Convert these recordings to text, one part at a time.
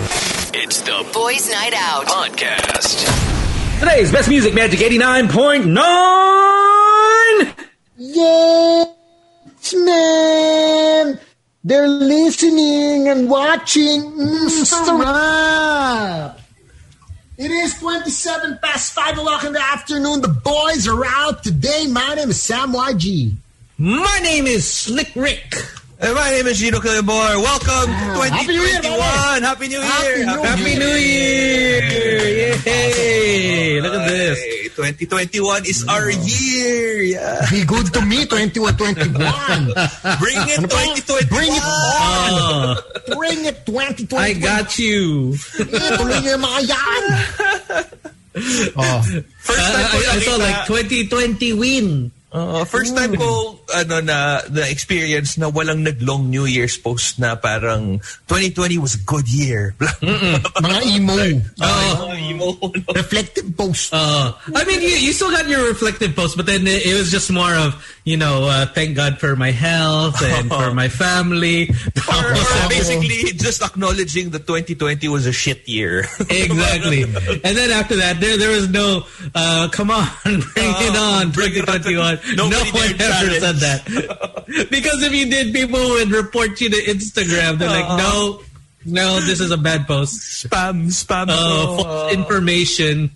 It's the Boys Night Out. podcast. Today's Best Music Magic 89.9! Yes, man. They're listening and watching. Mm, sarap. It is 27 past 5 o'clock in the afternoon. The boys are out today. My name is Sam YG. My name is Slick Rick. Uh, Hey, my name is Gino Kilmore. Welcome Wow. to Ah, Happy New Year, 2021. brother. Happy New Year. Happy New Happy New Year! Yay! Look at this. Hey, 2021 is our year. Yeah. Be good to me, 2121. Bring it 2021. Bring it on. Oh, Bring it 2021. I got you. Tuloy niyo yung mga yan. Oh. Uh, First I, time ko I- I saw nakita- like 2020 win. Oo, first time ko ano na na experience na walang nag-long New Year's post na parang 2020 was a good year. Mga emo. Oh, emo. Reflective post. Uh, I mean, you, you still got your reflective post, but then it, it was just more of, you know, uh, thank God for my health and for my family. Or, or Tapos- basically just acknowledging that 2020 was a shit year. Exactly. and then after that, there there was no, uh, come on, bring it on, Oh, bring it on. 2021. No Nobody one dared ever challenge. said that. because if you did, people would report you to Instagram. They're like, no, no, this is a bad post. spam, spam. Uh, false information.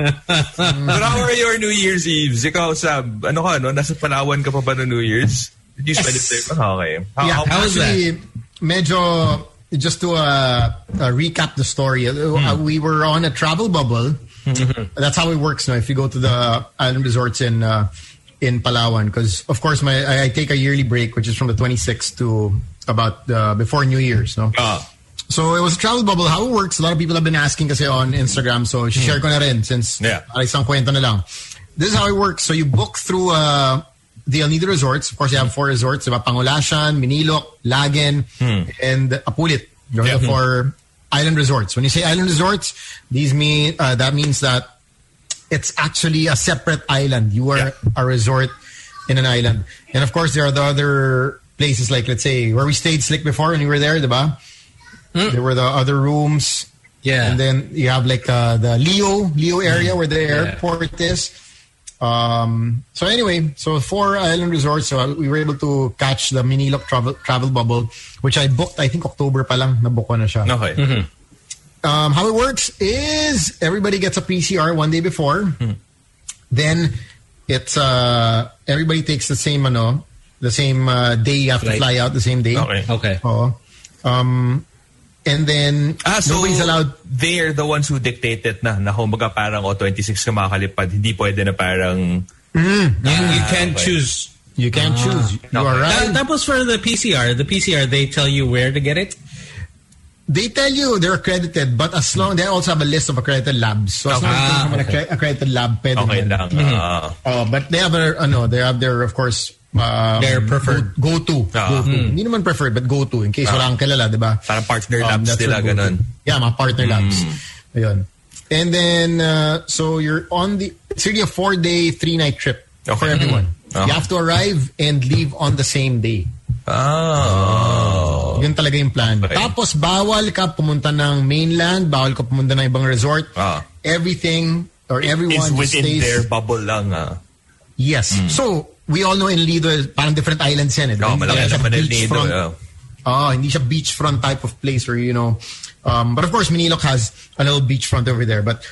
But how are your New Year's Eves? Ikaw, Sam, ano ka, no? Nasa Palawan ka pa ba no New Year's? Did you spend it there? Ah, Okay. How, Yeah, how was actually, medyo, just to uh, uh, recap the story, uh, Hmm. uh, we were on a travel bubble. Mm-hmm. That's how it works now. If you go to the island resorts in uh, in Palawan, because of course my I, I take a yearly break, which is from the 26th to about uh, before New Year's. No, Ah, so it was a travel bubble. How it works, a lot of people have been asking kasi on Instagram. So share ko na rin since Yeah. para isang kwento na lang. This is how it works. So you book through uh, the El Nido resorts. Of course, you have four resorts. Diba? Pangulasan, Minilok, Lagen, and Apulit. Those are the four island resorts. When you say island resorts, these mean uh, that means that it's actually a separate island. You are a resort in an island. And of course, there are the other places like, let's say, where we stayed slick before when we were there, diba? There were the other rooms. Yeah. And then you have like uh, the Leo, Leo area where the airport is. Um, so anyway, so four island resorts. So we were able to catch the Minilok travel, travel bubble, which I booked, I think October pa lang, nabook ko na siya okay. um, how it works is everybody gets a PCR one day before. Hmm. Then it's uh, everybody takes the same ano, the same uh, day you have to Right. fly out the same day. Okay. Okay. Oo. Um, and then Ah, so nobody's allowed. they're the ones who dictated na, na humaga parang o 26 ka makakalipad, hindi pwede na parang, You, you can't okay. choose. You can't choose. You Ah. Okay. are right. That, that was for the PCR. The PCR, they tell you where to get it. they tell you they're accredited, but as long they also have a list of accredited labs. So as long as Ah, you come from an accre- accredited lab, pwede okay na. lang. ah. Oh, but they have their ano, they have their of course um, Their preferred. go, to. Ah. go to. Hindi naman preferred but go to in case wala kang kilala, 'di ba? Parang partner labs Um, that's nila, their go-to. ganun. Hmm. Yeah, mga partner labs. Ayun. And then uh, so you're on the it's really a 4-day, 3-night trip for Okay. everyone. Ah. You have to arrive and leave on the same day. Ah. Yun talaga yung plan. Okay. Tapos bawal ka pumunta ng mainland, bawal ka pumunta ng ibang resort. Ah. Everything or everyone Is just within stays their bubble lang, ah. Yes. So, we all know in Lido, parang different islands yan. Eh. Hmm. Oo, malaki Hindi siya naman El Nido, beachfront. yeah. Ah, hindi siya beachfront type of place where, you know, um, but of course, Manilok has a little beachfront over there, but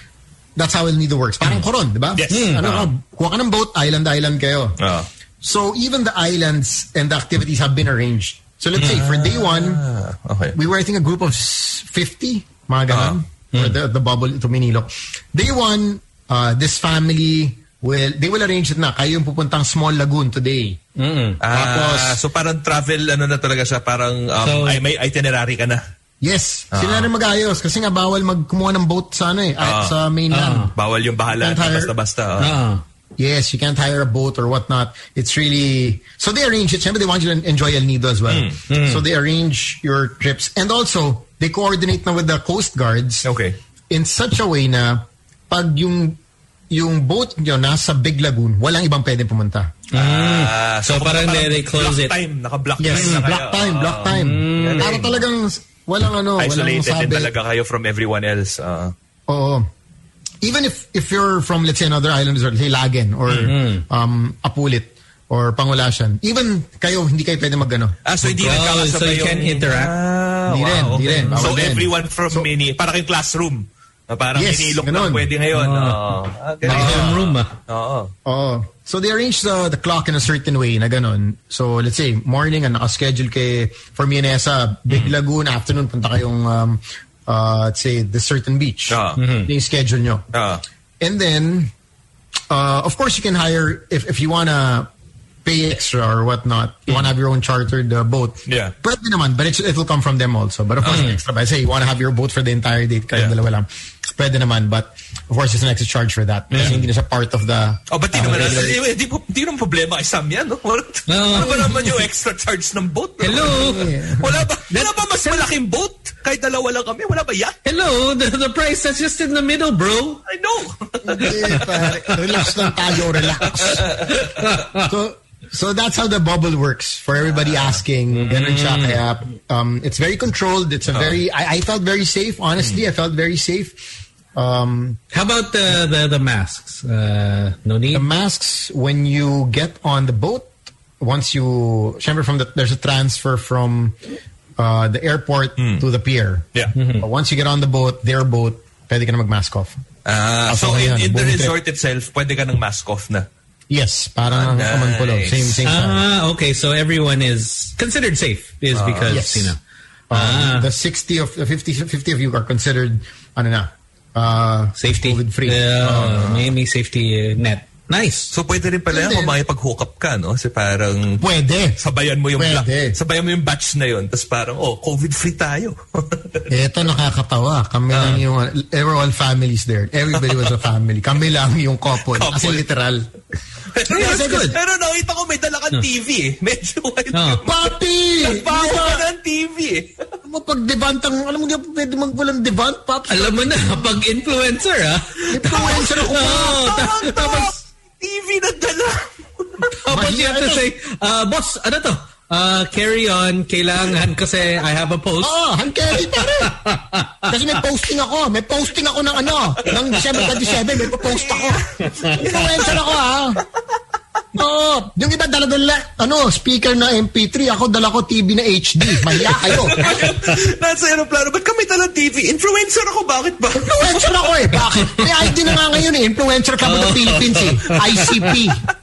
that's how El Nido works. Parang koron, di ba? Hmm. Hmm, Yes. Ano, Ah. kuha ka ng boat, island-island kayo. Ah. So, even the islands and the activities have been arranged. So, let's say for day one, Ah, okay. we were, I think, a group of s- 50, mga ganun, Ah, for hmm. the, the bubble to Manilo. Day one, uh, this family will, they will arrange it na. Kayo yung pupuntang Small Lagoon today. Ah, Mm-hmm. Tapos- so parang travel, ano na talaga siya, parang um, So- ay, may itinerary ka na. Yes, Ah. sila na rin mag-ayos kasi nga bawal magkumuha ng boat sa ano eh, at sa mainland. Bawal yung bahala, Entire- basta-basta. ah. Uh, Yes, you can't hire a boat or whatnot. It's really so they arrange it. Remember, they want you to enjoy El Nido as Mm, well. So they arrange your trips and also they coordinate na with the coast guards. Okay. In such a way na pag yung yung boat nyo nasa Big Lagoon, walang ibang pwede pumunta. Ah, So parang they- they close block it. time, naka-block Yes, time. na block kayo. time, Ah, block time. Galing. Para talagang Walang ano, Isolated walang din sabi. talaga kayo from everyone else. ah. Oo. Even if if you're from let's say another island resort, say Lagen or Mm-hmm. um Apulit or Pangasinan, even kayo hindi kayo pwede magano. Ah, so hindi Oh, nagkakasabay so you yung- can't interact? Ah, Hindi rin, wow, hindi okay. rin. Bawal So din. everyone from So- mini, parang yung classroom. Ah, Parang Yes, minilok lang ganun. pwede ngayon. Ah. Oo. Ah, ganun. Like homeroom ah. Oo. Oo. So they arrange the, the clock in a certain way na ganun. So let's say morning ang nakaschedule kay for me and Esa, Big Lagoon, afternoon punta kayong um, uh, let's say the certain beach. Ah. Yun Yung schedule nyo. Ah. And then, uh, of course, you can hire if, if you wanna pay extra or whatnot. You wanna have your own chartered uh, boat. Yeah. Pwede naman, but it, it'll come from them also. But of course, extra. But say you wanna have your boat for the entire date, kaya Yeah. dalawa lang. Pwede naman, but of course, there's an extra charge for that. Kasi hindi na siya part of the. uh, Oh, ba't di naman, regular- di, di, po- di naman problema kay Sam yan, no? Ano ba naman yung extra charge ng boat? Hello? Wala ba, wala ba mas malaking boat? Kahit dalawa lang kami, wala ba yacht? Hello, the, the price that's just in the middle, bro. I know. Hindi, pare. relax lang tayo, relax. So, so that's how the bubble works for everybody Ah. asking. Ganun siya. Mm-hmm. Kaya, um, it's very controlled. It's Ah. a very, I, I felt very safe. Honestly, I felt very safe. Um, How about the the, the masks? Uh, no need. the masks, when you get on the boat, once you, remember from the, there's a transfer from uh, the airport to the pier. Hmm. Yeah. Mm-hmm. But once you get on the boat, their boat, pwede ka na mag-mask off. Ah, so Ako in, ngayon, in the bumili. resort itself, pwede ka ng mask off na. Yes, parang Ah, kaman ko nice. Same, same time. Ah, okay. So everyone is considered safe, is because Uh, yes. you know. Um, Ah. The 60 of the 50, 50 of you are considered ano na, uh, safety. COVID free. Yeah, may, may safety uh, net. Nice. So pwede rin pala yan Pwede. kung makipag-hook up ka, no? Kasi parang Pwede. sabayan mo yung black, Pwede. sabayan mo yung batch na yun. Tapos parang, oh, COVID-free tayo. Ito nakakatawa. Kami lang yung, they were all families there. Everybody was a family. Kami lang yung couple. Couple. Kasi literal. pero, Yeah, that's good. pero nakita ko may dala kang TV eh. Medyo wild Ah. yung Papi! Nagbawa ka ng TV eh. Alam mo pag debantang, alam mo nga pwede magwalang debant, papi. Alam mo na, pag influencer ah. Influencer ako pa. Oh, ta- Parang tapos, to! TV na dala. tapos you have to say, uh, boss, ano to? Uh, carry on, kailangan kasi I have a post. Oo, hangkeri Ah, pare. Kasi may posting ako. May posting ako ng ano. Ng December 27, may post ako. Influencer ako ha. Oo. Yung iba dala dala, ano, speaker na MP3. Ako dala ko TV na HD. Mahiya kayo. Nasa aeroplano, ba't kami dala TV? Influencer ako, bakit ba? Influencer ako eh. Bakit? May ID na nga ngayon eh. Influencer ka ba ng Philippines eh. ICP.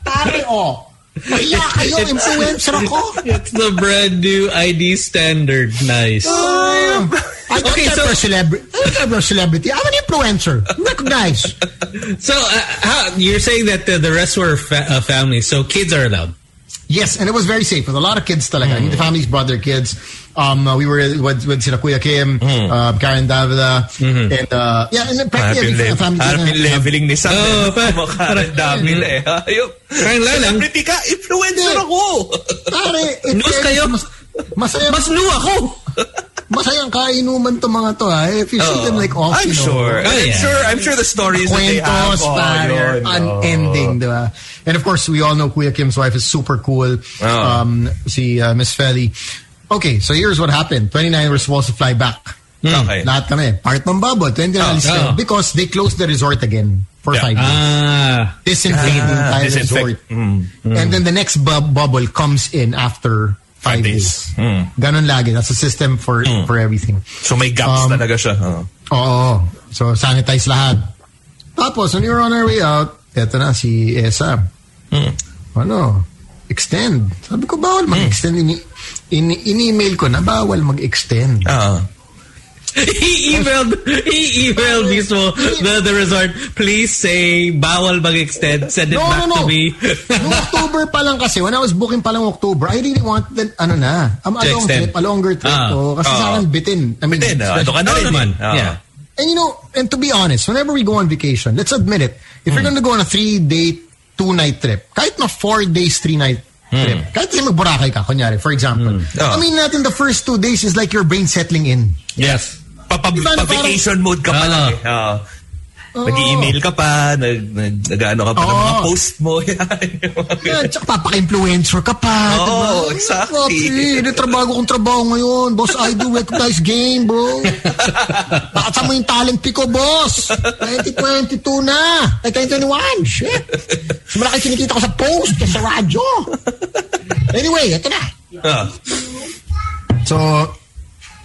Pare oh. Mahiya kayo. Influencer ako. It's the brand new ID standard. Nice. I don't Okay, okay, so- so, celebrity. I don't care celebrity. I'm an influencer. Recognize. So uh, how, you're saying that the, the rest were fa- uh, families, so kids are allowed. Yes, and it was very safe. With a lot of kids talaga. I Hmm. mean, the families brought their kids. Um, uh, we were with, with sina Kuya Kim, Hmm. uh, Karen Davila, and uh, yeah, and practically every Harapin, le- family harapin talaga. leveling ni Sam. Oo, Oh, pa- mm. Kumakaran dami na eh. Ayun. Parang lalang. Celebrity ka, influencer Hindi. ako. Pare, it's News very- kayo? Mas, masaya, Mas new ako! masayang kainuman to mga to. Ha? If you see them like off, Oh. I'm you know. Oh, sure. I'm yeah. sure. I'm sure the stories that they have. Oh, Cuentos, pare, yun, oh. unending, di ba? And of course, we all know Kuya Kim's wife is super cool. Um, si uh, Miss Feli. Okay, so here's what happened. 29 were supposed to fly back. Okay. Lahat kami. Part ng bubble. 20 na alis kami. oh. Because they closed the resort again for Yeah. five days. Ah, Disinfecting the Ah, entire disinfect. resort. And then the next bub- bubble comes in after five, Five days. days. Ganon lagi. That's the system for for everything. So may gaps Um, talaga siya. Oh. Oo. So, sanitize lahat. Tapos, when you were on our way out, eto na si Esa. Ano? Extend. Sabi ko, bawal mag-extend. Ini, ini, ini-email ko na bawal mag-extend. Ah. he emailed he emailed mismo the, the resort. Please say bawal mag extend. Send it No, back no, no. to me. Noong October pa lang kasi, when I was booking pa lang October, I really want the, ano na, um, a To long extend. trip, a longer trip. Ah. oo. kasi sa Ah. akin, bitin. I mean, Bitin, ah. Ano ka No na rin naman. eh. Ah. Yeah. And you know, and to be honest, whenever we go on vacation, let's admit it. If you're going to go on a three-day, two-night trip, kahit na four days, three-night trip, kahit kasi mag-Boracay ka, kunyari, for example. Ah. I mean, natin the first two days is like your brain settling in. Yes. Pa, pa, Diba, parang- pa- vacation mode ka pa Ah. lang eh. Ah. Oh. Nag-email ka pa, nag, nag, nag-ano ka pa ng Oh. mga post mo. Yan, tsaka papaka-influencer ka pa. Oo, oh, diba? exactly. Papi, eh, trabaho kong trabaho ngayon. Boss, I do recognize game, bro. Nakasa mo yung talent pick ko, boss. 2022 na. 2021, shit. Malaki sinikita ko sa post, sa radyo. Anyway, ito na. Ah. So,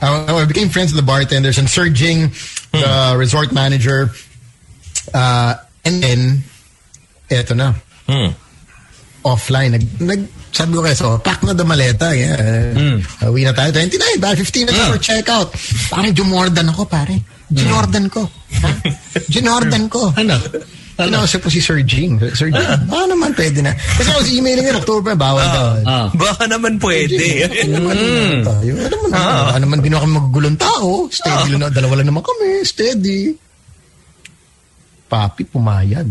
uh, I became friends with the bartenders and Sir Jing, the Hmm. resort manager. Uh, and then, eto na. Hmm. Offline. Nag, nag, sabi ko kayo, so, pack na the maleta. Yeah. Hmm. Uh, Uwi na tayo. 29, ba? 15 na Hmm. for checkout. Pare, Jumordan ako, pare. Ginordan ko. Ha? Ginordan ko. Hmm. Ano? Ano? Ano, po si Sir Jing. Sir Jing, baka naman pwede na. Kasi I was emailing in October, bawal daw. Ah. Baka naman pwede. Hmm. Mm. Tayo. Alam mo naman, baka naman di na kami magugulong tao. Steady Ah. lang na, dalawa lang naman kami. Steady. Papi, pumayag.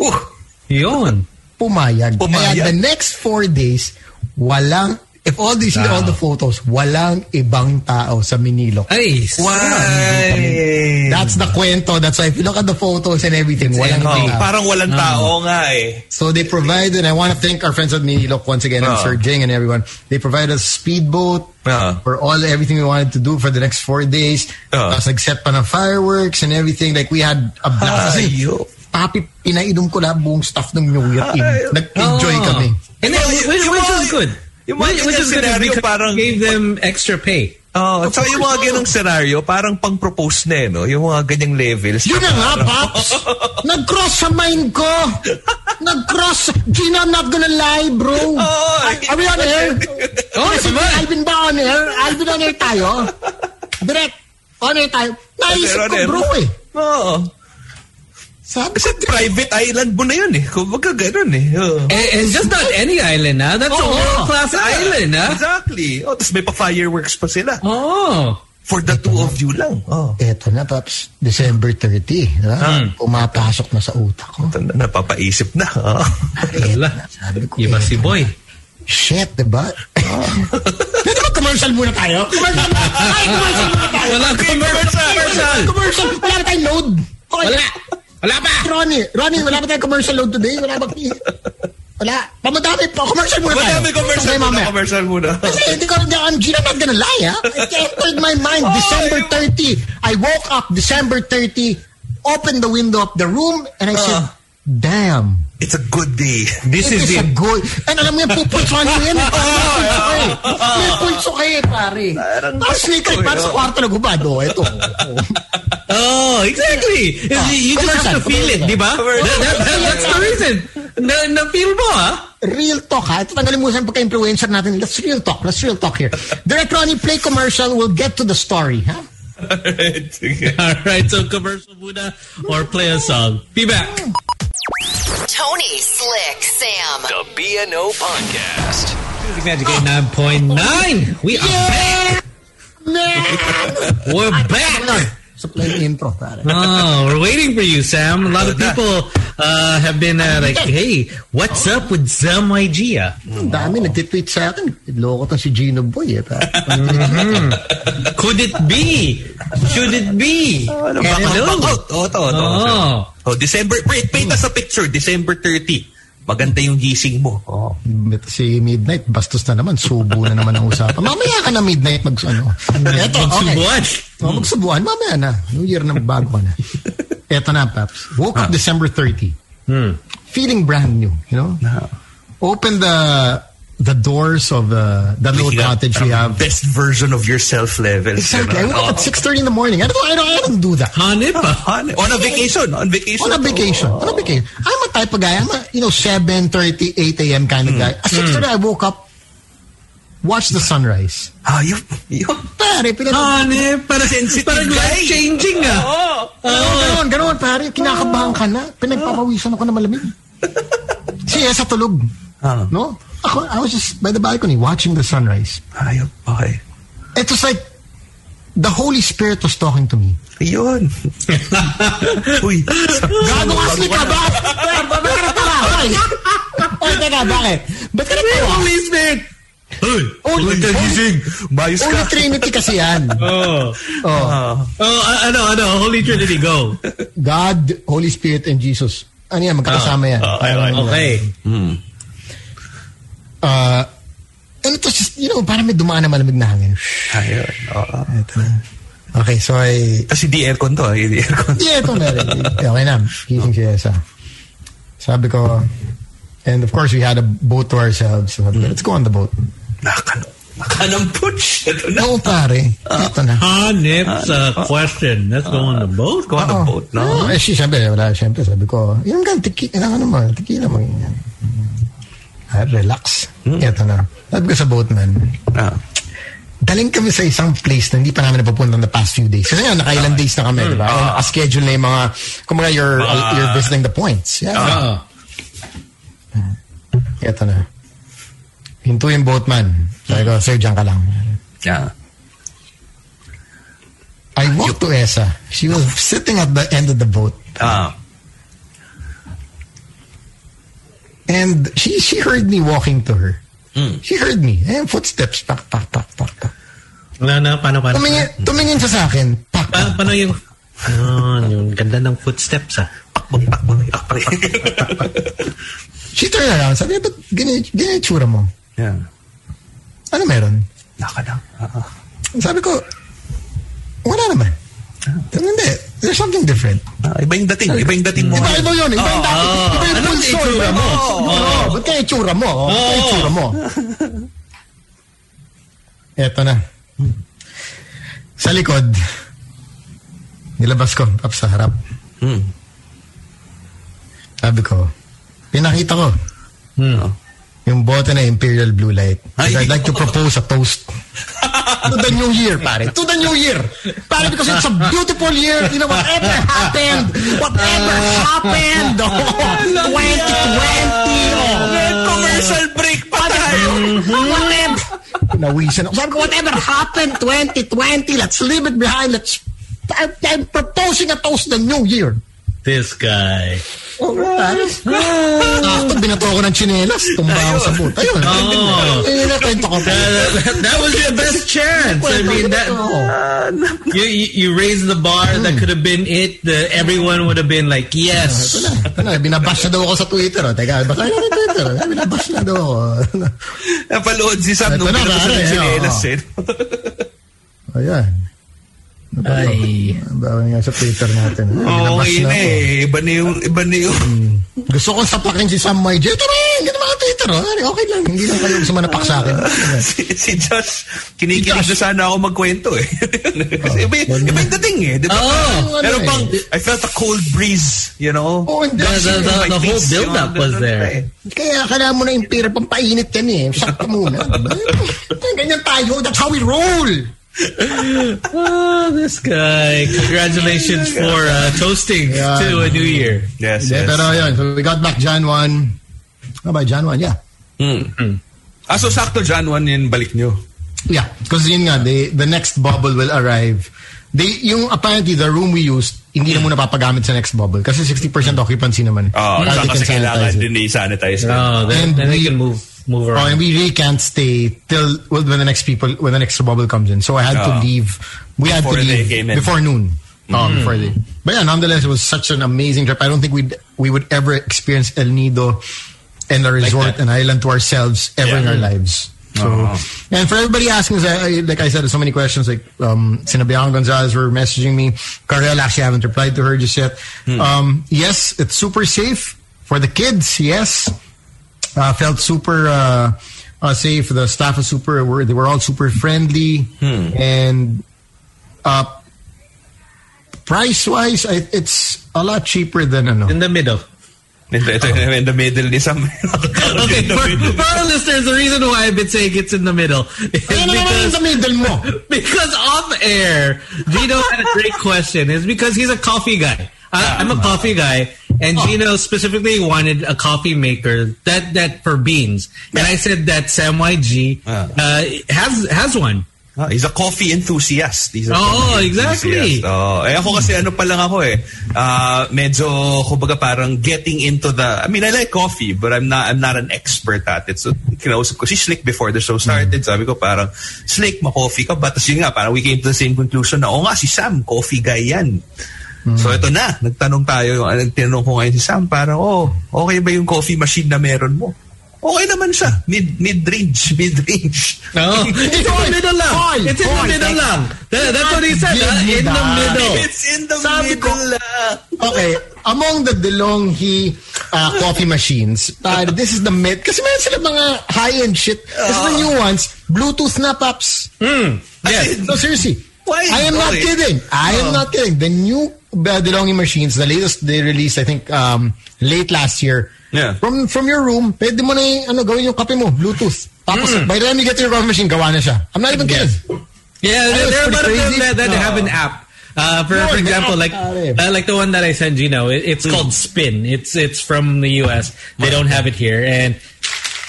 uh, Yun. Pumayag. Pumayag. Kaya the next four days, walang, if all these, see all the photos, walang ibang tao sa Minilo. Ay, why? That's the kwento. That's why if you look at the photos and everything, walang Oh, ibang tao. parang walang tao nga eh. So they provided, I want to thank our friends at Minilok once again, and Ah. Sir Jing and everyone. They provided us speedboat Ah. for all everything we wanted to do for the next four days. Ah. Tapos nag-set pa ng fireworks and everything. Like we had a blast. Kasi Ayok. papi, pinainom ko lahat buong stuff ng New Year Inn. Ay. Nag-enjoy Oh. kami. And then, which, which, Yung which mga- was good. yung mga Which- which ganyan was good is scenario, because parang- gave them extra pay. Oh, at saka yung mga ganong senaryo, parang pang-propose na eh, no? Yung mga ganyang levels. Yun na nga, Pops! Nag-cross sa mind ko! Nag-cross! Gina, I'm not gonna lie, bro! Oo, eh. Are we on air? Oo, Kasi Ano naman. Alvin ba on air? Alvin on air tayo? Direct, on air tayo. Naisip Pero ko, ano, bro, eh. Oo. Sabi Kasi private island mo na yun eh. Kung baga ganun eh. Oo. Oh. And, and just not any island, ah. That's a Oo. world-class Eh, island, ah. Exactly. Oh, tapos may pa-fireworks pa sila. Oh. For the two of you lang. Oh. Eto na, Pops. December 30. Diba? Hmm. Pumapasok na sa utak ko. Tanda- Napapaisip na. Oh. Ala. Sabi ko, Iba eh, si Boy. shit, diba? Dito ba commercial muna tayo? Commercial muna tayo! Ay, commercial muna tayo! Wala commercial. Commercial! Commercial! Wala na tayong load! Okay. Wala. Wala pa. Ronnie, Ronnie, wala ba tayong commercial load today? Wala ba? Wala. Pamadami pa. Commercial muna tayo. Madami commercial Okay, muna. mamaya. Commercial muna. Kasi hindi ko, hindi, I'm Gina, not gonna lie, ha? It entered my mind. December 30. I woke up December 30, opened the window of the room, and I said, Ah. damn. It's a good day. This is It is a it. good. And alam mo yan, pupulsuhan mo yan. eh. May pulso ka eh. May pulso ka eh, pare. Parang Tapos may gusto kay, eh, para sa oh. kwarto na gubado. Ito. Oh, exactly. It's- you just have to commercial, feel it, commercial. di ba? That- that- that- that's the reason. Na, na feel mo, ah. Real talk ha. Ito tanggalin mo sa pagka-influencer natin. Let's real talk. Let's real talk here. Direct Ronnie, play commercial. We'll get to the story. Ha? Sige. All right, so commercial muna or play a song. Be back. Tony, Slick, Sam. The BNO Podcast. Music Magic 89.9. We are back. We're back. So Ano? play yung intro. Pare. Oh, we're waiting for you, Sam. A lot of Wala. people uh, have been uh, like, hey, what's up with Sam Igea? Ang dami nagtitweet sa akin. Loko to si Gino Boy eh. Pare. Could it be? Should it be? Ano, back out, back out. Oo, to, to. Oo. Oh, December. Wait, paint us a picture. December 30. Maganda yung gising mo. Oh. Ito si Midnight, bastos na naman. Subo na naman ang usapan. Mamaya ka na Midnight mag... Ano. Eto, okay. Magsubuan. Oh, magsubuan, mamaya na. New year na bago na. Eto na, Paps. Woke up December 30. Feeling brand new, you know? Open the the doors of uh, the, that little Like, cottage we have. parang Best version of yourself levels. diba? Exactly. I Ganun. woke up at Oo. 6.30 in the morning. I don't, I don't, I don't do that. Hanip, ah. Honey, Oh. On a vacation. On vacation. On a vacation. On a vacation. I'm a type of guy. I'm a, you know, 7.30, 8 a.m. kind of guy. At 6.30, I woke up, watched the sunrise. Ah, you, you, Pare, pinatapos Ah, Hanip. Parang, parang guy. life-changing, ah. oh, Oo, ganun, ganun, pare. Kinakabahan ka na. Pinagpapawisan ako na malamig. si Esa tulog. Ah. No? Ako, I was just by the balcony watching the sunrise. ayun, okay. It was like, the Holy Spirit was talking to me. Yun. Uy. Gago ka, sleep ka ba? Ba't ka natawa? Oy! Oy, teka, bakit? Ba't ka natawa? Holy Spirit. Uy! Only, Gising! Bias only Trinity kasi yan. Oh. Oh, Ah, Oh, a- ano, ano, Holy Trinity, go. God, Holy Spirit, and Jesus. Ano yan, magkakasama Ah. yan. Okay. Uh, and it was just, you know, parang may dumaan na malamig na hangin. Ayun. Oo. Ito na. Okay, so I... Tapos hindi aircon to. ah, Hindi aircon. Yeah, ito na. rin. Okay na. Gising siya sa... Sabi ko... And of course, we had a boat to ourselves. So, sabi ko, let's go on the boat. Nakano. Nakanamputch. Ito na. No, pare. Ito na. Hanip's uh, question. Let's go on the boat. Go on a boat, no? Oo, eh, si, siyempre, wala, siyempre, sabi ko, yung gan, tiki, ano ano mo, tequila mo, ganyan. Ah, relax. Ito na. Sabi ko sa boatman, Ah. daling kami sa isang place na hindi pa namin napapunta the past few days. Kasi nga, nakailang days na kami, di ba? Uh, schedule na yung mga, kumbaga, you're, Ah. you're visiting the points. Yeah. Oo. Ito na. Hinto yung boatman. Sabi ko, sir, dyan ka lang. Yeah. I walked to Esa. She was sitting at the end of the boat. Ah. And she she heard me walking to her. She heard me. Eh, footsteps. Pak, pak, pak, pak, pak. Wala na, paano, paano? Tumingin, tumingin siya sa akin. Pak, pak. Pa- paano yung... Ah, Yun, yung ganda ng footsteps, ah. Pakbang, pakbang, pakbang. She turned around. Sabi niya, ba't ganyan, ganyan yung tsura mo? Yeah. Ano meron? Nakana. Ah. Sabi ko, wala naman. Sabi, hindi. There's something different. Ah, Iba yung dating. Iba yung dating mo. Iba, iba yun. Iba yung dati. Iba yung Anong pulso. itsura Iba yung mo? pulso. Oo. Ba't kaya itsura mo? Oo, Ba't kaya itsura mo? Eto na. Sa likod, nilabas ko up sa harap. Hmm. Sabi ko, pinakita ko Hmm. yung bote na Imperial Blue Light. 'Cause Ay. I'd like to propose a toast. to the new year, pare. To the new year. Pare, because it's a beautiful year. You know, whatever happened, whatever happened, oh, 2020, oh, Commercial break pa tayo. whatever. Mm-hmm. Nawisan ako. Sabi ko, whatever happened, 2020, let's leave it behind. Let's, I'm, I'm proposing a toast to the new year. This guy. Oh, pare. Tapos Hmm. binato ako ng chinelas, tumba ako sa boot. Ayun. Oh. Ayun, nakwento ko pa. that, Uh, that was your best chance. I mean, that Oo. you you you raised the bar. Hmm. That could have been it. The, everyone would have been like, Ito yes. na, ito na. Binabash na daw ako sa Twitter. Oh. Teka, basahin ko yung Twitter. oh. Binabash na daw ako. Napalood si Sam Ito nung na, pinabasa pare, ng sinelas oo. eh. Ayan. Ano Ay. Bawal nga sa Twitter natin. Ayan, Oo, binabash okay na na ako. eh. Iba na yung, iba na yung, Gusto ko sapakin si Sam May J. Ito rin! Ganun mga Twitter. oh. Ayan, Okay lang. Hindi lang kayo sumanapak sa akin. Ayan. si, si Josh, kinikilig Si na sana ako magkwento eh. Kasi iba, yung- iba yung dating eh. di ba? Oh, Ano Pero eh. bang, I felt a cold breeze, you know? Oo, hindi. the, the, the, the whole build-up was there. Kaya kailangan mo na yung pera pampainit yan eh. Sakto muna. Ay, Ganyan tayo. That's how we roll. Oh, this guy. Congratulations for uh, toasting Yeah. to a new year. Yes, Hindi, yes. Pero yun. So we got back Jan 1. How about Jan 1? Yeah. Ah, so sakto John 1 yun, balik nyo. Yeah, because yun nga, they, the next bubble will arrive. They, yung apparently the room we used, hindi na muna papagamit sa next bubble kasi 60% occupancy naman. Oo, Kaya they saka Ah, kasi can sanitize kailangan it. din i-sanitize. na. Oh, then, then And we we- can move move Oh, around. and we really can't stay till well, when the next people when the next bubble comes in. So I had Yeah. to leave. We had Before to leave they came in. Hmm. before noon. Oh, before they. But yeah, nonetheless, it was such an amazing trip. I don't think we we would ever experience El Nido and a resort and that. island to ourselves ever in Yeah. our lives. So, and for everybody asking, us, I, I, like I said, so many questions. Like um, Sinabian Gonzalez were messaging me. Carell actually I haven't replied to her just yet. Um, yes, it's super safe for the kids. Yes, uh, felt super uh, uh, safe. The staff was super. Were, they were all super friendly and uh, price wise, I, it's a lot cheaper than ano. In the middle. Ito, ito yun, in the middle ni Sam. Okay, for, for our listeners, the reason why I've been saying it's in the middle is Ayun na naman yung because sa middle mo. Because off air, Gino had a great question. Is because he's a coffee guy. I, I'm a coffee guy, and Gino specifically wanted a coffee maker that that for beans. And I said that Sam YG uh, has has one. Ah, he's a coffee enthusiast. He's a Oo, exactly. Oh, eh ako kasi ano pa lang ako eh. Ah, medyo kumbaga parang getting into the I mean I like coffee but I'm not I'm not an expert at it. So kinausap ko si Slick before the show started. Mm. Sabi ko parang Slick ma-coffee ka ba? Tapos yun nga parang we came to the same conclusion na oo nga si Sam coffee guy yan. Mm. So ito na, nagtanong tayo, ah, nagtanong ko ngayon si Sam, parang, oh, okay ba yung coffee machine na meron mo? Okay naman siya. Mid, mid-range, mid-range. No, it's in the middle lang. it's in the middle lang. That- that's what he said. Give ah, me in the that. middle. It's in the Sabi ko- middle. ah. Okay, among the DeLonghi uh, coffee machines, uh, this is the mid. Kasi meron sila mga high-end shit. Kasi the new ones, Bluetooth na, Paps. Yes. No, seriously. Why? Oh. I am not Why? kidding. I am not kidding. The new uh, DeLonghi machines, the latest they released, I think, um, late last year. Yeah. From from your room, pwede mo na yung, ano, gawin yung kape mo, Bluetooth. Tapos, Mm. by the time you get to your coffee machine, gawa na siya. I'm not even kidding. Yeah, there, there are a That's lot of pretty them crazy. that, that have an app. Uh, for, for Lord, example, yeah. like uh, like the one that I sent you know, it, it's called Spin. It's it's from the U.S. They don't have it here, and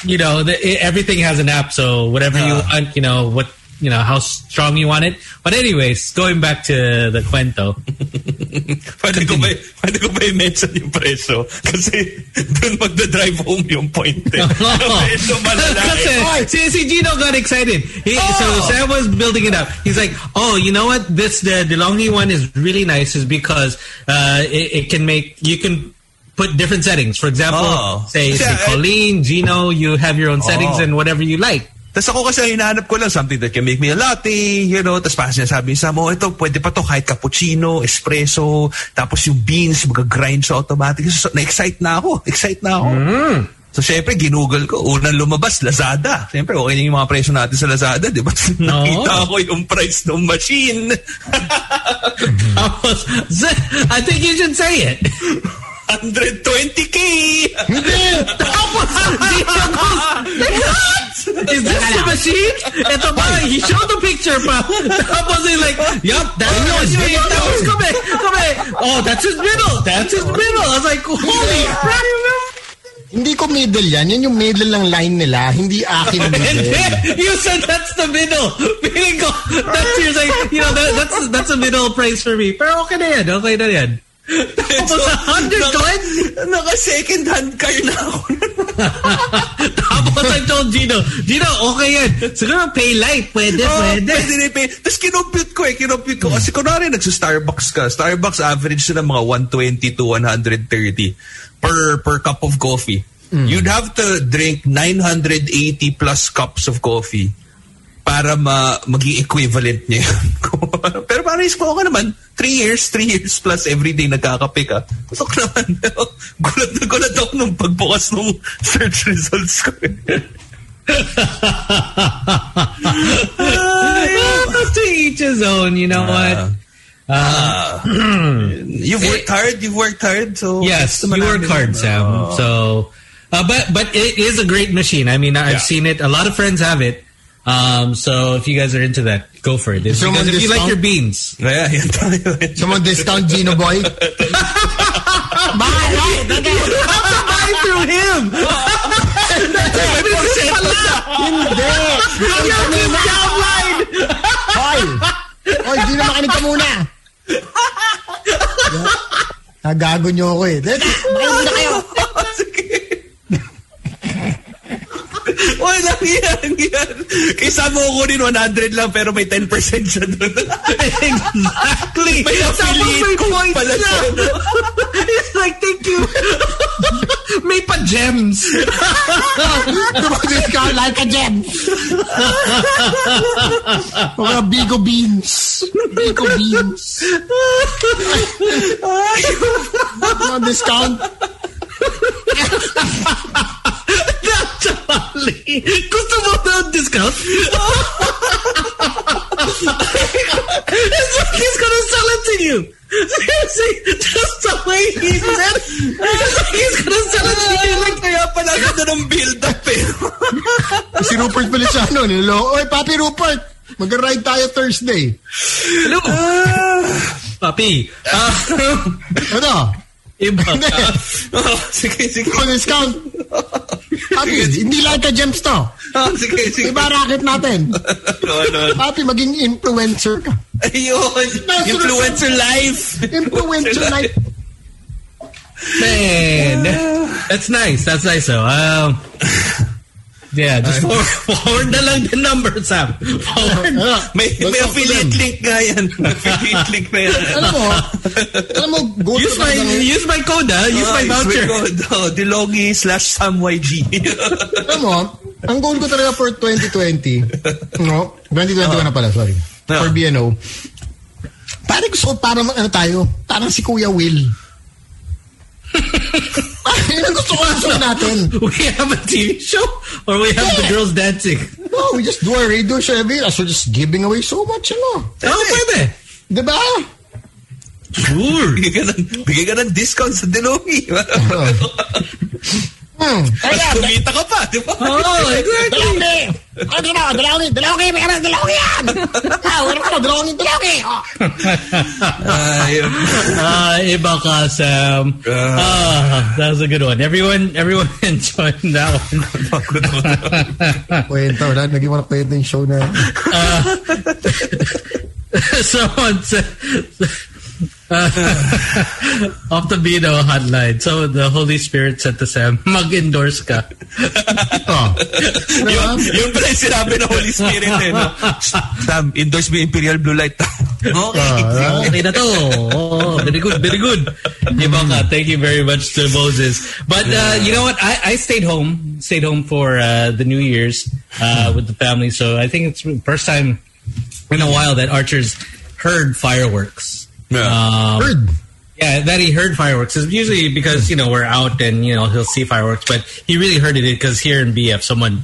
you know the, it, everything has an app. So whatever you Yeah. want, you know what you know how strong you want it. But anyways, going back to the cuento, Pwede ko ba, pwede ko ba i-mention yung presyo? Kasi dun magda-drive home yung point. Eh. Ang presyo malalaki. Kasi, see, see, Gino got excited. He, Oh! So Sam was building it up. He's like, "Oh, you know what? This the DeLonghi one is really nice, is because uh, it, it can make you can." Put different settings. For example, Oh. say, Kasi, say I- Colleen, Gino, you have your own settings Oh. and whatever you like. Tapos ako kasi ang hinahanap ko lang something that can make me a latte, you know. Tapos parang sinasabi sa mo, ito, pwede pa to kahit cappuccino, espresso, tapos yung beans, mag-grind sa automatic. So, na-excite na ako. Excite na ako. So, syempre, ginugol ko. Unang lumabas, Lazada. Syempre, okay na yung mga presyo natin sa Lazada, di ba? Nakita ko yung price ng machine. Tapos, I think you should say it. 120k! Tapos, Gino goes, "What? Is this the machine? Ito ba? He showed the picture pa. Tapos he's like, yup, that's the machine. Tapos kami, kami, oh, that's his middle. That's his middle. I was like, holy crap. Hindi ko middle yan. Yan yung middle lang line nila. Hindi akin And middle. then you said that's the middle. Feeling ko, that's your, like, you know, that, that's that's a middle price for me. Pero okay na yan, okay na yan. Tapos 120. Naka-second hand car na ako. Tapos I told Gino, Gino, okay yan. Siguro pay light, pwede, Oo, pwede. Oh, Pwede rin, pwede. Tapos kinompute ko eh, kinompute ko. Kasi kunwari nagsa-Starbucks ka, Starbucks average sila mga 120 to 130 per per cup of coffee. Hmm. You'd have to drink 980 plus cups of coffee para ma maging equivalent niya. yun. Pero para ispo ka naman, 3 years, 3 years plus everyday nagkakape ka. Pasok naman. gulat na gulat ako nung pagbukas ng search results ko. eh. Well, to each his own, you know what? You've worked hard, you've worked hard. So Yes, you Gusto mo work namin hard, yun. Sam. So, uh, but but it is a great machine. I mean, I've Yeah. seen it. A lot of friends have it. Um, so if you guys are into that, go for it. It's Someone because if you discount? like your beans, Kaya, yan tayo. Someone discount Gino Boy. Bakit? buy through him. Hindi! Hoy! Hoy, Gino, makinig ka muna! Nagago niyo ako eh. Let's, makinig muna kayo! Wala yan, yan. Isa mo ko rin 100 lang pero may 10% siya doon. exactly. May affiliate ko pala siya. It's like thank you. May pa gems. Dumadis ka like a gem! Mga Bigo Beans! Bigo Beans! Mga discount! Charlie, gusto mo na ang discount? It's like he's gonna sell it to you. Seriously, just the way he said it. It's like he's gonna sell it to you. Like, Kaya pala ganda ng build-up eh. Si Rupert Feliciano, nilolo. Oy, Papi Rupert! Mag-ride tayo Thursday. no. Papi, ah, Ano? Iba. Oh, sige, sige. Ako discount. Papi, hindi lang ka gems to. Oh, sige, sige. Diba? Iba racket natin. No, no. Papi, maging influencer ka. Ayun. Influencer life. Influencer life. Man, that's nice. That's nice. So, um, yeah, just forward, forward na lang the number, Sam. Forward. Ano? May, may Basta affiliate ko lang. link nga yan. affiliate link na yan. Ano? Alam mo, alam mo, go Use my use my code, ah. Use my Ay, voucher. sweet God. Oh, Dilogi slash Sam YG. Alam mo, ang goal ko talaga for 2020, no? 2021 na pala, sorry. For Ah. BNO. Parang gusto ko parang ano tayo, parang si Kuya Will. Parang yun ang gusto ko lang sa'yo natin. We have a TV show or we have the girls dancing. No, we just do a radio show every year. So just giving away so much, ano? Oh, pwede. Diba? Sure. Bigyan ka ng, bigyan ka ng discount sa Dilogi. Oh. Hmm. Mas kumita ka pa, di ba? Oh, exactly. Dalawang Ano dito? Dalawang Dalawang kayo. Meron dalawang yan. Ah, wala ka. Dalawang dalawang Oh. Ay, Ah, iba ka, Sam. Ah, that was a good one. Everyone, everyone enjoyed that one. pagod ako. Kwenta. Wala. Naging walang kwenta yung show na. someone said uh, off the beat of a hotline. So the Holy Spirit said to Sam, mag-endorse ka. Oh. Diba? Yun pala yung sinabi ng Holy Spirit eh. No? Sam, endorse mo yung Imperial Blue Light. okay. Ah, Okay na to. Oh, very good, very good. Iba ka. Thank you very much to Moses. But uh, you know what? I, I stayed home. Stayed home for uh, the New Year's Hmm. uh, with the family. So I think it's the first time in a while that Archer's heard fireworks. Um, Bird. Yeah, that he heard fireworks is usually because you know we're out and you know he'll see fireworks, but he really heard it because here in BF someone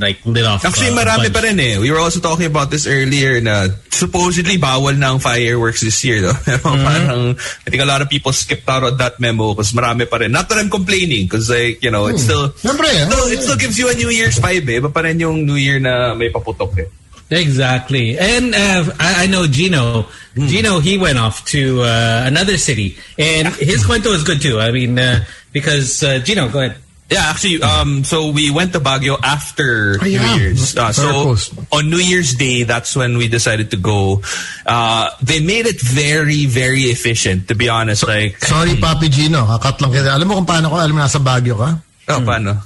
like lit off. Actually, uh, a marami pa bunch. rin eh. We were also talking about this earlier na supposedly bawal na ang fireworks this year. No? Pero parang, I think a lot of people skipped out on that memo because marami pa rin. Not that I'm complaining because like, you know, it's still... Siyempre, eh. No, it still gives you a New Year's vibe eh. Iba pa rin yung New Year na may paputok eh. Exactly, and uh, I, I know Gino. Hmm. Gino he went off to uh, another city, and his cuento is good too. I mean, uh, because uh, Gino, go ahead. Yeah, actually, um, so we went to Baguio after Oh, yeah. New Year's. Uh, so Veracruz. on New Year's Day, that's when we decided to go. Uh, they made it very, very efficient, to be honest. Like, Sorry, Papi Gino. Kakat lang kita. Alam mo kung paano ko? Alam mo, nasa Baguio ka? oh, paano?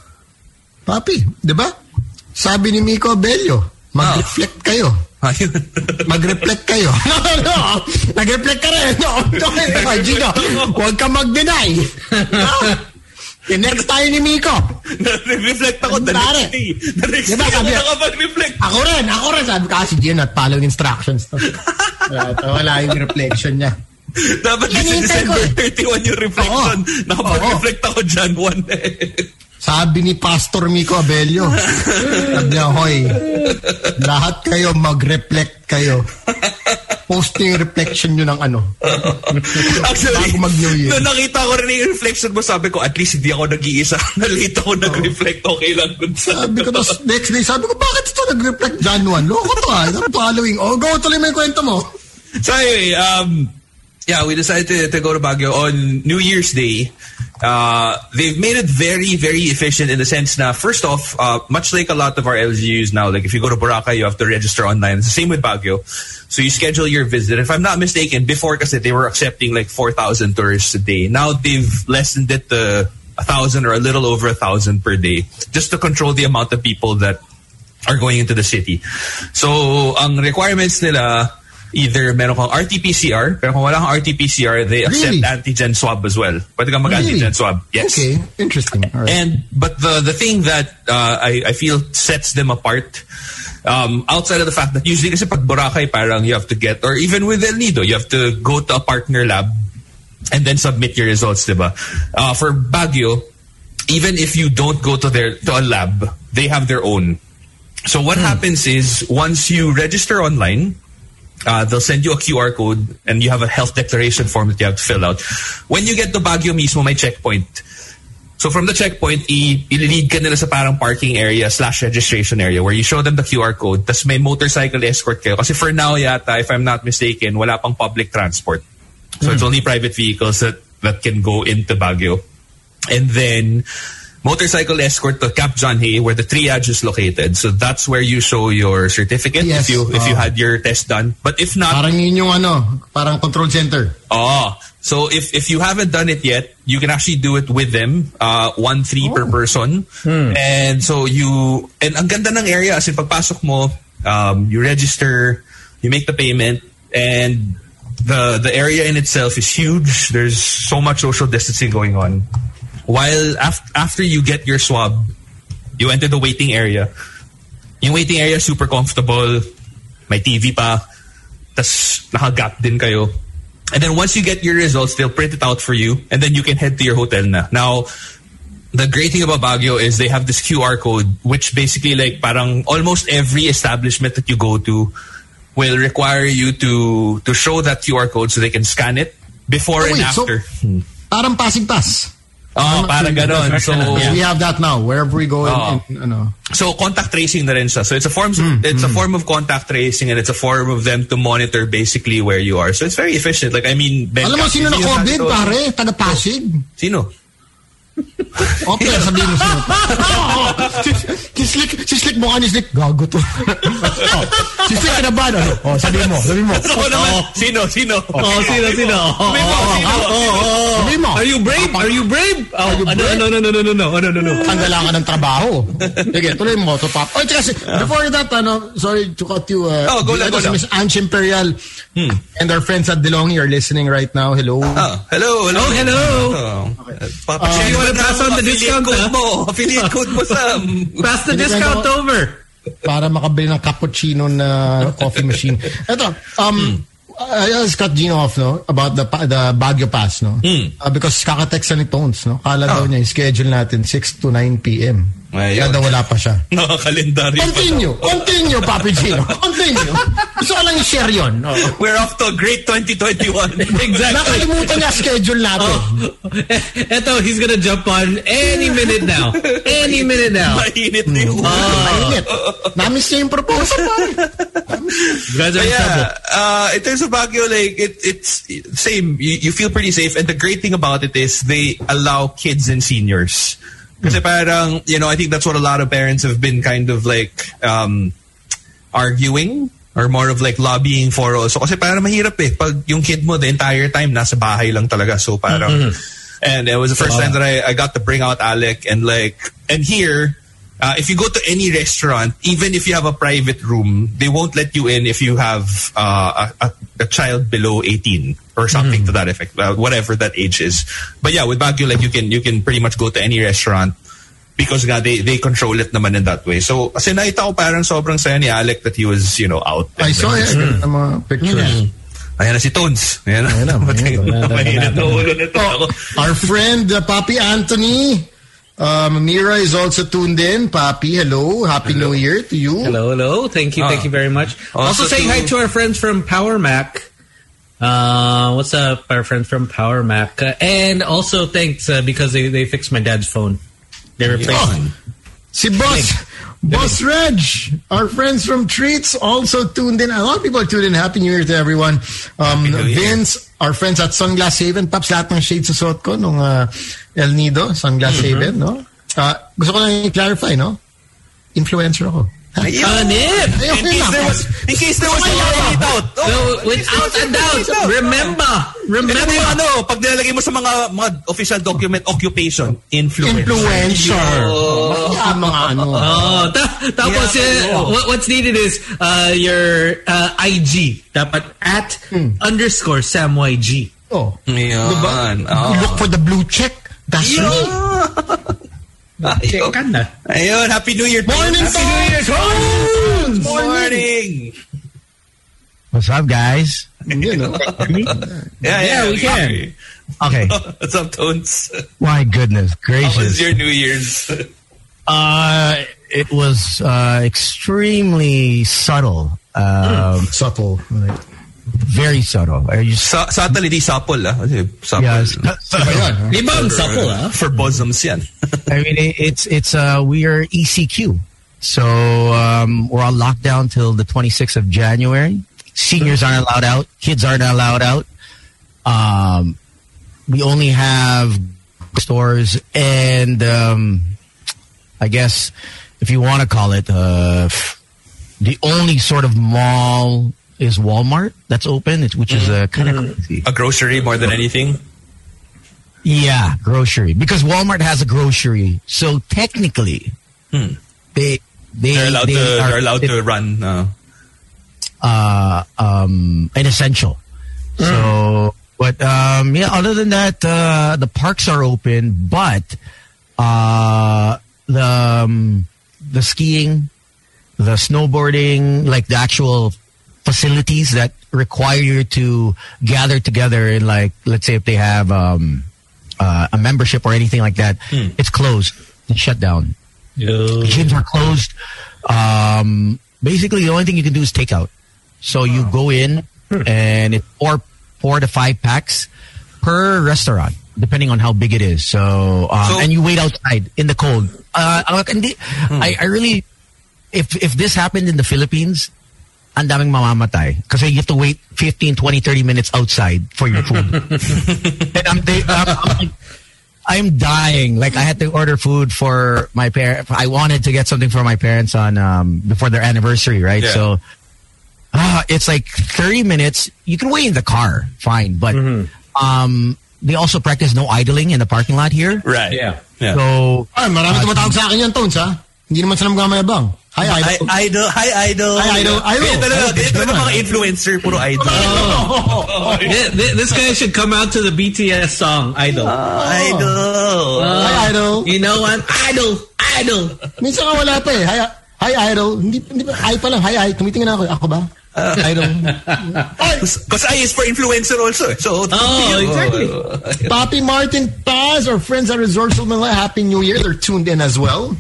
Papi, di ba? Sabi ni Miko Abelio, mag-reflect kayo. Ayun. Mag-reflect kayo. Ah. No, no. Nag-reflect ka rin. No, no. Ah, Gino, huwag ka mag-deny. No? The next tayo ni Miko. Reflect ako the Pare. next day. The next Diba, day ako sabi- nakapag-reflect. Ako rin, ako rin. Sabi ko, ah, si Gino, not following instructions to. Wala, to, wala yung reflection niya. Dapat kasi Hinihintay December ko 31 yung reflection. Oo. Nakapag-reflect ako Jan 1 eh. Sabi ni Pastor Miko Abelio, sabi niya, hoy, lahat kayo mag-reflect kayo. Post niyo yung reflection nyo ng ano. Actually, Bago mag-New Year. nung nakita ko rin yung reflection mo, sabi ko, at least hindi ako nag-iisa. Nalito ako nag-reflect. Okay lang kung saan. Sabi ko, tapos next day, sabi ko, bakit ito nag-reflect John 1? Loko to ah, Ito following. Oh, go, tuloy mo yung kwento mo. So anyway, um, yeah, we decided to, to go to Baguio on New Year's Day. Uh, they've made it very, very efficient in the sense now. First off, uh, much like a lot of our LGUs now, like if you go to Boracay, you have to register online. It's the same with Baguio. So you schedule your visit. If I'm not mistaken, before kasi they were accepting like 4,000 tourists a day. Now they've lessened it to a thousand or a little over a thousand per day just to control the amount of people that are going into the city. So, ang requirements nila, either meron kang RT-PCR, pero kung wala kang RT-PCR, they accept Really? antigen swab as well. Pwede kang mag-antigen Really? swab. Yes. Okay, interesting. All right. And but the the thing that uh, I I feel sets them apart, um, outside of the fact that usually kasi pag Boracay parang you have to get or even with El Nido you have to go to a partner lab and then submit your results, diba? Uh, for Baguio, even if you don't go to their to a lab, they have their own. So what Hmm. happens is once you register online, uh, they'll send you a QR code and you have a health declaration form that you have to fill out. When you get to Baguio mismo, may checkpoint. So from the checkpoint, i- i-lead ka nila sa parang parking area slash registration area where you show them the QR code. Tapos may motorcycle escort kayo. Kasi for now yata, if I'm not mistaken, wala pang public transport. So it's only private vehicles that that can go into Baguio. And then motorcycle escort to Cap John Hay where the triage is located. So that's where you show your certificate Yes. if you if you Oh. had your test done. But if not, Parang yun yung ano, parang control center. Ah, so if if you haven't done it yet, you can actually do it with them. Uh, one three per person, and so you and ang ganda ng area. As in, pagpasok mo, um, you register, you make the payment, and the the area in itself is huge. There's so much social distancing going on. While af- after you get your swab, you enter the waiting area. Yung waiting area super comfortable. May TV pa. tas naka-gap din kayo. And then once you get your results, they'll print it out for you, and then you can head to your hotel na. Now, the great thing about Baguio is they have this QR code, which basically like parang almost every establishment that you go to will require you to to show that QR code so they can scan it before Oh, and wait, so- Hmm. after. Parang passing pass. Oh, parang ganon. So, Oh. We have that now. Wherever we go, in- Oo. in, ano. So contact tracing na rin siya. So it's a form Mm, it's a form of contact tracing and it's a form of them to monitor basically where you are. So it's very efficient. Like I mean, Ben Alam mo Cap, sino if na you had COVID, to- pare? Taga Pasig? Sino? Okay, sabihin mo sino. Oo. Si- Si Slick, si Slick mukha ni Slick. Gago to. Oh, si Slick kinabahan. Ano? Oh, sabihin mo, sabihin mo. Ako naman. Sino? Sino? Oh, sino, sino? Oh, Sabihin mo, oh, oh, sino? oh, oh. Sabihin mo. Are you brave? Are you brave? Oh, ano, ano, ano, ano, ano, ano, ano, ano, ano. Tanggalan ka ng trabaho. Sige, tuloy mo to pop. Oh, tsaka si, before that, ano, sorry to cut you. Uh, Oh, go lang, ito go si lang. Miss Ange Imperial and our friends at DeLonghi are listening right now. Hello. Ah, hello, hello. Oh, hello. Oh. Papashare you mo wanna na pass ang on the affiliate discount, code ah? mo. Affiliate code mo sa... Pass the Hindi discount kayo- over. para makabili ng cappuccino na coffee machine. Ito, um, Hmm. I just cut Gino off, no? About the, pa- the Baguio Pass, no? Hmm. Uh, because kakatext siya ni Tones, no? Kala daw niya, yung schedule natin, 6 to 9 p.m. Ah. Ayun. Kaya daw wala pa siya. Nakakalendaryo pa Continue! daw. Continue, Papi Gino! Continue! Gusto ko lang i-share yun. Oh. We're off to a great 2021. Exactly. Nakalimutan niya schedule natin. Ah. Eto, he's gonna jump on any minute now. Any minute now. Mainit na Mm. yung Ah, ulo. Mainit. Namiss niya yung proposal, pare. You guys are in trouble. Yeah, uh, in terms of Baguio, like it, it's same. You, you feel pretty safe, and the great thing about it is they allow kids and seniors. Kasi parang, you know, I think that's what a lot of parents have been kind of like um, arguing or more of like lobbying for also. Kasi parang mahirap eh. Pag yung kid mo the entire time nasa bahay lang talaga. So parang, and it was the first time that I, I got to bring out Alec and like, and here, uh, if you go to any restaurant, even if you have a private room, they won't let you in if you have uh, a, a, a child below 18 or something to that effect, uh, whatever that age is. But yeah, with Baguio, like you can you can pretty much go to any restaurant because nga they they control it naman in that way. So kasi nakita ko parang sobrang saya ni Alec that he was, you know, out. I saw it. Hmm. Ang mga pictures. Ayan na si Tones. Ayan na. Ayan na, Patay- ayan na, Oh. Mainit na ulo nito ako. Our friend, uh, Papi Anthony. Um, Mira is also tuned in. Papi, hello. Happy New Year to you. Hello, hello. Thank you, Ah. thank you very much. Also, Also saying to- hi to our friends from Power Mac. Uh, what's up, our friends from Power Mac? Uh, and also thanks uh, because they, they fixed my dad's phone. They Oh, replaced it. Oh, Si Boss, Boss Reg, our friends from Treats also tuned in. A lot of people are tuned in. Happy New Year to everyone. Um, New Year. Vince, our friends at Sunglass Haven. Paps, lahat ng shades susot ko nung uh, El Nido, Sunglass Haven, no? Uh, gusto ko lang i-clarify, no? Influencer ako. Ayun. Uh, Ah, Nib! Ayun In case lang, there was, Paps. in case there was no edit out. Oh, So, in case without there was a no edit doubt, out. remember, And then remember. yung ano, pag nilalagay mo sa mga, mga official document, occupation, influencer. Influencer. Oh. Yan, mga ano. Oh, ta- tapos Yeah, uh, oh. what, what's needed is uh, your uh, IG. Dapat at underscore SamYG. Oh. Ayan. Diba? Oh. You look for the blue check. That's Yeah. me. Ayun. Check na. Ayun, Happy New Year. to you. Morning, Happy New Year. Tones! Morning. What's up, guys? Yun, no? Yeah, yeah, Yeah, we can. Okay. What's up, Tones? My goodness How was gracious. your New Year's? Uh, it was uh, extremely subtle. Um, Subtle. Right. very subtle. Are you? Sa subtle, hindi supple, ah. Kasi supple. Yeah, it's- Ibang sapo, ah. For bosoms yan. I mean, it, it's it's uh, we are ECQ, so um, we're on lockdown till the 26th of January. Seniors aren't allowed out. Kids aren't allowed out. Um, we only have stores and um, I guess if you want to call it uh, f- the only sort of mall is Walmart that's open, it's, which is uh, kind of crazy. A grocery more than anything. Yeah, grocery because Walmart has a grocery, so technically they they Hmm. They're allowed they to are- they're allowed to run. Uh, uh, um, an essential. So, but um, yeah, other than that, uh, the parks are open, but uh, the um, the skiing, the snowboarding, like the actual facilities that require you to gather together in like let's say if they have um, uh, a membership or anything like that, it's closed, it's shut down. The gyms are closed. Um, basically, the only thing you can do is takeout. So you go in and it's four, four to five packs per restaurant, depending on how big it is. So, uh, So- and you wait outside in the cold. Uh, ang- hindi, I, I really, if if this happened in the Philippines, ang daming mamamatay. Kasi you have to wait 15, 20, 30 minutes outside for your food. and I'm, they, I'm, I'm like, I'm dying. Like I had to order food for my parents. I wanted to get something for my parents on um, before their anniversary, right? Yeah. So ah, it's like 30 minutes. You can wait in the car, fine, but Mm-hmm. um, they also practice no idling in the parking lot here. right. Yeah. Yeah. So Ay, marami tumatawag sa akin yan, Tones, ha? Hindi naman sila magmamayabang. Hi, Idol. Hi, idol. Hi, idol. Hi, idol. Idol. Ito na, ito na mga influencer, puro idol. Oh. Th- th- This guy should come out to the BTS song, Idol. Idol. Hi, ah. Idol. You know what? Idol! Idol! Minsan ka wala pa eh. Hi, hi Idol. Hindi, hindi pa, hi pa lang. Hi, hi. Tumitingin ako. eh. Ako ba? Ah. Idol. Because I is for influencer also. eh. So, Oh, exactly. Papi Martin Paz, our friends at Resorts of Manila, Happy New Year. They're tuned in as well.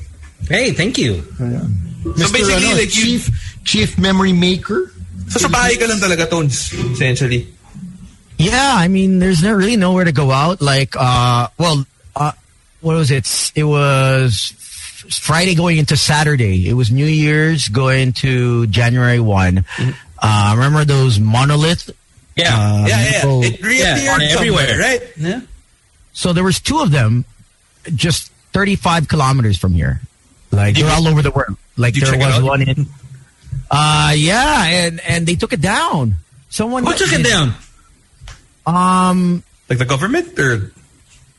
Hey, thank you. Mr. basically, ano, like, you- Chief, Chief Memory Maker. so sa bahay ka lang talaga, Tones. Essentially. Yeah, I mean, there's no, really nowhere to go out. Like, uh, well, uh, what was it? It was f- Friday going into Saturday. It was New Year's going to January one. Mm-hmm. Uh, remember those monolith? Yeah. uh, Yeah, yeah. metal- It reappeared Yeah, on somewhere, everywhere. right? Yeah. So there was two of them, just 35 kilometers from here. Like they're all over the world. Like did you there check it was out? one in. Uh, yeah, and and they took it down. Someone Who took it down? Um, Like the government or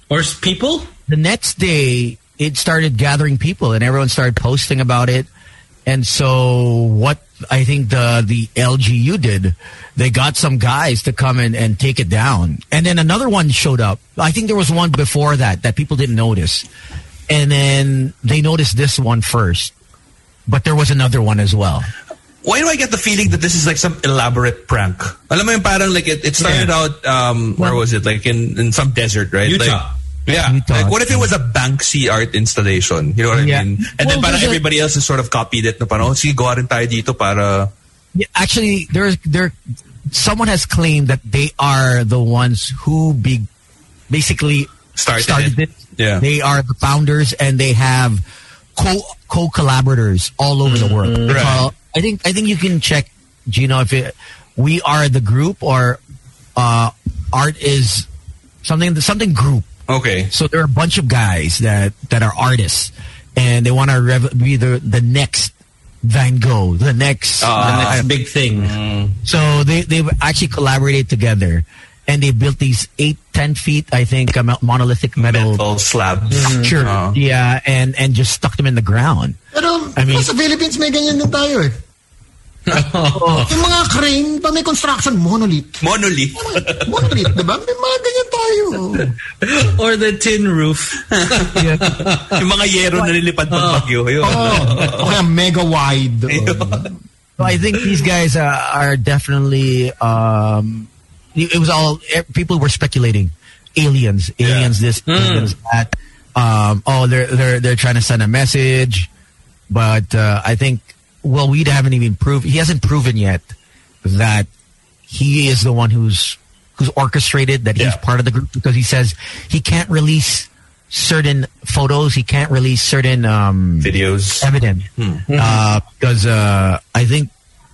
Or s- people? the next day it started gathering people and everyone started posting about it and so what i think the the lgu did they got some guys to come in and take it down and then another one showed up i think there was one before that that people didn't notice and then they noticed this one first but there was another one as well why do I get the feeling that this is like some elaborate prank? Alam mo yung parang like it, it started Yeah. out um where Well- was it? Like in, in some desert, right? Utah. Like, yeah. Utah. Like what if it was a Banksy art installation? You know what I Yeah. mean? And then Well, parang there's a- everybody else has sort of copied it na parang, oh, sige, gawa rin tayo dito para... Yeah, actually there's there someone has claimed that they are the ones who be, basically Started it. it. Yeah. They are the founders and they have co co collaborators all over the world. It's Mm-hmm. Right. all- I think I think you can check Gino if it, we are the group or uh, art is something something group. Okay. So there are a bunch of guys that that are artists, and they want to rev- be the the next Van Gogh, the next. uh, Mm. the Ah. next big thing. so they they've actually collaborated together, and they built these eight ten feet, I think, um, monolithic metal, Metal slabs. sure, Mm. Ah. yeah, and and just stuck them in the ground. Pero I mean- sa Philippines may ganyan din tayo eh. Yung mga crane, pa may construction, monolith. Monolith. Monolith, diba? May mga ganyan tayo. Or the tin roof. yung mga yero na Ah. nilipad pag bagyo. Yun. Oh, o kaya mega wide. So I think these guys uh, are definitely. Um, it it was all eh, people were speculating, aliens, aliens, this, aliens, that. Um, oh, they're they're they're trying to send a message, but uh, I think well, we haven't even proved. He hasn't proven yet that he is the one who's who's orchestrated that he's Yeah. part of the group because he says he can't release certain photos, he can't release certain um, Videos. evident uh, because uh, I think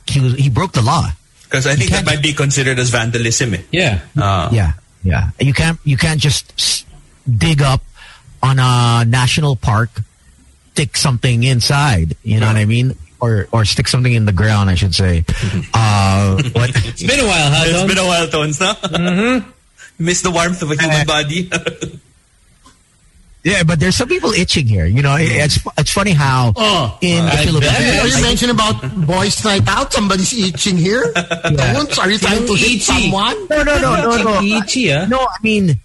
he was he broke the law. Because I think that might be considered as vandalism eh. Yeah. Ah. yeah, Yeah, you can't you can't just s- dig up on a national park, stick something inside. You know what I mean? Or or stick something in the ground, I should say. Uh, what? It's been a while, huh? It's Don? been a while, Tones, na? Mm-hmm. Miss the warmth of a human body. Yeah, but there's some people itching here. You know, it, it's it's funny how Oh, in the I What Philippines. you mentioned about boys' night out? Somebody's itching here. Tones, Are you trying to hit Itchy. someone? No, no, no, no, no. Itchy, ah. No, I mean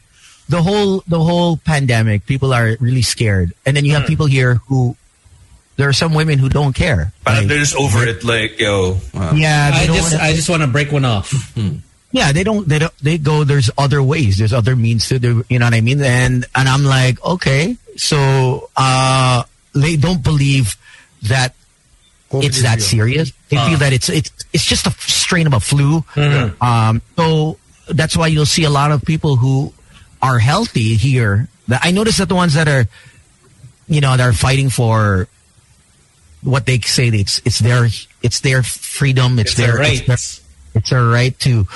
the whole the whole pandemic. People are really scared, and then you have people here who there are some women who don't care. Parang Like, they're just over it, like, yo. uh, yeah, they I don't just wanna- I just want to break one off. yeah, they don't they don't they go. There's other ways. There's other means to do. You know what I mean? And and I'm like, okay, so uh, they don't believe that it's that serious. They feel that it's it's it's just a f- strain of a flu. Um, so that's why you'll see a lot of people who are healthy here. The- I notice that the ones that are, you know, that are fighting for what they say it's it's their it's their freedom. It's, It's their, their it's their rights. it's their right to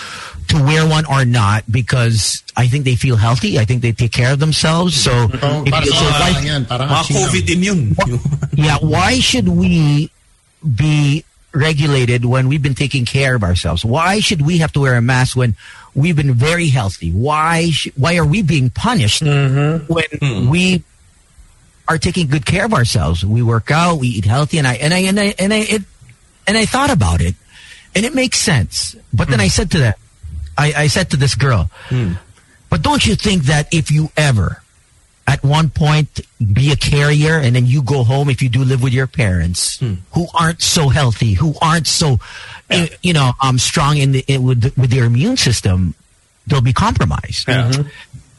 to wear one or not because I think they feel healthy. I think they take care of themselves. So Oh, if parang you- so ano why- lang yan, parang Mga achievement. COVID immune. yeah, why should we be regulated when we've been taking care of ourselves? Why should we have to wear a mask when we've been very healthy? Why sh- why are we being punished when we are taking good care of ourselves? We work out, we eat healthy, and I and I and I and I it, and I thought about it, and it makes sense. But then I said to that, I, I said to this girl, but don't you think that if you ever at one point be a carrier and then you go home if you do live with your parents who aren't so healthy who aren't so eh, you know um strong in the in, with with their immune system they'll be compromised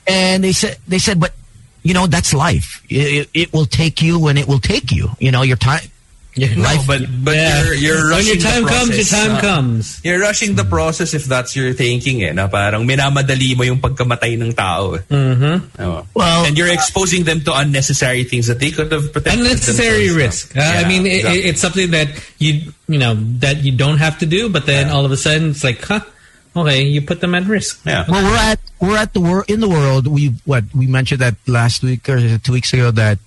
and they said they said but you know that's life it, it, it will take you when it will take you you know your time No, life but, but Yeah. you're, you're when your rushing time the comes, your process. time Ah. comes. You're rushing the process if that's your thinking eh, na parang minamadali mo yung pagkamatay ng tao. Eh. Mm-hmm. Oo. Well- and you're exposing them to unnecessary things that they could have protected Unnecessary risk. themselves from. Uh, I Yeah, mean, it, exactly. it- it's something that you you know that you don't have to do, but then all of a sudden it's like, huh? Okay, you put them at risk. yeah. Well, we're at we're at the wor- in the world. We what we mentioned that last week or two weeks ago that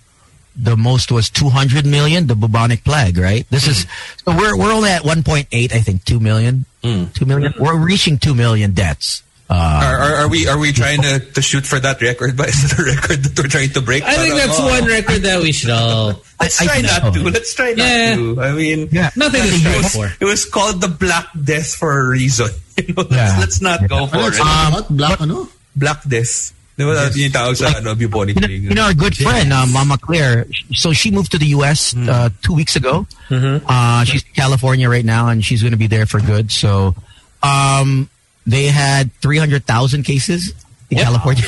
the most was 200 million, the bubonic plague, right? This is so we're we're only at 1.8, I think, two million, two million. We're reaching two million deaths. Uh, Hmm. Are, are, are we are we trying to, to shoot for that record? But is it a record that we're trying to break? I think Parang, that's oh, one record that we should all. Let's I- I try think not so. to. Let's try not Yeah. to. I mean, Yeah. Nothing to it strive was, for. it was called the Black Death for a reason. You know, let's, Yeah. let's not go for Ano, it. sabi mo, black ano? Black Death. Di ba yun yung tawag sa ano, bubonic you know, plague? you know, our good friend uh, Mama Claire. sh- So she moved to the U.S. Hmm. Uh, two weeks ago. Mm-hmm. Uh, she's in California right now, and she's going to be there for good. So um, they had three hundred thousand cases in California.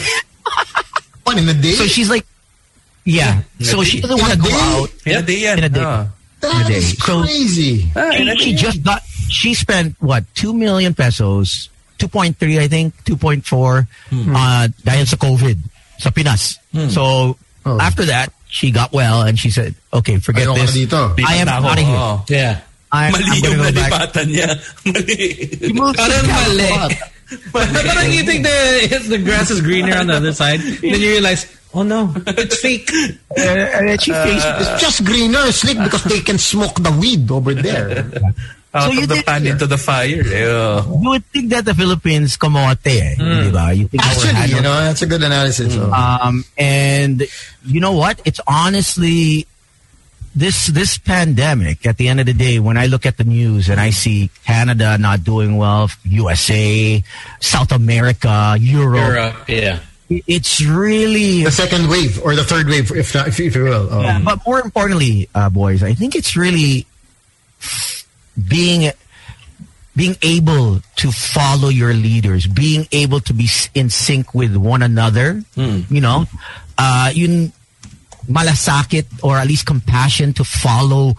One in a day? So she's like, yeah. So she doesn't In want a to go day? out. In a day yan. In a day. Ah. That day. is So- crazy. She, she just got. She spent what two million pesos, two point three, I think, two point four, Hmm. uh, dahil sa COVID sa Pinas. So Oh. after that, she got well and she said, "Okay, forget Ayoko na Oh. this. dito. I am Tao, out of here. oo. Yeah. I, Oh. Mali I'm yung going to go back." nalipatan niya. Mali. She moved to Parang mali. California. Parang you think the the grass is greener on the other side, then you realize, oh no, it's fake. And then she faced this. It's just greener, slick, because they can smoke the weed over there. Out So you of the did- pan into the fire. eh, oh. Ew. Oh. You would think that the Philippines kamote, eh, di ba? You think Hmm. Actually, that we're uh, you handling- know, that's a good analysis. oh. Um, and you know what? It's honestly this this pandemic. At the end of the day, when I look at the news and I see Canada not doing well, USA, South America, Europe, yeah. i- it's really. the second wave or the third wave, if not, if, if you will. Oh. Mm-hmm. Yeah, but more importantly, uh, boys, I think it's really being being able to follow your leaders, being able to be s- in sync with one another. Mm. You know, uh, yun malasakit or at least compassion to follow.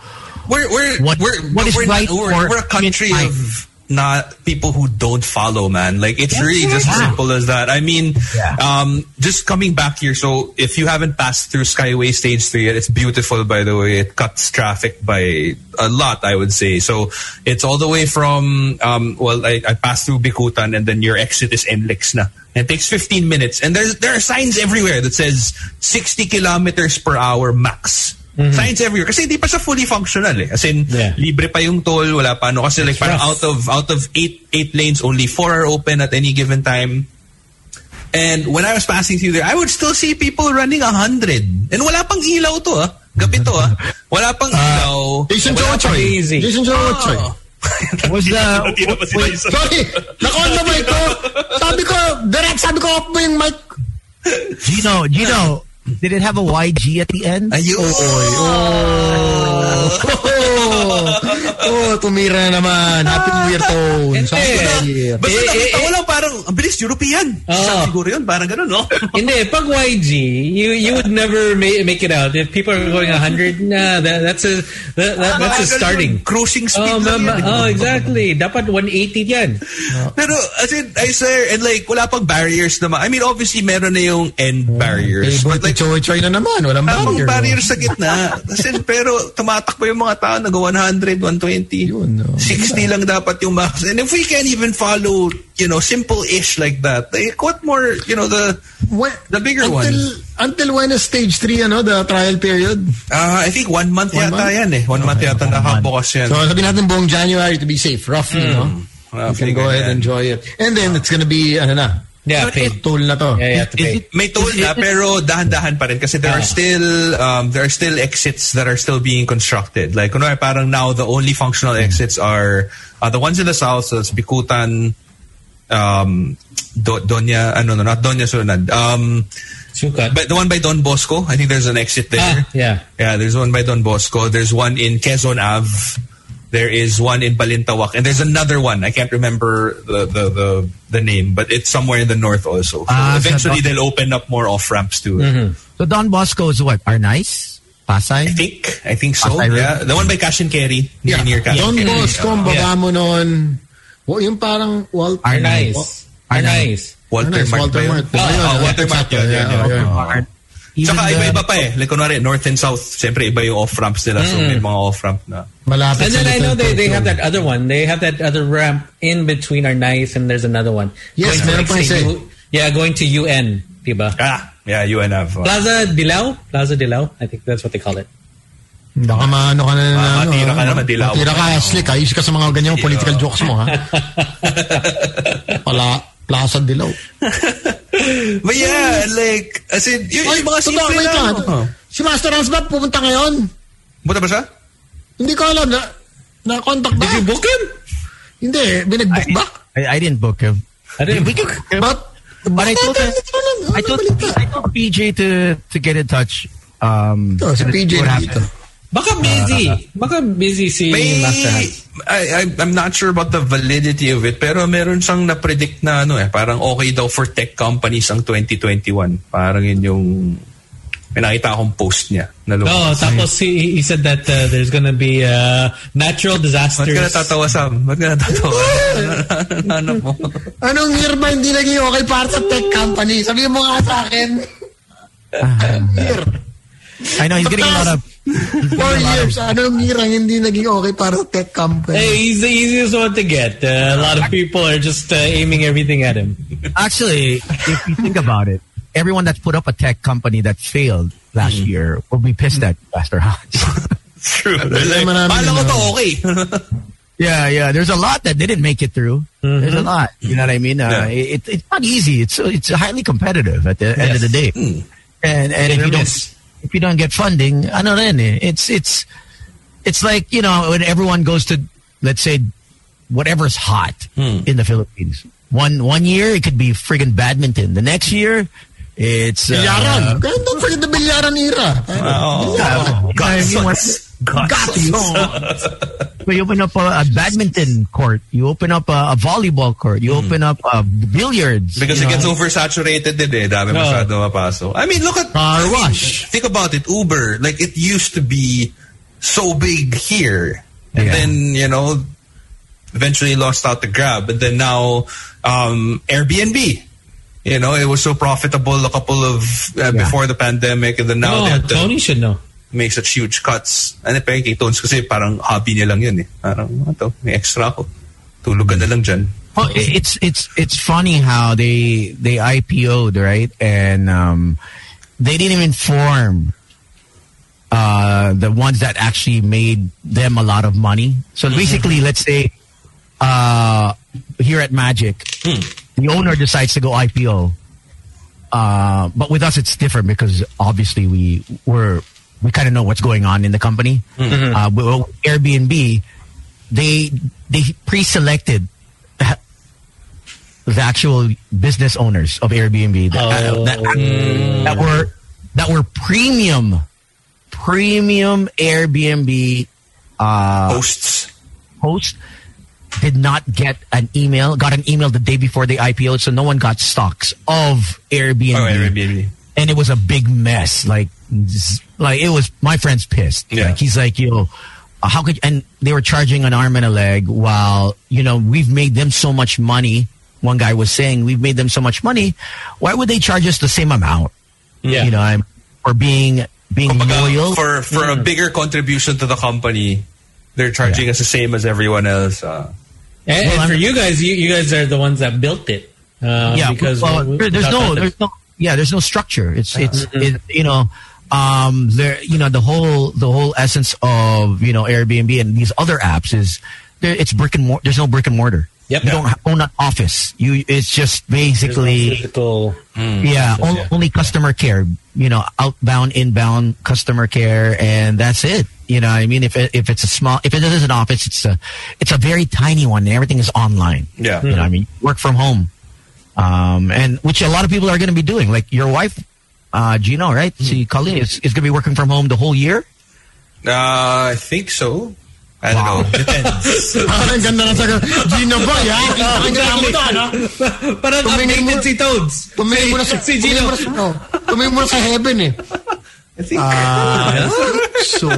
We're, we're, What- we're, what is we're right not, we're, for we're a country humankind? of not people who don't follow, man. Like it's really just as simple as that. I mean, um, just coming back here. So if you haven't passed through Skyway Stage Three yet, it's beautiful by the way. It cuts traffic by a lot, I would say. So it's all the way from um, well, I, I passed through Bikutan, and then your exit is Enlix na. It takes 15 minutes, and there's there are signs everywhere that says 60 kilometers per hour max. Signs everywhere. Kasi hindi pa siya fully functional eh. As in, Mm-hmm. Yeah. libre pa yung toll, wala pa ano. Kasi like parang rough. out of out of eight eight lanes, only four are open at any given time. And when I was passing through there, I would still see people running a hundred. And wala pang ilaw to ah. Gabi to ah. Wala pang ilaw. Jason wala pang- Choochoy. easy. Jason Choochoy. Was the Hindi naman sila isa. Sorry, nakon na mic ko. Sabi ko, direct, sabi ko, off mo yung mic. Gino? Gino, did it have a YG at the end? Ayun. Oh, oh tumira na naman. Happy New Year, Tone. Happy New Year. Eh, Basta eh, Ah. nakita ko eh. lang parang, ang bilis, European. Oo. Siya Siguro yun, parang ganun, no? Hindi, pag YG, you you would never ma- make it out. If people are going 100, nah, that, that's a that, that, that's a Parang ganun, starting. Cruising speed. Oh, lang mama, yan. oh, exactly. Dapat 180 yan. Pero, as in, I swear, and like, wala pang barriers naman. I mean, obviously, meron na yung end Mm, barriers. Favorite But like, Choochoy na naman. Walang tamang barrier. barrier sa gitna. As in, pero tumatakbo yung mga tao, nag-100, 120. Yun, no. 60 lang dapat yung max. And if we can even follow, you know, simple-ish like that, like, what more, you know, the, When- The bigger until, one. Until when is stage 3, ano, the trial period? uh, I think one month One yata month? yan eh. One month yata nakabukas yan. So, sabi natin buong January to be safe, roughly, Hmm. no? You Roughly can go ahead ganyan. and enjoy it. And then, it's gonna be, ano na, Yeah, pay. toll na to. Yeah, you have to pay. Eh, May toll na pero dahan-dahan pa rin kasi there are still um, there are still exits that are still being constructed. Like kunwari parang now the only functional exits are uh, the ones in the south so it's Bikutan um Do- Doña ano no not Doña Soledad. Um Sukat. but the one by Don Bosco, I think there's an exit there. Ah, yeah. Yeah, there's one by Don Bosco. There's one in Quezon Ave. There is one in Balintawak. And there's another one. I can't remember the, the, the, the name, but it's somewhere in the north also. So Ah, sa eventually, Don- they'll open up more off ramps too. Mm-hmm. So Don Bosco is what? Are nice? I Pasay? think. I think so. Ah, I yeah. The one by Cash and Carry. Yeah. Near Cash Don and Carry. Bosco, ang baba mo noon. Wa- Yung parang Wal- Are Are nice. Are nice. Walter Nice, Walter Mart. ba yun? Mart. Ah, Ayun, ah, ayun, Walter Mart. exacto. yun, yun, Yeah, yun. okay. Are- even Tsaka the- iba-iba pa eh. Like, kunwari, north and south, siyempre iba yung off-ramps nila. So, Mm. may mga off-ramp na. Malapit And sa then I know Little they, they Tokyo. have that other one. They have that other ramp in between are nice and there's another one. Yes, meron to, pa say, isa eh. U- Yeah, going to UN, diba? Ah, yeah, UNF. Plaza Dilao? Plaza Dilao? I think that's what they call it. Baka maano ka na na. Ah, matira ka ano, na, madilaw. Matira ka, slick. Ayos ka sa mga ganyang political jokes mo, ha? Pala, Plaza Dilaw. But yeah, like, as in, yun, Ay, yung mga totoo, simple wait lang. lang. Oh. Si Master Hans ba pupunta ngayon? Buta ba siya? Hindi ko alam na, na-contact ba? Did you book him? Hindi, binag-book ba? I, I didn't book him. I didn't We book could- But, But I told, Bakit? Ano I told, balita? I told PJ to, to get in touch. Um, Ito, si and PJ see what dito. happens. Baka busy. Baka busy si May, Master I, Hans. I, I'm not sure about the validity of it, pero meron siyang na-predict na ano eh, parang okay daw for tech companies ang 2021. Parang yun yung, may nakita akong post niya. Na Oh, lumabas. tapos he, he said that uh, there's gonna be uh, natural Ba't ka disasters. natatawa, Sam? Ba't ka natatawa? ano mo? Anong year ba hindi naging okay para sa tech company? Sabihin mo nga sa akin. year. I know he's getting a lot of. Four years. Anong year ang hindi naging okay para sa tech company? Hey, he's the easiest one to get. Uh, a lot of people are just uh, aiming everything at him. Actually, if you think about it, everyone that's put up a tech company that failed last year will be pissed at Pastor Hans. True. Alam mo namin Paano ko yun, to no? okay? yeah, yeah. There's a lot that didn't make it through. There's a lot. You know what I mean? Yeah. Uh, it, it's not easy. It's it's highly competitive at the end of the day. And and if you don't if you don't get funding, I know then it's it's it's like you know when everyone goes to let's say whatever's hot in the Philippines. One one year it could be friggin' badminton. The next year it's uh, Bilyaran. Ganun don't forget the bilyaran era. yeah, But you open up a, a badminton court, you open up a, a volleyball court, you open up a billiards. Because you it gets know. oversaturated din eh. Dami masyado mapasok. I mean, look at... Car wash. Think about it, Uber. Like, it used to be so big here. And Yeah. then, you know, eventually lost out to Grab, and then now um, Airbnb. You know, it was so profitable a couple of uh, before the pandemic, and then now they Oh, had to Tony should know. make such huge cuts. Ano pa yung kay Tones kasi parang hobby niya lang yun eh. Parang, ano to, may extra ako. Tulog ka na lang dyan. Well, i- it's it's it's funny how they they IPO'd right, and um, they didn't even form uh, the ones that actually made them a lot of money. So basically, let's say uh, here at Magic, the owner decides to go IPO. Uh, but with us, it's different because obviously we we're, we kind of know what's going on in the company. Uh, but with Airbnb, they they pre-selected the the actual business owners of Airbnb that, Oh. that, that were that were premium premium Airbnb Posts. host did not get an email, got an email the day before the IPO, so no one got stocks of Airbnb. Oh, Airbnb. And it was a big mess. Like, z- like it was my friend's pissed. Yeah. Like he's like, yo, uh, how could? And they were charging an arm and a leg. While you know we've made them so much money. One guy was saying we've made them so much money. Why would they charge us the same amount? Yeah. You know, I'm for being being loyal. For, for a bigger contribution to the company, they're charging us the same as everyone else. Uh, And, Well, and for I'm- you guys, you, you guys are the ones that built it. Uh, yeah, because well, we- there- there's without no, that- there's no, yeah, there's no structure. It's it's Mm-hmm. it, you know, um, there you know the whole the whole essence of you know Airbnb and these other apps is there, it's brick and mortar. There's no brick and mortar. Yep. You don't own an office. You it's there's just no basically physical. mm, yeah, on- yeah. only customer care. You know, outbound, inbound customer care, and that's it. You know, what I mean, if it, if it's a small, if it is an office, it's a it's a very tiny one, and everything is online. Yeah. Hmm. you know, what I mean, work from home, um, and which a lot of people are going to be doing. Like your wife, uh, Gino, right? See, Colleen is, is going to be working from home the whole year. uh, I think so. I don't Wow. know. Depends. Ang ganda na sa Gino Boy, ha? Ang ganda mo doon, ha? Parang Tumingin mo- updated si Toads. Tumingin mo na sa, Si tumingin Gino. Ah, mo na sa, no, tumingin mo na sa heaven, eh. I think So,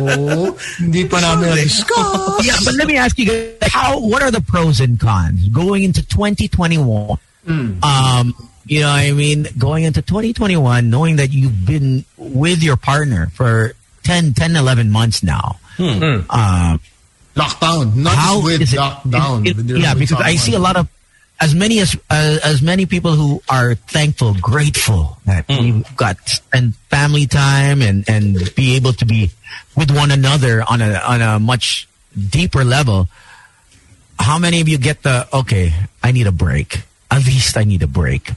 hindi pa namin na-discuss. yeah, but let me ask you guys, how what are the pros and cons going into 2021? Um, you know, what I mean, going into 2021, knowing that you've been with your partner for 10, 10, 11 months now. Um, Lockdown. Not how just with is it- lockdown. it- it- with- yeah, with because I someone. see a lot of as many as uh, as many people who are thankful, grateful that Hmm. we've got and family time and and be able to be with one another on a on a much deeper level. How many of you get the okay? I need a break. At least I need a break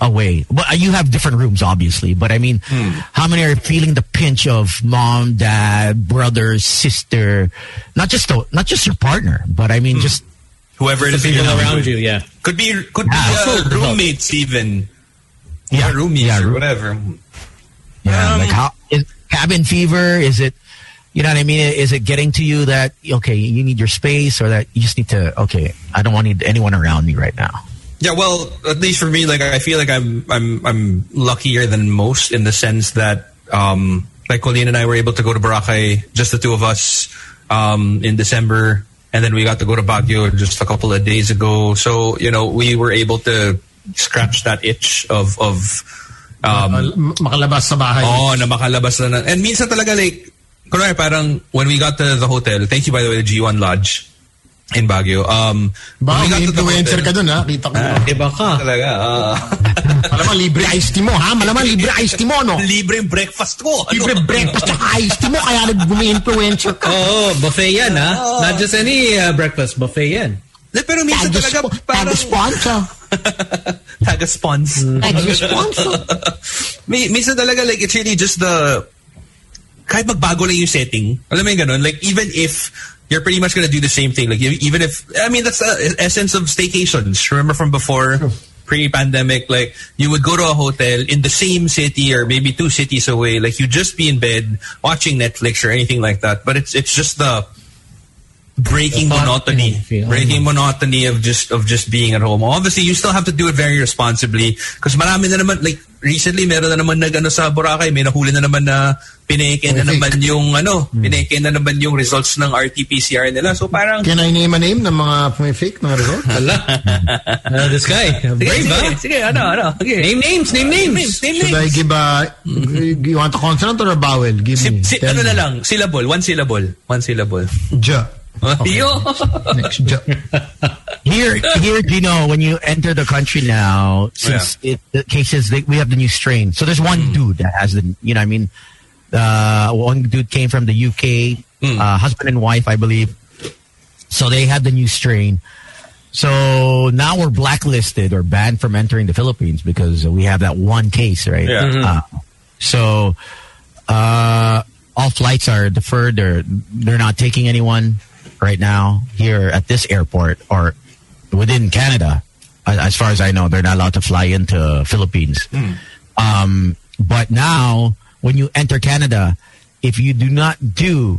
away. But uh, you have different rooms, obviously. But I mean, Hmm. how many are feeling the pinch of mom, dad, brother, sister? Not just the, not just your partner, but I mean, Hmm. just whoever it The is that people you're around with. you, Ah, yeah. Could be, could be Yeah. uh, roommates even. Yeah. Or Roomies Yeah, or roo- whatever. yeah, Um, like how is cabin fever? Is it? You know what I mean? Is it getting to you that okay, you need your space, or that you just need to okay? I don't want need anyone around me right now. Yeah, well, at least for me, like I feel like I'm I'm I'm luckier than most in the sense that um like Colleen and I were able to go to Boracay, just the two of us, um, in December, and then we got to go to Baguio just a couple of days ago. So, you know, we were able to scratch that itch of of um, Mal- Uh, makalabas sa bahay. Oo, na makalabas na. ng- And minsan talaga like, kunwari parang when we got to the hotel, thank you by the way, the G1 Lodge in Baguio. Um, Baka when we got may to the influencer ka hotel- dun, ha? Kita ko. Iba ka. Talaga, ah. Malamang libre iced tea mo, ha? Malamang Ah, libre iced tea mo, no? libre yung breakfast ko. Ano? Libre breakfast at iced tea mo, kaya nag-influencer ka. Oo, Oh, buffet yan, ha? Not just any uh, breakfast, buffet yan. Eh, Pero minsan talaga parang Tag-sponsor. taga-spons. Hmm. Tag-sponsor. Mi- minsan talaga like it's really just the kahit magbago lang yung setting. Alam mo yung ganun? Like even if you're pretty much gonna do the same thing. Like e- even if I mean that's the essence of staycations. Remember from before pre-pandemic like you would go to a hotel in the same city or maybe two cities away like you'd just be in bed watching Netflix or anything like that but it's it's just the breaking Thought monotony and feel. breaking monotony of just of just being at home obviously you still have to do it very responsibly because marami na naman like recently meron na naman nag ano sa Boracay may nahuli na naman na pineke na Horrific. naman yung ano Hmm. pineke na naman yung results ng RT-PCR nila so parang Can I name a name ng mga pumifake ng resort? Uh, this guy. Brave, huh? sige ano ano okay. Name names, name names. Name, Should I names. give a... You want a consonant or a vowel? Give Si, me. si, Tell ano me. na lang, syllable, one syllable, one syllable. J. Yo! Next, J. Here, here, Gino, when you enter the country now, since it, the cases, they, we have the new strain. So there's one dude that has the, you know, what I mean, uh, one dude came from the UK, uh, husband and wife, I believe. So they had the new strain. So now we're blacklisted or banned from entering the Philippines because we have that one case, right? Yeah. Uh, so uh, all flights are deferred. They're they're not taking anyone right now here at this airport or within Canada. As, as far as I know, they're not allowed to fly into Philippines. Um, but now, when you enter Canada, if you do not do,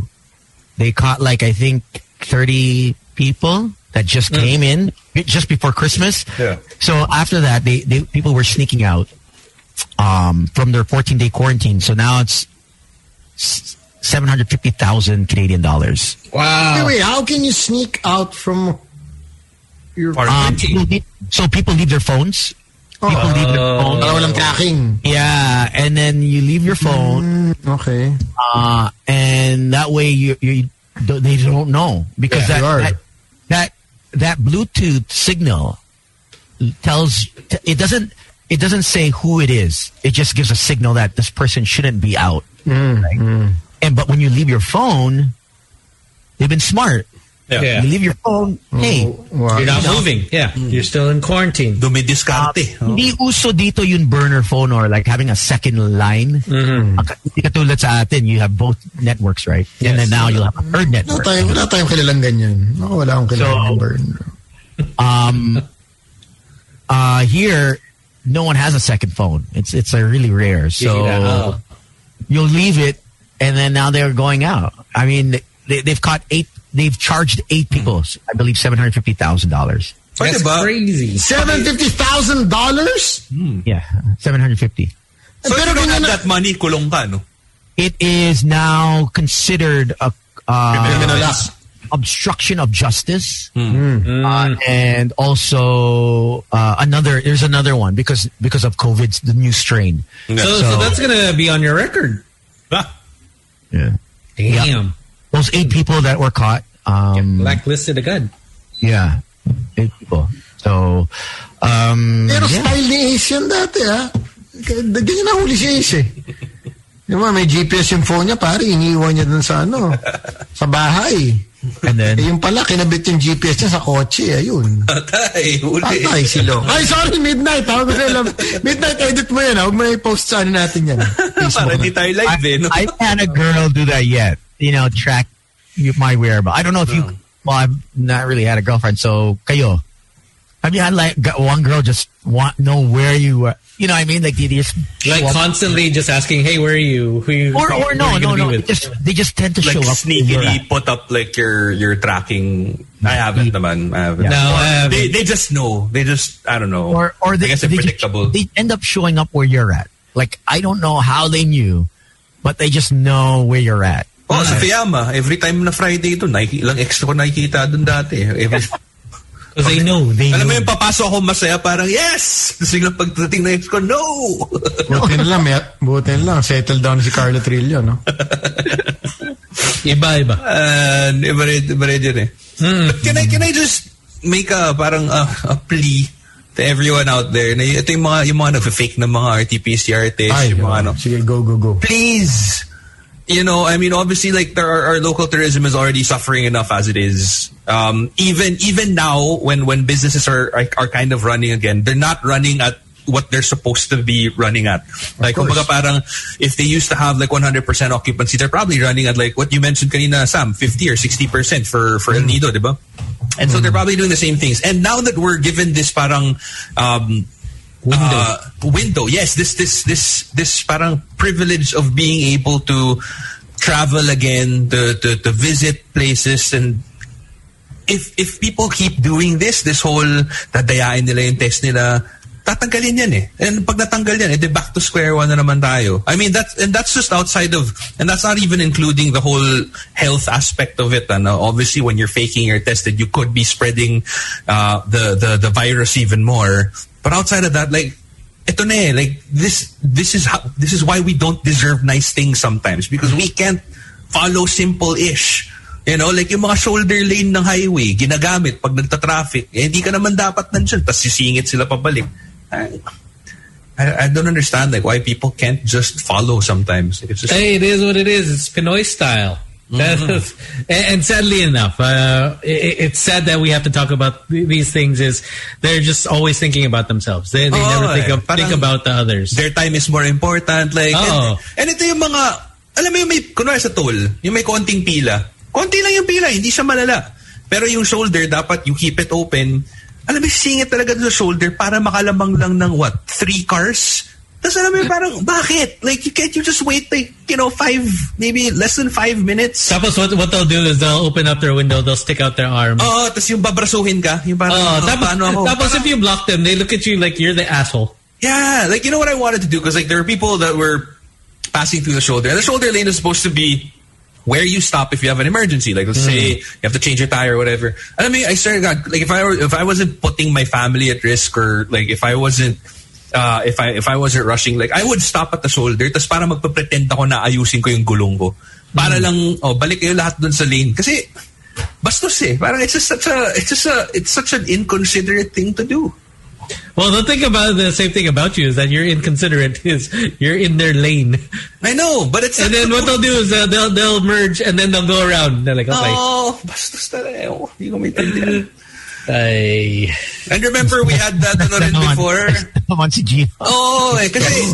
they caught like I think thirty people that just came in just before Christmas. Yeah. So after that, they, they people were sneaking out um, from their 14 day quarantine. So now it's s- 750,000 Canadian dollars. Wait, wait, how can you sneak out from your... Or- Um, people leave- so people leave their phones. People leave their phones. Para walang tracking. Yeah, and then you leave your phone, Hmm, okay. uh, and that way you, you they don't know because Yeah, you are. that, that that that Bluetooth signal tells it doesn't it doesn't say who it is. It just gives a signal that this person shouldn't be out. right? And but when you leave your phone, they've been smart. Yeah. You leave your phone. Hey, Wow. You're not moving. Yeah. Mm. You're still in quarantine. Dumidiskarte. hindi uso dito yung burner phone or like having a second line. Mm-hmm. Ang ka- Hindi katulad sa atin, you have both networks, right? And then now you'll have a third Wala network. tayong, wala tayong kilalang ganyan. Ako, wala akong kilalang So- number. Um, uh, here, no one has a second phone. It's it's uh, really rare. So you'll leave it, and then now they're going out. I mean, they, they've caught eight. They've charged eight people. I believe seven hundred fifty thousand dollars. Pwede That's ba? crazy. $750,000? Yeah, seven hundred fifty. So if Pero you don't ganyan have na- that money, kulong ka, no? It is now considered a uh, Criminal act. obstruction of justice, uh, and also uh, another. There's another one because because of COVID's the new strain. So, so, So- that's gonna be on your record. Ah. Yeah. Damn. Those eight people that were caught. Um, Blacklisted again. yeah, eight people. So, um, Pero yeah. style ni Ace yan dati, ha? K- Ganyan na huli si Ace, eh. Di ba, may GPS yung phone niya, pare. Iniiwan niya dun sa ano, sa bahay. and then Eh, yung pala, kinabit yung GPS niya sa kotse, eh, ayun. Patay, huli. Patay si Long. Ay, sorry, midnight. Ha? Huwag ko kayo alam. Midnight, edit mo yan. ha? Huwag mo na i-post sa ano natin yan. Para Facebook di na. tayo I, live, eh, no? I've had a girl do that yet. You know, track you- my whereabouts. I don't know if Hmm. you. Well, I've not really had a girlfriend. So, kayo, have you had like got one girl just want know where you were? You know, what I mean, like they just Like show up- constantly just asking, "Hey, where are you? Who you? or or who no you gonna be no no. with?" They just they just tend to Like, show up. where you're sneakily at. put up, like, your your tracking. I Mm. haven't naman. I haven't. No, I haven't. They, they just know. They just, I don't know. Or or they, I guess they, it's just- predictable. they end up showing up where you're at. Like I don't know how they knew, but they just know where you're at. oh, sa Fiyama, every time na Friday doon, naki- ilang extra ko nakikita doon dati. eh. Every, 'Cause they know. They alam mo know. yung papasok ako masaya, parang, yes! Tapos biglang pagdating na ex ko, no! Buti na lang, may, buti na lang. Settle down si Carlo Trillo, no? Iba, iba. And Ah, iba rin, iba rin yun eh. Hmm. But can I, can I just make a parang uh, a plea to everyone out there na y- ito yung mga, yung mga nag-fake ng mga RT-PCR tests, Ay, yung mga ano. sige, go, go, go. Please! You know, I mean, obviously, like, there are, our local tourism is already suffering enough as it is. Um, even even now, when when businesses are, are are kind of running again, they're not running at what they're supposed to be running at. Like, course. kumbaga parang, if they used to have like 100% occupancy, they're probably running at like what you mentioned kanina, Sam, 50 or 60% for, for El Nido, di ba? And so they're probably doing the same things. And now that we're given this parang um, window, Uh, window, yes, this this this this parang privilege of being able to travel again, to to, to visit places and if if people keep doing this, this whole tatayain nila yung test nila, tatanggalin yan eh. And pag natanggal yan, edi back to square one na naman tayo. I mean, that's, and that's just outside of, and that's not even including the whole health aspect of it. And obviously, when you're faking your test, that you could be spreading uh, the, the, the virus even more. But outside of that, like, ito na eh, like, this, this is how, this is why we don't deserve nice things sometimes because we can't follow simple-ish. You know, like yung mga shoulder lane ng highway, ginagamit pag nagta-traffic, eh hindi ka naman dapat nandiyan, tapos sisingit sila pabalik. I, I, I don't understand like why people can't just follow sometimes. It's just, Hey, it is what it is. It's Pinoy style. Mm-hmm. That's- and, and sadly enough, uh, i- i it's sad that we have to talk about th- these things. Is they're just always thinking about themselves. They, they Oo, never think, eh. of, think Parang- about the others. their time is more important. Like, Oo. and, and ito yung mga, alam mo yung may, kunwari sa toll, yung may konting pila. Konti lang yung pila, hindi siya malala. Pero yung shoulder, dapat you keep it open. Alam mo, singit talaga dun sa shoulder para makalamang lang ng what, three cars? Tapos alam mo yung parang, bakit? Like, you can't you just wait like, you know, five, maybe less than five minutes? Tapos what what they'll do is they'll open up their window, they'll stick out their arm. Oo, tapos yung babrasuhin ka. Yung parang, Oh, oh, tapos, paano ako? tapos if you block them, they look at you like you're the asshole. Yeah, like you know what I wanted to do because like there were people that were passing through the shoulder, and the shoulder lane is supposed to be where you stop if you have an emergency. Like let's say Mm. you have to change your tire or whatever. And I mean, I started got like if I were, if I wasn't putting my family at risk or like if I wasn't. Uh, if I if I wasn't rushing, like I would stop at the shoulder, tas para magpe-pretend ako na ayusin ko yung gulong ko. Mm. Para lang, oh, balik kayo lahat dun sa lane. Kasi, bastos eh. Parang it's just such a, it's just a, it's such an inconsiderate thing to do. Well, the thing about the same thing about you is that you're inconsiderate. Is you're in their lane, I know, but it's and then what they'll do is they'll they'll, they'll merge, and then they'll go around. They're like, okay, Oh, bastos talaga. eh. Oh, Hindi ko maintindihan. ay. And remember, we had that ano rin before. Naman si Gio. Oh, eh, kasi,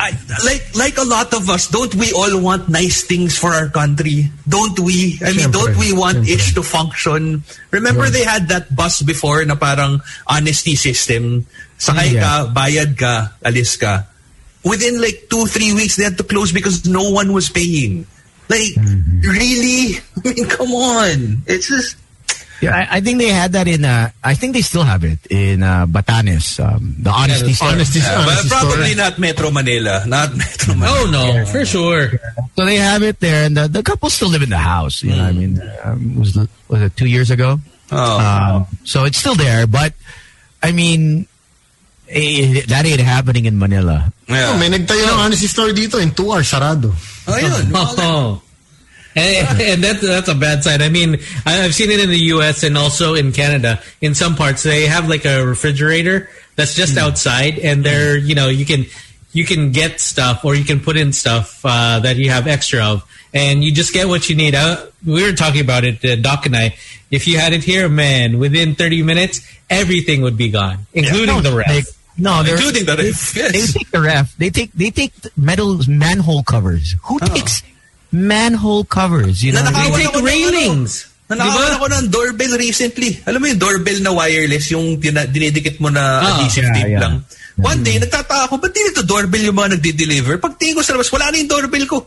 I, like, like a lot of us, don't we all want nice things for our country? Don't we? I mean, Siyempre. don't we want Siyempre. ish to function? Remember they had that bus before na parang honesty system. Sakay Yeah. ka, bayad ka, alis ka. Within like two, three weeks, they had to close because no one was paying. Like, Mm-hmm. really? I mean, come on. It's just... Yeah, I, I think they had that in. Uh, I think they still have it in uh, Batanes. Um, the honesty store. Honesty, Yeah, but honesty probably story. not Metro Manila. Not Metro Manila. Oh no, for sure. So they have it there, and the, the couple still live in the house. You know, what I mean, um, was was it two years ago? Hmm. Oh. Um, so it's still there, but I mean, eh, that ain't happening in Manila. yeah. Oh, may nagtayo ng honesty story dito in two hours, sarado. Oh, yun. Oh. And, and that's that's a bad side. I mean, I- I've seen it in the U.S. and also in Canada. In some parts, they have like a refrigerator that's just outside, and there, you know, you can you can get stuff or you can put in stuff uh, that you have extra of, and you just get what you need. Uh, we were talking about it, uh, Doc and I. If you had it here, man, within thirty minutes, everything would be gone, including the rest. They- no, they're- Including the ref. They Yes. take the ref. They take they take metal manhole covers. Who takes manhole covers? You know, what I mean? Nanakawan They ako take ng railings. Ano, nanakawan ako ng doorbell recently. Alam mo yung doorbell na wireless, yung tina- dinidikit mo na Ah, adhesive yeah, tape yeah. lang. One day, nagtataka ako, ba't dito doorbell yung mga nagde-deliver? Pagtingin ko sa labas, wala na yung doorbell ko.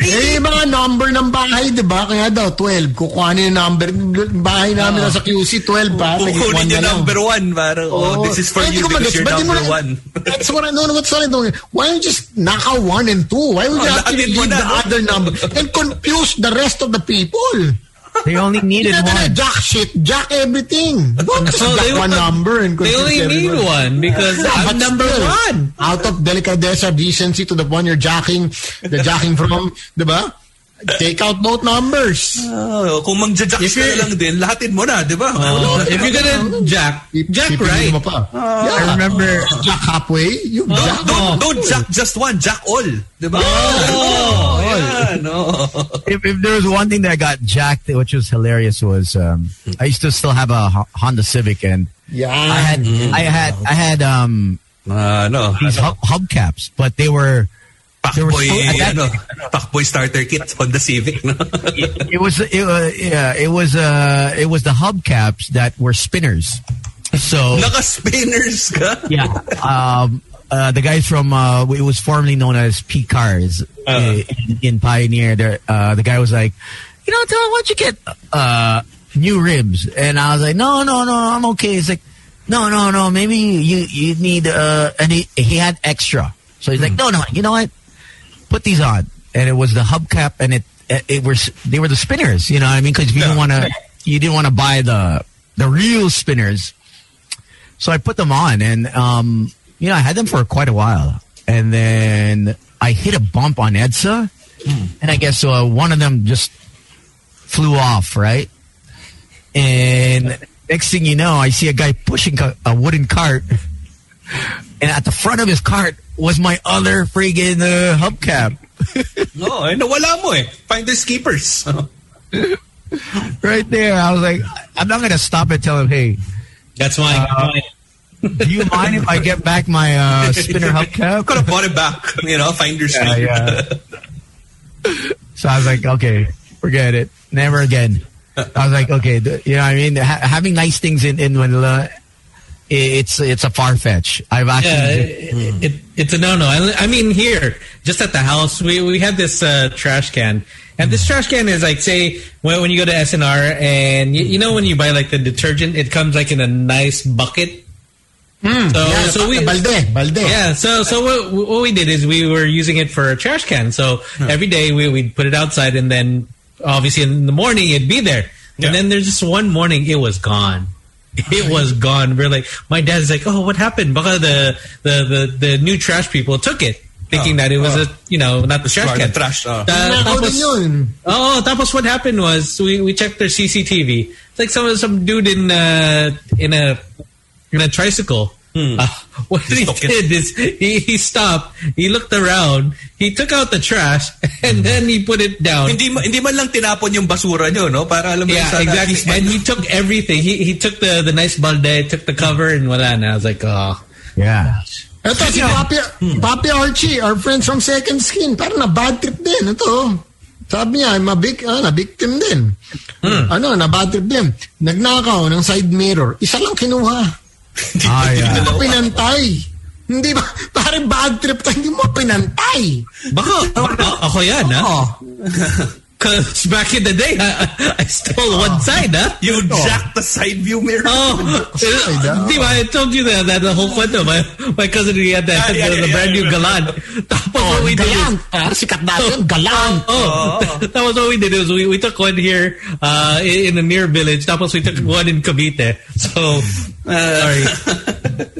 Eh, yung mga number ng bahay, di ba? Kaya daw, 12. Kukuhanin yung number. Bahay namin nasa QC, 12 pa. Kukunin Ah. yung number one. Parang, oh, this is for you because you're number one. That's what I know. What's what I know. Why don't you just knock out one and two? Why would Oh, you have to latin leave mo na, the no? other number and confuse the rest of the people? they only needed Hindi na one. jack shit, jack everything. Don't just No, jack they one only- number and They confuse only need everyone. one because Yeah, I'm but number still, one. Out of delicadeza, decency to the one you're jacking, the jacking from, di ba? Take out both numbers. Oh, kung mangjajacks ka na lang din, lahatin mo na, di ba? Oh, if you're gonna jack, jack Pipiliin right. Mo pa. yeah. I remember Jack halfway, you jack. Don't, don't, don't jack just one, jack all. Diba? Oh, yeah, no. if, if there was one thing that got jacked, which was hilarious, was um, I used to still have a Ho- Honda Civic, and Yeah. I had I had I had um, Ah, no. these hub, hubcaps, but they were they were Pakboy, so- at that- ano, Pakboy starter kit on the Civic. No? it was it, uh, yeah, it was uh, it was the hubcaps that were spinners. So Naka-spinners ka. yeah, um, uh, the guys from uh, it was formerly known as P Cars eh, in, in Pioneer. There, uh, the guy was like, you know, Tom, why don't you get uh, new ribs, and I was like, no, no, no, I'm okay. He's like, no, no, no, maybe you you need uh, and he he had extra, so he's like, no, no, you know what? Put these on, and it was the hubcap, and it it, it was they were the spinners, you know what I mean? Because you didn't want to you didn't want to buy the the real spinners, so I put them on, and um, you know, I had them for quite a while, and then I hit a bump on Edsa, and I guess uh, one of them just flew off, right? And next thing you know, I see a guy pushing ca- a wooden cart, and at the front of his cart was my other friggin' uh, hubcap. No, eh, nawala mo eh. Finders keepers. Right there, I was like, I'm not gonna stop and tell him, hey, That's mine. mine. do you mind if I get back my uh, spinner hubcap? Could have bought it back. You know, finders Yeah, keepers. yeah. so I was like, okay, forget it, never again. I was like, okay, th- you know, what I mean, ha- having nice things in in Manila, i- it's it's a far fetch. I've actually Yeah, uh, it, it, it's a no-no. I, I mean, here, just at the house, we, we had this uh, trash can. And this trash can is like, say, when, when you go to SNR and you, you know when you buy like the detergent, it comes like in a nice bucket. so, so we, Balde, Balde. yeah, so so what, what we did is we were using it for a trash can. So every day we we'd put it outside, and then obviously in the morning it'd be there. Yeah. And then there's just one morning it was gone. It was gone. We're like, my dad's like, oh, what happened? Because the the the, the new trash people took it, thinking Oh, that it was a you know not the trash Smart, can. trash, oh. Uh, Ako tapos- din yun. Oh, tapos what happened was we, we checked their CCTV. It's like some some dude in uh, in a in a tricycle. Uh, what he took it. did is he, he stopped. He looked around. He took out the trash and then he put it down. Hindi, ma- hindi man lang tinapon yung basura nyo, no? Para alam mo yung Yeah, sana at exactly. least may- And he took everything. He he took the the nice balde, took the cover, and wala. And I was like, oh, Yeah. Ito, si Papi, Papi Archie, our friends from Second Skin, parang na-bad trip din. Ito, sabi niya, I'm a big, ah, na-victim din. Ano, na-bad trip din. Nagnakaw ng side mirror. Isa lang kinuha. Ah, Ano? yeah. Hindi mo pinantay. Hindi ba? Parang bad trip tayo. Hindi mo pinantay. baka a- ako yan, ha? Oh. Ano? Cause back in the day, I, I stole one side, ah. ha? You jacked the side view mirror. Oh, di ba? I told you that, that the whole kwento. My, my cousin, he had that, Ah, yeah, the, the yeah, brand yeah, new I galan. Tapos Oh, what we did Galang. is, Parang sikat na yun. Galang. oh, that was what we did. Is we, we took one here uh, in, in the near village. Tapos we took one in Cavite. So, uh, sorry.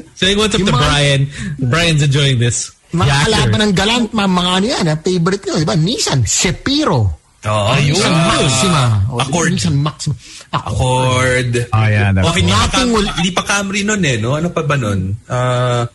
Saying what's up to mga- Brian. Brian's enjoying this. Mga Yeah, kalaban ng galant, mga, mga ano yan, ah, favorite nyo, diba? Nissan, Sepiro. Oh, Nissan Maxima. O, diba? Accord. Nissan Maxima. Accord. Accord. Oh, yeah. That's Okay, cool. hindi pa, Nothing Cam- will- hindi pa Camry nun eh, no? Ano pa ba nun? Ah,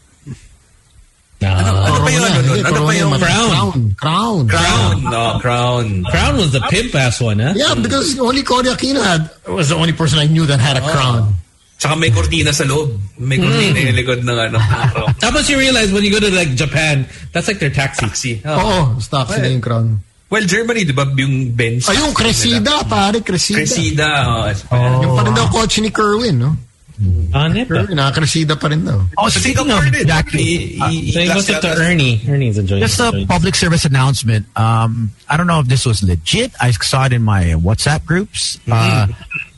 ano pa yun? Ano, nun? ano pa yung Crown? Crown. Crown. crown? No, crown. Crown was the pimp ass one, huh? Yeah, because only Cody Aquino had, was the only person I knew that had a Oh. crown. Tsaka may cortina sa loob. May Hmm. cortina yung likod ng ano. araw. Tapos you realize when you go to like Japan, that's like their taxi. Oh, taxi. Oh. Oo, stock sila yung crown. Well, Germany, di ba yung Benz? Ayun, Cresida, pare, Cresida. Cresida. Oh, Yung pa rin daw kotse ni Kerwin, no? Kerwin, ah, Cresida pa rin daw. Oh, speaking of eh, Jackie, Ah, Saying what's up to Ernie. Ernie's enjoying just this. a public service announcement. Um, I don't know if this was legit. I saw it in my WhatsApp groups. Uh,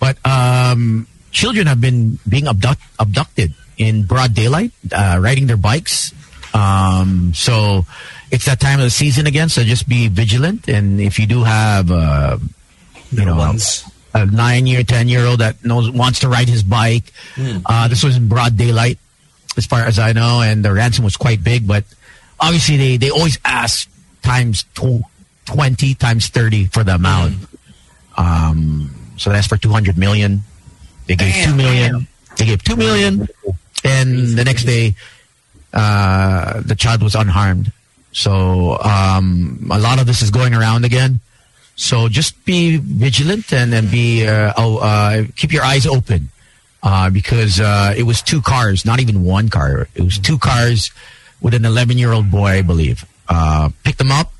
but um, children have been being abduct- abducted in broad daylight, uh, riding their bikes. Um, so it's that time of the season again. So just be vigilant. And if you do have, uh, you know, ones. a nine year, ten year old that knows wants to ride his bike. Uh, this was in broad daylight, as far as I know, and the ransom was quite big. But obviously, they they always ask times tw- twenty, times thirty for the amount. Um, so that's for two hundred million. They gave two million. They gave two million, and the next day, uh, the child was unharmed. So um, a lot of this is going around again. So just be vigilant and, and be uh, oh, uh, keep your eyes open uh, because uh, it was two cars, not even one car. It was two cars with an 11 year old boy, I believe. Uh, picked them up.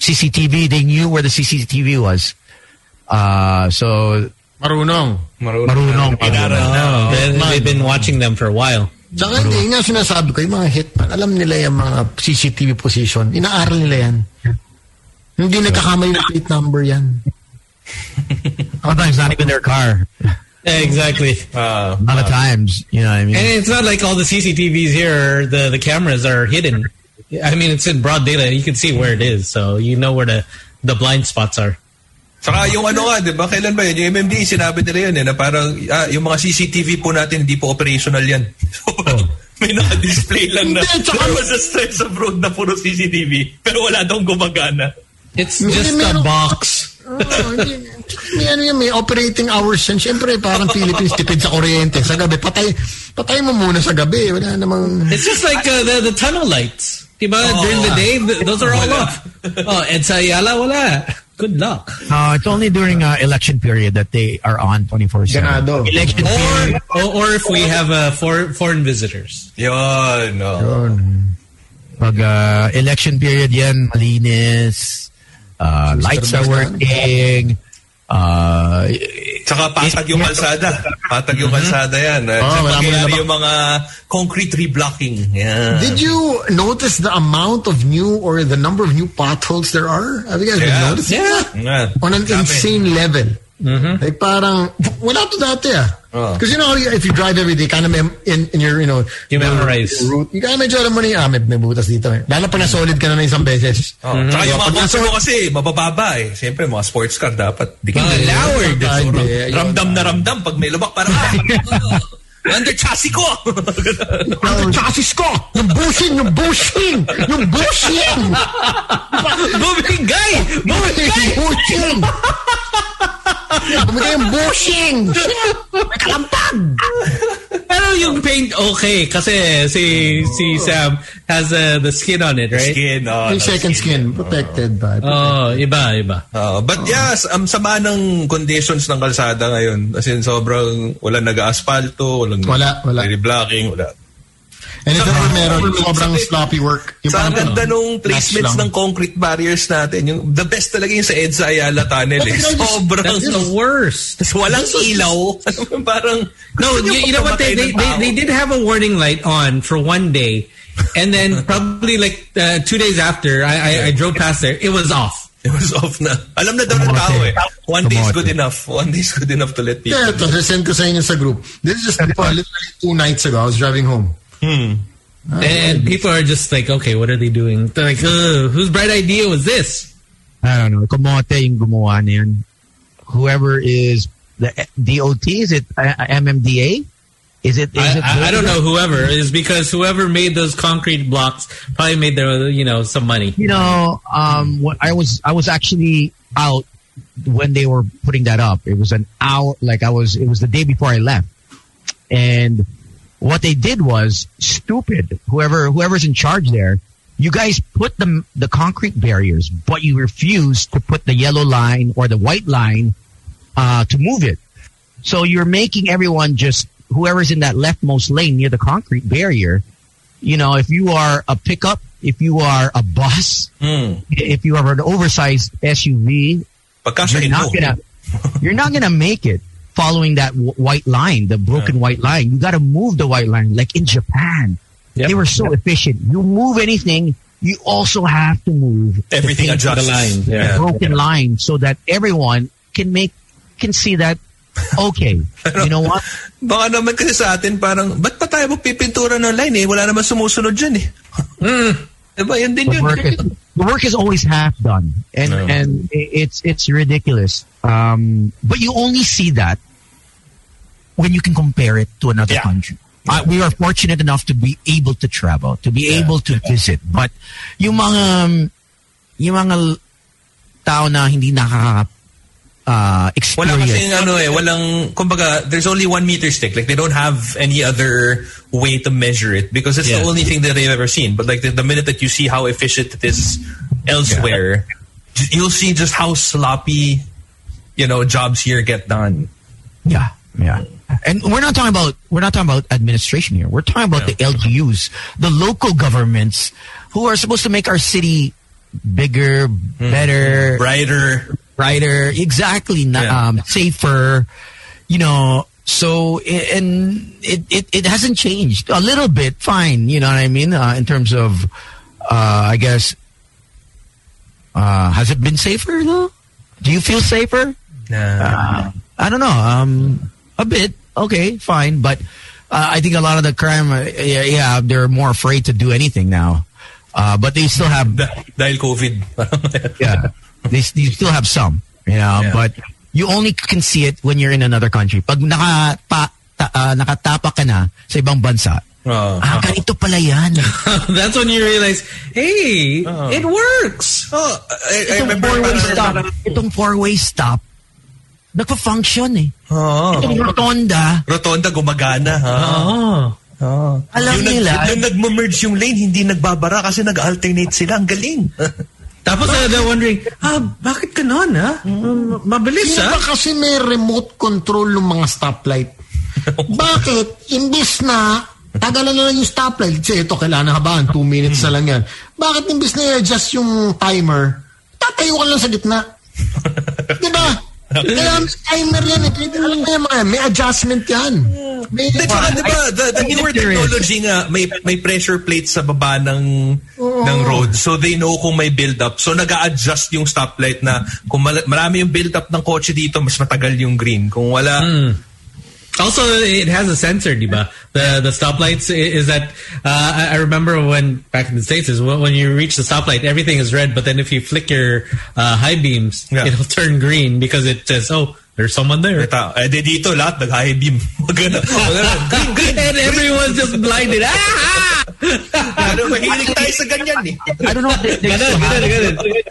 CCTV. They knew where the CCTV was. Uh, so Marunong. Marunong. marunong. Oh, they- they've been watching them for a while. Tsaka hindi, yun nga sinasabi ko, yung mga hitman, alam nila yung mga CCTV position. Inaaral nila yan. Hindi nagkakamali ng plate number yan. Sometimes not even their car. Exactly. A lot of times, you know what I mean? And it's not like all the CCTVs here, are- the the cameras are hidden. I mean, it's in broad daylight. You can see where it is, so you know where the the blind spots are. Saka yung ano nga, di ba, kailan ba yun? Yung MMD, sinabi nila yun eh, na parang, ah, yung mga CCTV po natin, hindi po operational yan. So, parang may naka-display lang na Oh. Hindi, tsaka- there was a stretch of road na puro CCTV, pero wala daw gumagana. It's Hindi, just a meron- box. Oo, hindi- may, ano yan, may operating hours yan. Siyempre, parang Philippines tipid sa kuryente. Sa gabi, patay, patay mo muna sa gabi. Wala namang... It's just like uh, the the tunnel lights. Diba? During the day, th- those are all off. Oh, and sa Ayala, wala. Good luck. No, it's only during uh, election period that they are on 24 7. Ganado. Election period. Or, or if we have uh, for, foreign visitors. Yun, no. Pag uh, election period yan, malinis, uh, lights are working, uh, Tsaka patag yung kalsada. Patag yung kalsada yan. Oh, Mhm. Ah, wala mo na nabak- yung mga concrete reblocking. Yeah. Did you notice the amount of new or the number of new potholes there are? Have you guys Yeah. been noticing that? Yeah. On an Dami. insane level. Like parang, wala to dati ah. Mm-hmm. Oh. Because you know, how you- if you drive every day, kind of mem- in, in your, you know, You memorize. route, you kind of medyo alam mo na yung, ah, may, may butas dito. eh. Lalo pa na solid ka na na isang beses. Oh, Tsaka yung mga Pag kotse nasa- mo kasi, mabababa eh. Siyempre, mga sports car dapat. Di ka Mga lowered. So, Ah, hindi. Ayun. eh. ramdam na ramdam pag may lubak. Parang, ah, under chassis ko! Ang chassis ko! Yung bushing! Yung bushing! Yung bushing! Bumigay! Yung bushing! Bumigay yung bushing! May kalampag! Pero yung paint, okay. Kasi si, si Sam has uh, the skin on it, right? Skin, oh, Yung second skin, protected by... Oh, iba, iba. Ah, but yes, ang sama ng conditions ng kalsada ngayon. As in, sobrang wala nag-asphalto, walang Wala, wala. blocking, wala. And if ever meron, sobrang sloppy work. Yung Sa ang parang- ganda nung placements Last lang. ng concrete barriers natin, yung the best talaga yung sa EDSA Ayala Tunnel eh. Sobrang That's the worst. walang ilaw. Ano, parang No, gusto niyo you, you know what? They, they, patamatay ng they, tao. they did have a warning light on for one day. And then probably like uh, two days after, I, I, I drove past there. It was off. It was off na. Alam na daw ng tao eh. One day is good enough. One day is good enough to let people. Yeah, ito, send ko sa inyo sa group. This is just literally two nights ago. I was driving home. And people are just like, okay, what are they doing? They're like, Ugh, whose bright idea was this? I don't know, kumote yung gumawa na yun. Whoever is the DOT, is it uh, MMDA? Is it? Is I, it I, I don't know whoever is because whoever made those concrete blocks probably made their, you know, some money. You know, um, what I was I was actually out when they were putting that up. It was an hour, like I was. It was the day before I left, and what they did was stupid. Whoever whoever's in charge there, you guys put the the concrete barriers, but you refuse to put the yellow line or the white line uh, to move it. So you're making everyone just whoever's in that leftmost lane near the concrete barrier. You know, if you are a pickup, if you are a bus, Hmm. if you are an oversized SUV, Pagkasahin you're mo. not gonna you're not gonna make it following that w- white line, the broken white line. You got to move the white line, like in Japan. They were so efficient. You move anything, you also have to move the Everything thing- adjusts. the line, Yeah. Eh, yeah. broken line, so that everyone can make can see that. Okay, you know what? Baka naman kasi sa atin parang, ba't pa tayo magpipintura ng line eh? Wala naman sumusunod dyan eh. Hmm. Diba? Yan din yun. the work is the work is always half done, and and i- it's it's ridiculous. Um, but you only see that when you can compare it to another country. Uh, we are fortunate enough to be able to travel, to be able to visit. But yung mga um, yung mga l- tao na hindi nakaka uh, Wala experience. kasing ano eh, walang, kumbaga, there's only one meter stick. Like, they don't have any other way to measure it because it's the Yeah. only thing that they've ever seen. But like, the, the minute that you see how efficient it is elsewhere, j- you'll see just how sloppy, you know, jobs here get done. Yeah, yeah. And we're not talking about we're not talking about administration here. We're talking about the LGUs, the local governments who are supposed to make our city bigger, better, Brighter. brighter, exactly, na- Yeah. um, safer. You know, so i- and it, it it hasn't changed a little bit. Fine, you know what I mean. Uh, in terms of, uh, I guess, uh, has it been safer though? Do you feel safer? Uh, I don't know. Um, a bit. Okay, fine. But uh, I think a lot of the crime, uh, yeah, yeah, they're more afraid to do anything now. Uh, but they still have Dah- dahil COVID. yeah. They, s- you still have some, you know, Yeah. but you only can see it when you're in another country. Pag nakata, ta, ah, nakatapa ka na sa ibang bansa, Oo. ah, ganito pala yan. That's when you realize, hey, it works. Oh, I, I Itong remember four-way parang- stop, itong four-way stop, nagpa-function eh. Oo. Itong rotonda, Rotonda gumagana. Ha? Oh. alam yung, nila, nag, yung nagmamerge yung lane, hindi nagbabara kasi nag-alternate sila. Ang galing. Tapos uh, they're wondering, ah, bakit ganon, ha? Um, mabilis, Hindi ha? ba kasi may remote control ng mga stoplight? Bakit? Imbis na tagalan na lang yung stoplight. Kasi ito, kailangan habaan. Two minutes na lang yan. Bakit imbis na i-adjust yung timer, tatayo ka lang sa gitna? Di ba? Kaya may timer yan. eh. Kaya Alam mo yan, mga, yan, may adjustment yan. May, At saka, di ba, the, the newer technology nga, may, may pressure plate sa baba ng, ng road. So they know kung may build-up. So nag adjust yung stoplight na kung mal- marami yung build-up ng kotse dito, mas matagal yung green. Kung wala, Hmm. Also, it has a sensor, diba? The the stoplights i- is that uh, I, I remember when back in the states is when, when you reach the stoplight, everything is red, but then if you flick your uh, high beams, Yeah. it'll turn green because it says, "Oh, there's someone there." Ito, eh di dito lahat nag-high beam. Wag ganun. Wag ganun. Green, green. and everyone's just blinded. Ah! Ano, mahilig tayo sa ganyan eh. I don't know if they, they still have it.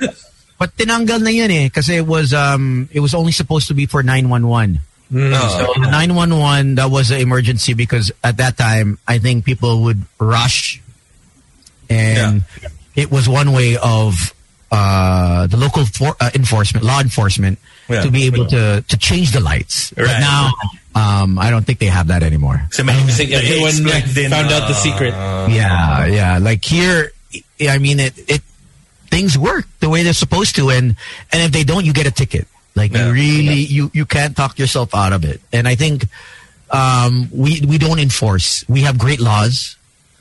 But tinanggal na yun eh kasi it was um it was only supposed to be for 911. So the 911 that was an emergency because at that time I think people would rush and it was one way of uh, the local for, uh, enforcement law enforcement Yeah. to be able to to change the lights. But Right. now um, I don't think they have that anymore. Kasi may music na Everyone like, found out the secret. Yeah, yeah. Like here, I I mean, it, it things work the way they're supposed to, and and if they don't, you get a ticket. Like Yeah. you really, you you can't talk yourself out of it. And I think um, we we don't enforce. We have great laws.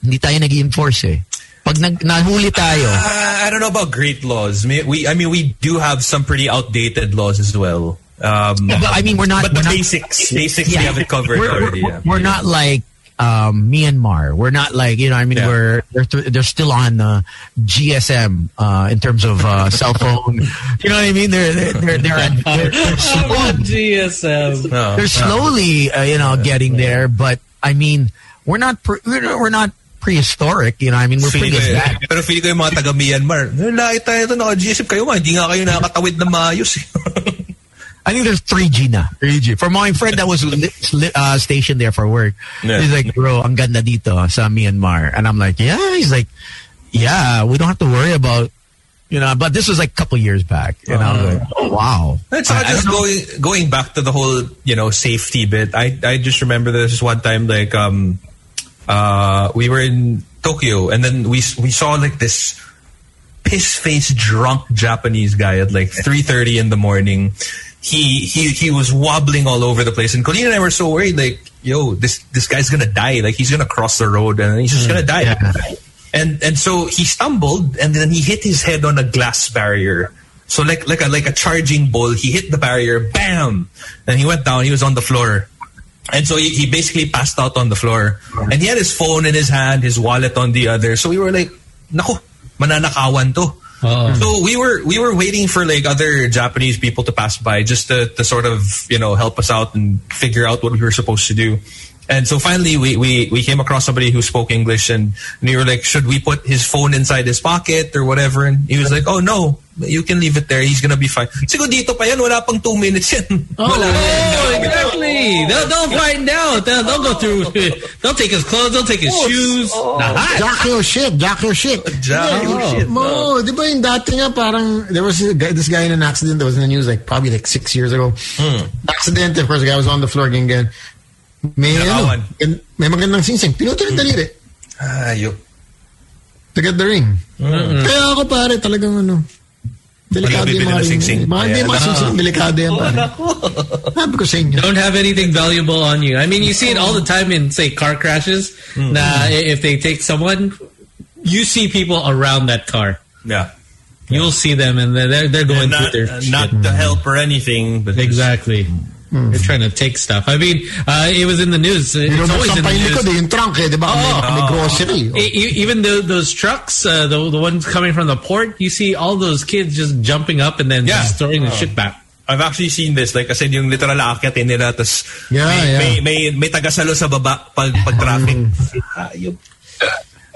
Hindi tayo nag-enforce eh. Pag nag, nahuli tayo, Uh, I don't know about great laws. We, we, I mean, we do have some pretty outdated laws as well. Um, but I mean, we're not. but we're the not- basics, basics we have it covered we're, already. we're- yeah. we're not like um, Myanmar. We're not like you know. I mean, Yeah. we're they're, th- they're still on uh, GSM uh, in terms of uh, cell phone. You know what I mean? They're they're they're, they're, they're, they're slow. GSM. No. They're slowly uh, you know getting there, but I mean, we're not pre- we're not- we're not prehistoric. You know, I mean, we're Feeling pretty ko, as that. pero feeling ko yung mga taga Myanmar, lahat tayo ito, naka-GSM kayo nga, hindi nga kayo nakakatawid na maayos. eh." I think there's 3G na. 3G. For my friend that was li- li- uh, stationed there for work, Yeah. he's like, bro, ang ganda dito ah, sa Myanmar. And I'm like, yeah. He's like, yeah, we don't have to worry about, you know, but this was like a couple years back. And I was like, oh, wow. It's not I- I just don't know. going going back to the whole you know safety bit. I I just remember this is one time like um uh we were in Tokyo and then we s- we saw like this piss faced drunk Japanese guy at like three thirty in the morning. He he he was wobbling all over the place, and Colleen and I were so worried like yo this this guy's gonna die like he's gonna cross the road and he's just gonna die. And and so he stumbled and then he hit his head on a glass barrier. So like like a like a charging ball, he hit the barrier, bam, and he went down. He was on the floor, and so he, he basically passed out on the floor. And he had his phone in his hand, his wallet on the other. So we were like, "Nako, mananakawan to." Oh. So we were we were waiting for like other Japanese people to pass by just to, to sort of you know help us out and figure out what we were supposed to do. And so finally we, we, we came across somebody who spoke English and, and we were like, should we put his phone inside his pocket or whatever? And he was like, oh no, you can leave it there. He's gonna be fine. Siguro dito pa yan, wala pang two minutes yan. Wala na yan. Oh, exactly. They'll, they'll find out. They'll, they'll go through. They'll take his clothes. They'll take his shoes. Oh. Nah, Jack your shit. Jack your shit. Jack your shit, Mo, di ba yung dati nga parang, there was a guy, this guy in an accident that was in the news like probably like six years ago. Hmm. Accident, of course, the guy was on the floor again. ganyan. May, ano, Nakawan. gan- may magandang singsing. Pinuto Hmm. yung daliri Ayok. to get the ring. Hmm. Kaya ako pare, talagang ano, delikado Malapit yung mga na singsing. ring. Mga hindi Ayan. mga singsing, delikado Oh, yan pare. Sabi ko sa inyo. don't have anything valuable on you. I mean, you see it all the time in, say, car crashes. Nah, i- if they take someone, you see people around that car. Yeah. You'll see them, and they're they're, they're going not, uh, through their shit. not to help or anything, but just- exactly. They're trying to take stuff. I mean, uh, it was in the news. It's always Binubuksan in pa the yung likod, news. eh, yung trunk eh, di ba? May, may grocery. E- e- even the, those trucks, uh, the the ones coming from the port, you see all those kids just jumping up and then Yeah. just throwing the shit back. I've actually seen this. Like, kasi yung literal aakyatin nila, tas Yeah, may, yeah. may, may, may tagasalo sa baba pag, pag traffic. Mm. Ayop.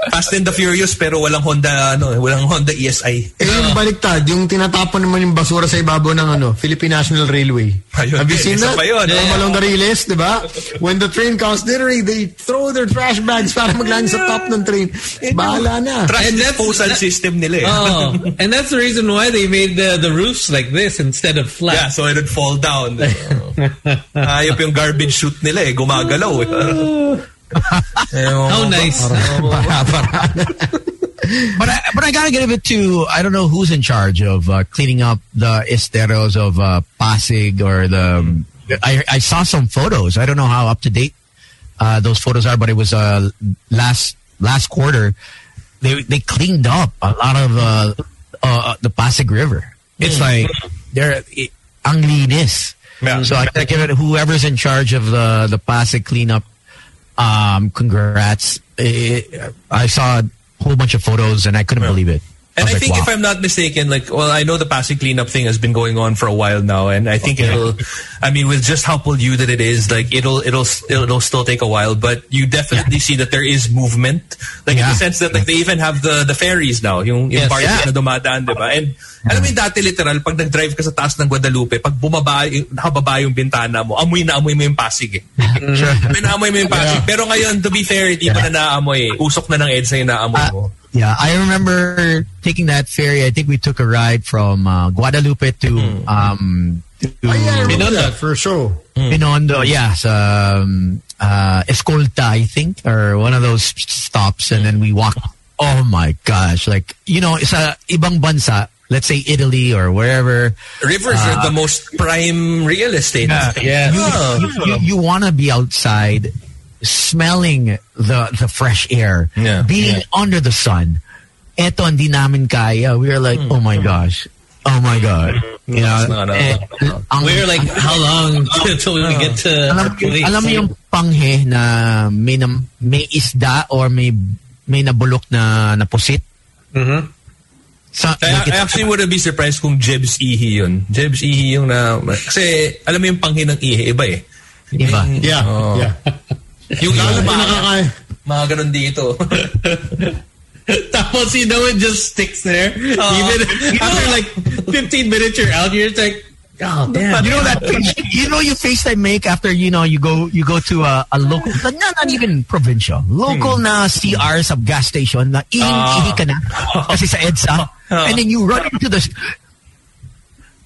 Fast and the Furious, pero walang Honda, ano, walang Honda ESI. Eh, yung baliktad, yung tinatapon naman yung basura sa ibabaw ng ano, Philippine National Railway. Ayun, Have you seen isa that? pa yun. From Yeah. along the rails, di ba? When the train comes, literally, they throw their trash bags para maglaan sa top ng train. Bahala na. Trash And that's- disposal that- system nila eh. Oh, and that's the reason why they made the, the roofs like this instead of flat. Yeah, so it would fall down. Ayop yung garbage chute nila eh. Gumagalaw eh. Oh, How nice. But I, but I gotta give it to I don't know who's in charge of uh, cleaning up the esteros of uh, Pasig or the. I I saw some photos. I don't know how up to date uh, those photos are, but it was uh, last last quarter. They they cleaned up a lot of uh, uh, the Pasig River. It's like they're it, ang linis. Yeah. So I gotta give it whoever's in charge of the the Pasig cleanup um, congrats. I- I saw a whole bunch of photos and I couldn't believe it. And was I like, think wow. if I'm not mistaken, like, well, I know the Pasig cleanup thing has been going on for a while now, and I think it'll, I mean, with just how polluted it is, like, it'll, it'll, it'll, it'll still take a while, but you definitely see that there is movement, like in Yeah. the sense that like they even have the the ferries now, yung yung Yes. barge na Yeah. dumadaan, di ba? And alam mo yung dati literal, pag nag-drive ka sa taas ng Guadalupe, pag bumaba, yung- nakababa yung bintana mo, amoy na amoy mo yung Pasig eh. Pinaamoy mo yung Pasig. Pero ngayon, to be fair, di pa na naamoy eh. Usok na ng EDSA yung naamoy Uh, mo. yeah, I remember taking that ferry. I think we took a ride from uh, Guadalupe to Mm-hmm. um to Oh, yeah, I remember Binondo. that for sure. Mm-hmm. Binondo. Mm-hmm. Yes, um, uh, Escolta, I think, or one of those stops, and then we Mm-hmm. walked. Oh my gosh! Like you know, sa ibang bansa, let's say Italy or wherever, Rivers are the most prime real estate. yes. Oh. you, Ah, you, you want to be outside smelling the the fresh air Yeah. being under the sun eto hindi namin kaya we are like oh Hmm. my gosh oh my god you It's know not, uh, eh, ang- We were like, ang- how long until we get to alam, our place? alam mo yung panghe na may nam- may isda or may may nabulok na napusit Mhm. Sa- I, I like it's- actually wouldn't be surprised kung Jeb's ihi yun. Jeb's ihi yung na... Kasi alam mo yung panghi ng ihi, iba eh. Iba. Mm-hmm. Yeah, Oh. yeah. Yung lalo Yung mga, nakaka- mga ganun dito. Tapos, you know, it just sticks there. Oh. Even after like 15 minutes you're out, you're just like, oh, damn. you know that you know your face they make after you know you go you go to a, a local not, not even provincial local Hmm. na CR sub gas station na Ah. ihi ihi ka na kasi sa EDSA and then you run into the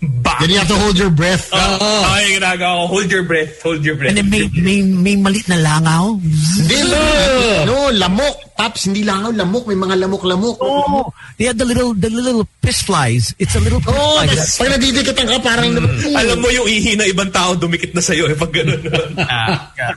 Then you have to hold your breath. Ay, ginagawa ko. Hold your breath. Hold your breath. and then may may, may malit na langaw Hindi, no, lamok. Taps, hindi langaw, lamok. May mga lamok-lamok. oh they had the little the little piss flies it's a little piss Oh, flies. tas pag nadidikitan ka, parang... Mm. alam mo yung ihi na ibang tao dumikit na sa'yo eh, pag ganun. Ah, yeah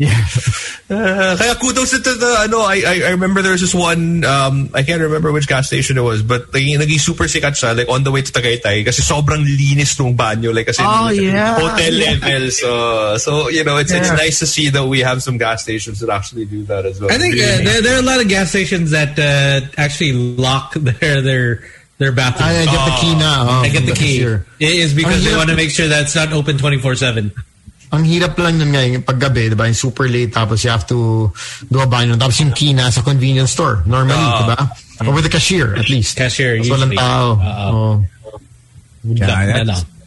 Uh, Kaya kudos to the ano I I, I remember there was this one um I can't remember which gas station it was but naging, naging super sikat siya like on the way to Tagaytay kasi sobrang linis nung banyo like kasi Oh, yeah. hotel level so so you know it's it's Yeah. nice to see that we have some gas stations that actually do that as well. I think uh, there, there are a lot of gas stations that uh, actually lock their their their bathroom. I get the key na. oh, I get the for key. sure. It is because they Ang hirap- want to make sure that's not open 24 7. Ang hirap lang nun ngayon, yung paggabi, di ba? Yung super late, tapos you have to do a banyo. Tapos yung key na sa convenience store, normally, di ba? Or with the cashier, at least. Cashier, Tapos walang usually. tao. Oh. Oo. Yeah,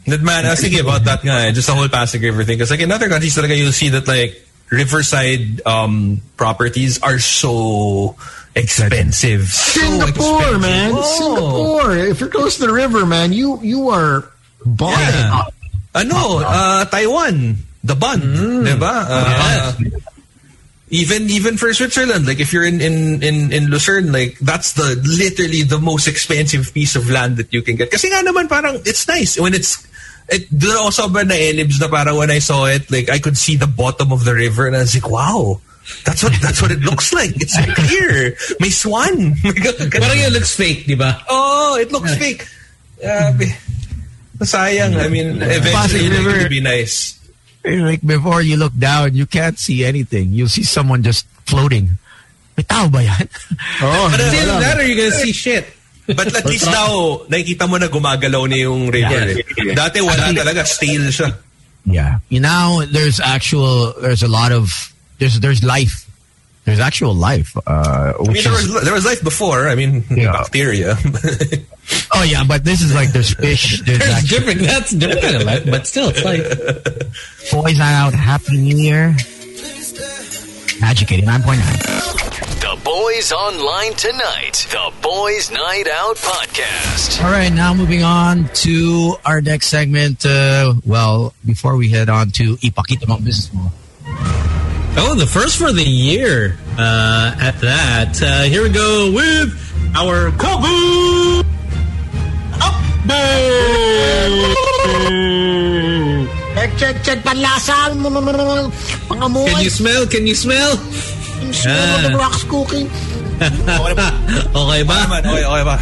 That man, I was thinking about that nga, eh, just the whole Pasig River thing. Because like in other countries, talaga you'll see that like riverside um, properties are so expensive. Singapore, so expensive. man! Oh. Singapore! If you're close to the river, man, you you are Oh, balling Yeah. up. Ano, uh, Taiwan, the bun, diba? Uh, Even even for Switzerland, like if you're in, in, in, in Lucerne, like that's the literally the most expensive piece of land that you can get. Kasi nga naman parang it's nice when it's it doon ako sobrang na-ellipse na parang when I saw it, like I could see the bottom of the river and I was like, wow. That's what that's what it looks like. It's clear. May swan. Parang yun looks fake, di ba? oh, it looks fake. Grabe. Sayang. I mean, eventually Possibly it never- would be nice. Like before you look down, you can't see anything. You see someone just floating. May tao ba yan? Oh, But still, that or you're gonna see shit. But at least now, nakikita mo na gumagalaw na yung river. eh. Dati wala talaga. Stale siya. Yeah. You know, there's actual, there's a lot of, there's there's life. There's actual life. Uh, I which mean, there is- was, there was life before. I mean, Yeah. bacteria. oh yeah, but this is like there's fish, there's, That's actual different. That's different kind of life, but still, it's like boys out. Happy New Year. Magic 89.9. The Boys Online Tonight, the Boys Night Out Podcast. All right, now moving on to our next segment. Uh, well, before we head on to Ipakita Mong Business Mo. Oh, the first for the year. Uh, at that, uh, here we go with our Kaboom update. Can you smell? Can you smell? Ano Ah. okay ba? Man, okay, okay ba?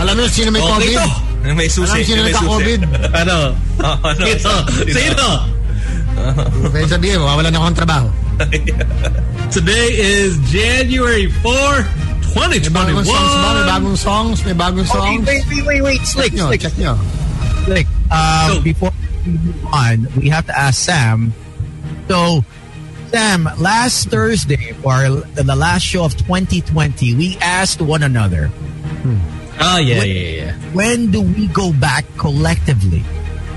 Alam mo sino may Okay COVID? to. May Alam mo susi. sino May susi. nagka-COVID? Ano? Oh, ano? Sino? Sino? Pwede sabihin, mawawala na akong trabaho. Today is January 4, May bagong songs 2021. ba? May bagong songs? May bagong songs? wait, wait, wait, wait. Check nyo, check nyo. Like, um, before we move on, we have to ask Sam. So, Sam, last Thursday, or the last show of 2020, we asked one another, Oh, yeah, yeah, yeah. when do we go back collectively?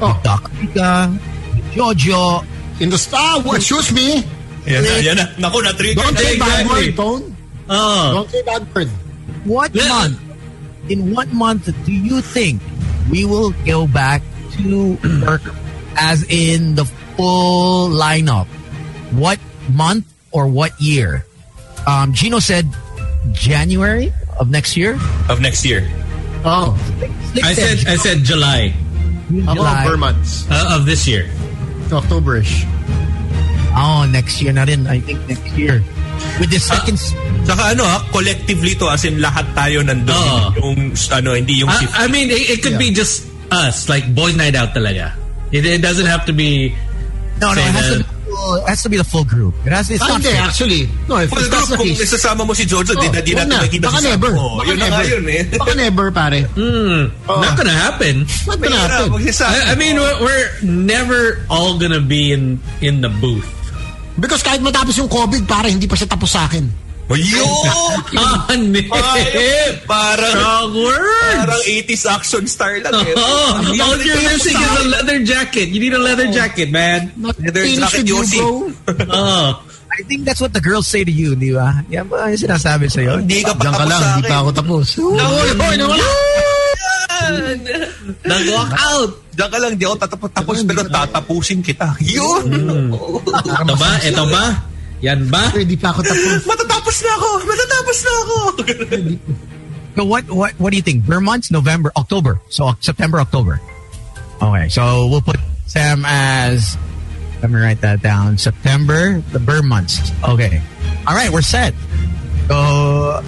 Oh. With Doc Rica, with Jojo, In the star, oh, excuse me. Yan na, oh. yan na. Naku, na-trigger. Don't say bad Exactly. word, Tone. Oh. Don't say bad word. what Yeah. month, in what month do you think we will go back to work as in the full lineup? What month or what year? Um, Gino said January of next year. Of next year. Oh, I said I said July ako July. per months. uh, of this year. Octoberish. Oh, next year na rin. I think next year. With the second... Saka ano ha, collectively to as in lahat tayo nandun. Oo. Ah, Yung ano, hindi yung si I, I mean, it, it could be just us, like boys' night out, talaga. It, it doesn't have to be. no, no, Ah, Say it has, to that. be, full- it has to be the full group. It has, it's Ah, not hindi, fair. actually. No, if Full if that's group, the kung case. isasama mo si Jojo, di Oh, na di wag natin nakita Baka si Sam. never. Oh, Baka yun na never. nga yun eh. Baka never, pare. Oh. Not gonna happen. Not May gonna hirap, happen. wag si Sam. I, I mean, we're, we're never all gonna be in in the booth. Because kahit matapos yung COVID, pare, hindi pa siya tapos sa akin. Ayun! Ah, Nip! Ayun! Parang, Strong parang words. 80s action star lang eh. Oh, Hindi all ako you're nagtapos missing eh. is sa a akin. leather jacket. You need a leather jacket, man. Not Leather really jacket, should you, Yossi. bro. Oh, I think that's what the girls say to you, di ba? Yan ba yung sinasabi sa'yo? Hindi ka pa Diyan ka tapos lang, sa hindi akin. pa ako tapos. nag-walk out. Diyan ka lang, di ako tatapos, tapos, Hindi pero ka- tatapusin kita. Yun! Oo. Ito ba? Ito ba? Yan ba? Hindi pa ako tapos. Matatapos na ako! Matatapos na ako! So what what what do you think? Vermont's November, October. So Oc- September, October. Okay, so we'll put Sam as let me write that down. September, the Burr months. Okay. All right, we're set. So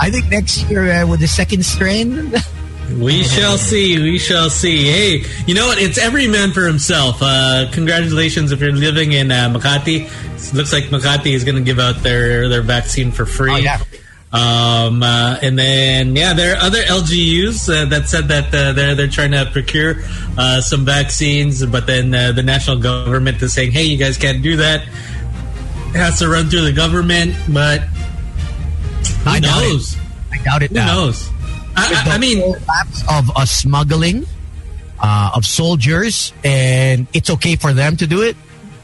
I think next year uh, with the second strain. We shall see. We shall see. Hey, you know what? It's every man for himself. Uh, congratulations if you're living in uh, Makati. It looks like Makati is going to give out their their vaccine for free. Oh, yeah. Um, uh, and then yeah, there are other LGUs uh, that said that uh, they're they're trying to procure uh, some vaccines, but then uh, the national government is saying, hey, you guys can't do that. It has to run through the government, but who I doubt it. knows? I doubt it Who now. knows? I, I, I mean, Collapse of a smuggling uh, of soldiers, and it's okay for them to do it.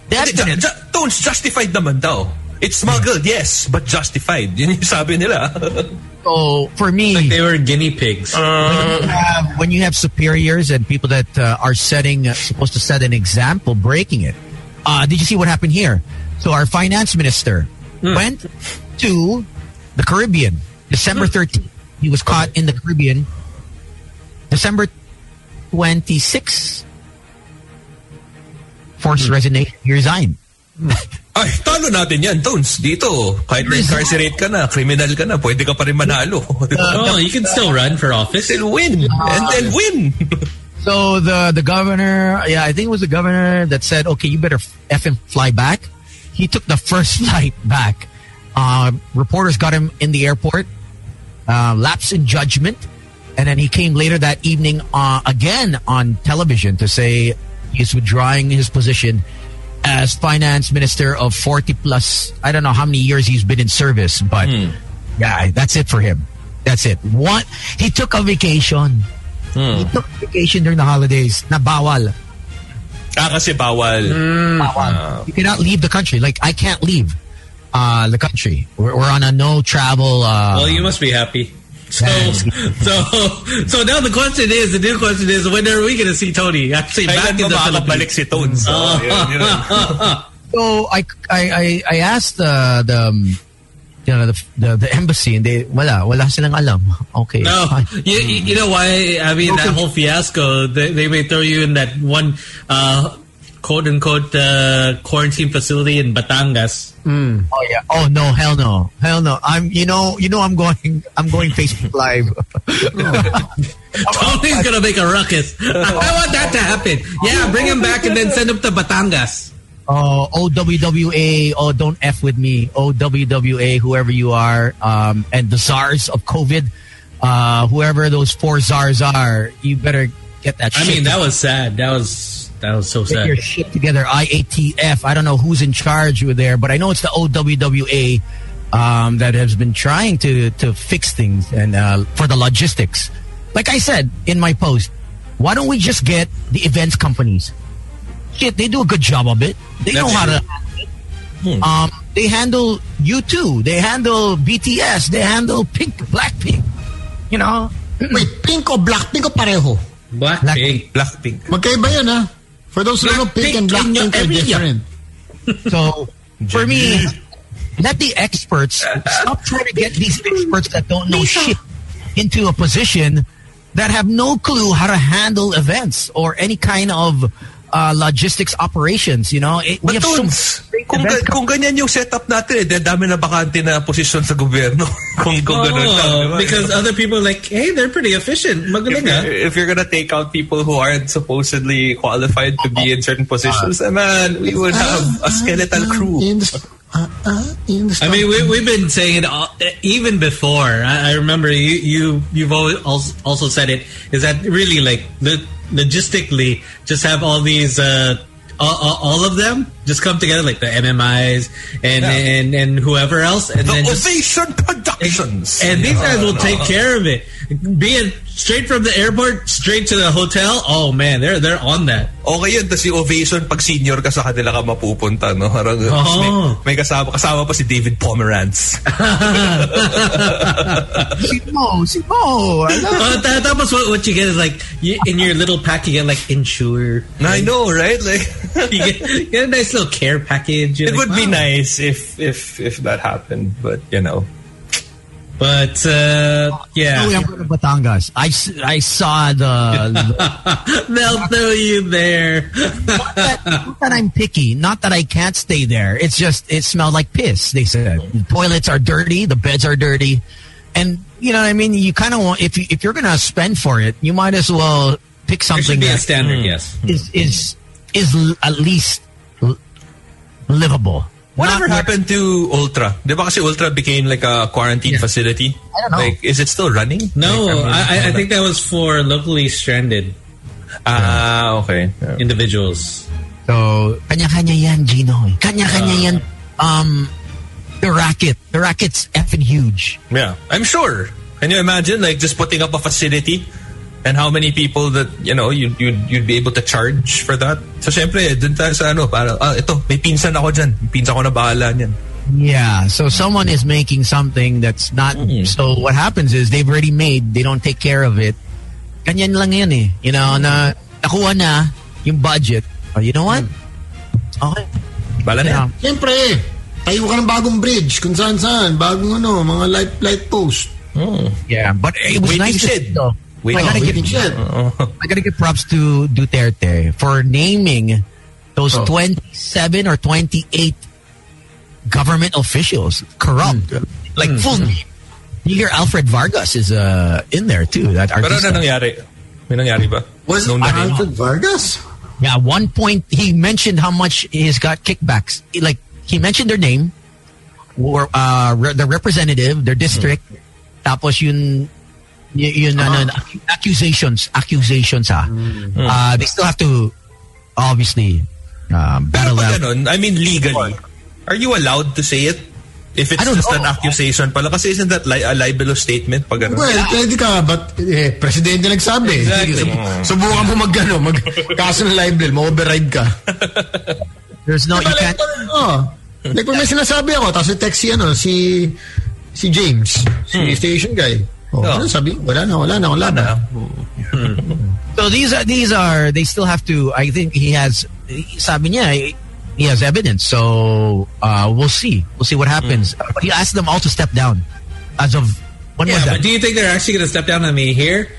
Definitely. Ju- Tones, justified naman daw. It's smuggled, yes, but justified. Yun yung sabi nila. So for me, like they were guinea pigs. have- Uh, when you have superiors and people that uh, are setting uh, supposed to set an example, breaking it. Uh, did you see what happened here? So our finance minister went to the Caribbean December 13th. He was caught in the Caribbean December 26th. Forced resignation. He resigned. Ay, talo natin yan, Tones. Dito, kahit na-incarcerate ka na, criminal ka na, pwede ka pa rin manalo. Di ba? Oh, you can still run for office. Still win. And then win. So the the governor, yeah, I think it was the governor that said, "Okay, you better f him fly back." He took the first flight back. Uh, reporters got him in the airport. Uh, lapse in judgment, and then he came later that evening uh, again on television to say he's withdrawing his position as finance minister of forty plus. I don't know how many years he's been in service, but yeah, that's it for him. That's it. What he took a vacation. Hmm. He took vacation during the holidays. Na bawal. Ah, kasi bawal. Hmm. Bawal. Uh. you cannot leave the country. Like, I can't leave uh, the country. We're, we're on a no travel. Uh, Well, you must be happy. So, so, so now the question is, the new question is, when are we going to see Tony? Actually, back in the Kailan ba makakabalik Philippines. Uh, si Tones? Oh, yun, yun. so I, I, I, I asked uh, the, um, you know, the, the, the embassy and they, wala, wala silang alam. Okay. No, fine. you, you you know why? I mean, that whole fiasco. They, they may throw you in that one, uh, quote unquote, uh, quarantine facility in Batangas. Oh yeah. Oh no, hell no. Hell no. I'm, you know, you know, I'm going, I'm going Facebook live. Tony's gonna make a ruckus. I want that to happen. Yeah, bring him back and then send him to Batangas. Oh, OWWA, oh, don't F with me. OWWA, whoever you are, um, and the czars of COVID, uh, whoever those four czars are, you better get that I shit mean, that was sad. That was that was so get your sad. shit together. IATF. I don't know who's in charge with there, but I know it's the OWWA um, that has been trying to to fix things and uh, for the logistics. Like I said in my post, why don't we just get the events companies? Shit, they do a good job of it. They know how to. Um, they handle you too. They handle BTS. They handle Pink, Blackpink. You know, Wait, pink o black? Pink o pareho? Blackpink. Blackpink. Magkaiba yan ha. For those who don't know, pink Blackpink and black in your pink are area. different. So for me, let the experts stop trying to get these experts that don't know shit into a position that have no clue how to handle events or any kind of uh, logistics operations. You know, it, we But have so Tones, great kung, events ga- kung ganyan yung setup natin, eh, dahil dami na bakante na posisyon sa gobyerno. kung kung ganun lang, di Oh, ba? because other people are like, hey, they're pretty efficient. if Magaling, you're, ah. if you're gonna take out people who aren't supposedly qualified to be in certain positions, eh, man, we would have a skeletal crew. In the, uh, uh, in the I mean, we, we've been saying it all, eh, even before. I, I remember you, you, you've always als- also said it. Is that really like lo- logistically just have all these, uh, all, all- all of them just come together, like the MMIs and Yeah. and, and whoever else, and The then just Ovation Productions. and these guys will no. take care of it. Being straight from the airport, straight to the hotel. Oh man, they're they're on that. Okay yun, tapos yung ovation, pag senior ka sa kanila ka mapupunta, no? Parang, tapos may, Oo. may kasama, kasama pa si David Pomerantz. si Mo, si Mo. I love- Uh, that, that was what, what you get is like you, in your little pack you get like insure. I know, right? Like, You get, you get a nice little care package. You're it like, would be wow. nice if, if, if that happened, but, you know. But uh, Oh, yeah, I'm going to Batangas. I, s- I saw the they'll throw you there. that, not that I'm picky, not that I can't stay there. It's just it smelled like piss. They said the toilets are dirty, the beds are dirty, and you know what I mean. You kind of want if you, if you're gonna spend for it, you might as well pick There should something be a hmm. that standard, yes. is is is l- at least l- livable. Whatever Not- happened to Ultra? Di ba kasi Ultra became like a quarantine facility? I don't know. Like, is it still running? No, Like, I, I- I think that was for locally stranded Ah, okay. Yeah. individuals. So kanya-kanya yan, Gino. Kanya-kanya Uh. yan. Um, the racket, the racket's effing huge. Yeah, I'm sure. Can you imagine like just putting up a facility and how many people that you know you you'd, you'd be able to charge for that? So syempre dun tayo sa ano para ah ito may pinsan ako diyan. Pinsan ko na bahala niyan. Yeah, so someone is making something that's not. Hmm. So what happens is they've already made. They don't take care of it. Ganyan lang yun eh. You know, na nakuha na yung budget. Oh, you know what? Hmm. Okay. Bahala na. yan. Yeah. Siyempre, tayo ka ng bagong bridge kung saan saan. Bagong ano, mga light, light post. Oh, Yeah, but it was Waiting nice to shed. see though. Waiting- I gotta Waiting give shed. Oh, I gotta give props to Oh. Duterte for naming those 27 or 28 government officials, corrupt, Hmm. like full name. Dealer Alfred Vargas is uh, in there too. That Pero artista. ano nangyari? May nangyari ba? Was No, it no. Alfred Vargas? Yeah, one point he mentioned how much he's got kickbacks. He, Like he mentioned their name, or uh, re- their representative, their district. Tapos yun, y- yun ano, ac- accusations, accusations ha. Uh, they still have to obviously uh, Pero battle pag out. ganun, I mean legally, are you allowed to say it? If it's I don't just an know. accusation pala. Kasi isn't that li- a libelous statement? Pag ganun? Well, pwede ka, but eh, presidente nagsabi. Exactly. Sige, sub- Subukan mo mag, ano, mag kaso ng libel, ma-override ka. There's no, you can't. Oh. Like, pag may sinasabi ako, tapos text si, ano, si, si James, si station guy. Oh, Hmm. Oh. Ano sabi? Wala na, wala na, wala na. So these are these are they still have to. I think he has. Sabi niya, eh, he has evidence. So uh, we'll see. We'll see what happens. Uh, But he asked them all to step down as of when was Yeah, that? but do you think they're actually going to step down on me here?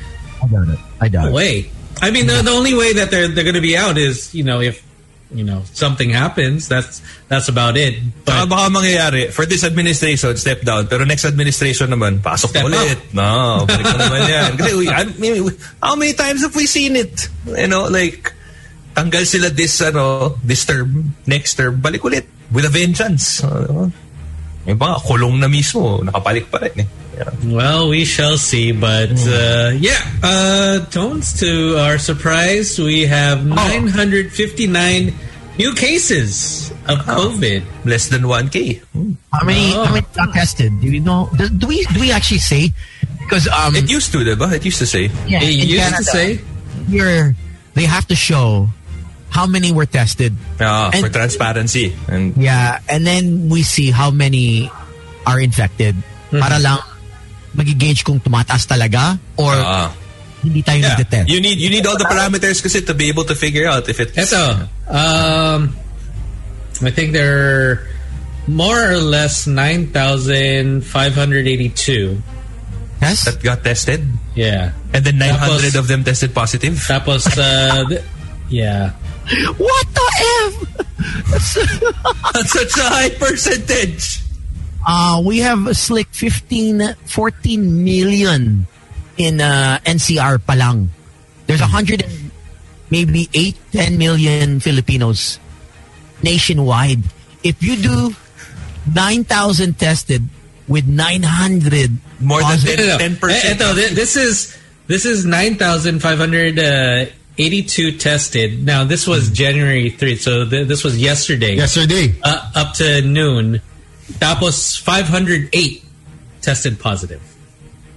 I doubt it. I doubt No it. way. I mean, the, the only way that they're they're going to be out is you know if you know something happens. That's that's about it. Saka But baka mangyayari, for this administration, step down. Pero next administration naman, pasok Step na ulit. No, balik na naman yan. Kasi we, I mean, we- how many times have we seen it? You know, like, tanggal sila this, ano, this term, next term, balik ulit. With a vengeance. Ano? Yung mga kulong na mismo, nakabalik pa rin eh. Yeah. well, we shall see. But uh, yeah, uh, tones to our surprise, we have Oh. 959 new cases of Oh. COVID. Less than 1K. Hmm. How many? Oh. How many got tested? Do you know? Do, do we? Do we actually say? Because um, It used to, diba? It used to say. yeah, They in used Canada, to say you're, they have to show how many were tested. Ah, for And- transparency. And Yeah, and then we see how many are infected para lang magigage kung tumataas talaga or Ah. hindi tayo Yeah. nagdetect. You need you need all the parameters kasi to be able to figure out if it's Eto, um, I think there are more or less 9,582. Yes? that got tested. Yeah. And then 900 Tapos- of them tested positive. Tapos, uh, th- yeah. What the F? That's such a high percentage. Uh, we have a slick 15, 14 million in uh, NCR pa lang. There's 100 and maybe 8, 10 million Filipinos nationwide. If you do 9,000 tested with 900 More than positive- No, no, no. 10%. Eh, eto, thi- this is this is 9,582 tested. Now, this Hmm. was January 3, so th- this was yesterday. Yesterday. Uh, up to noon. Tapos 508 tested positive.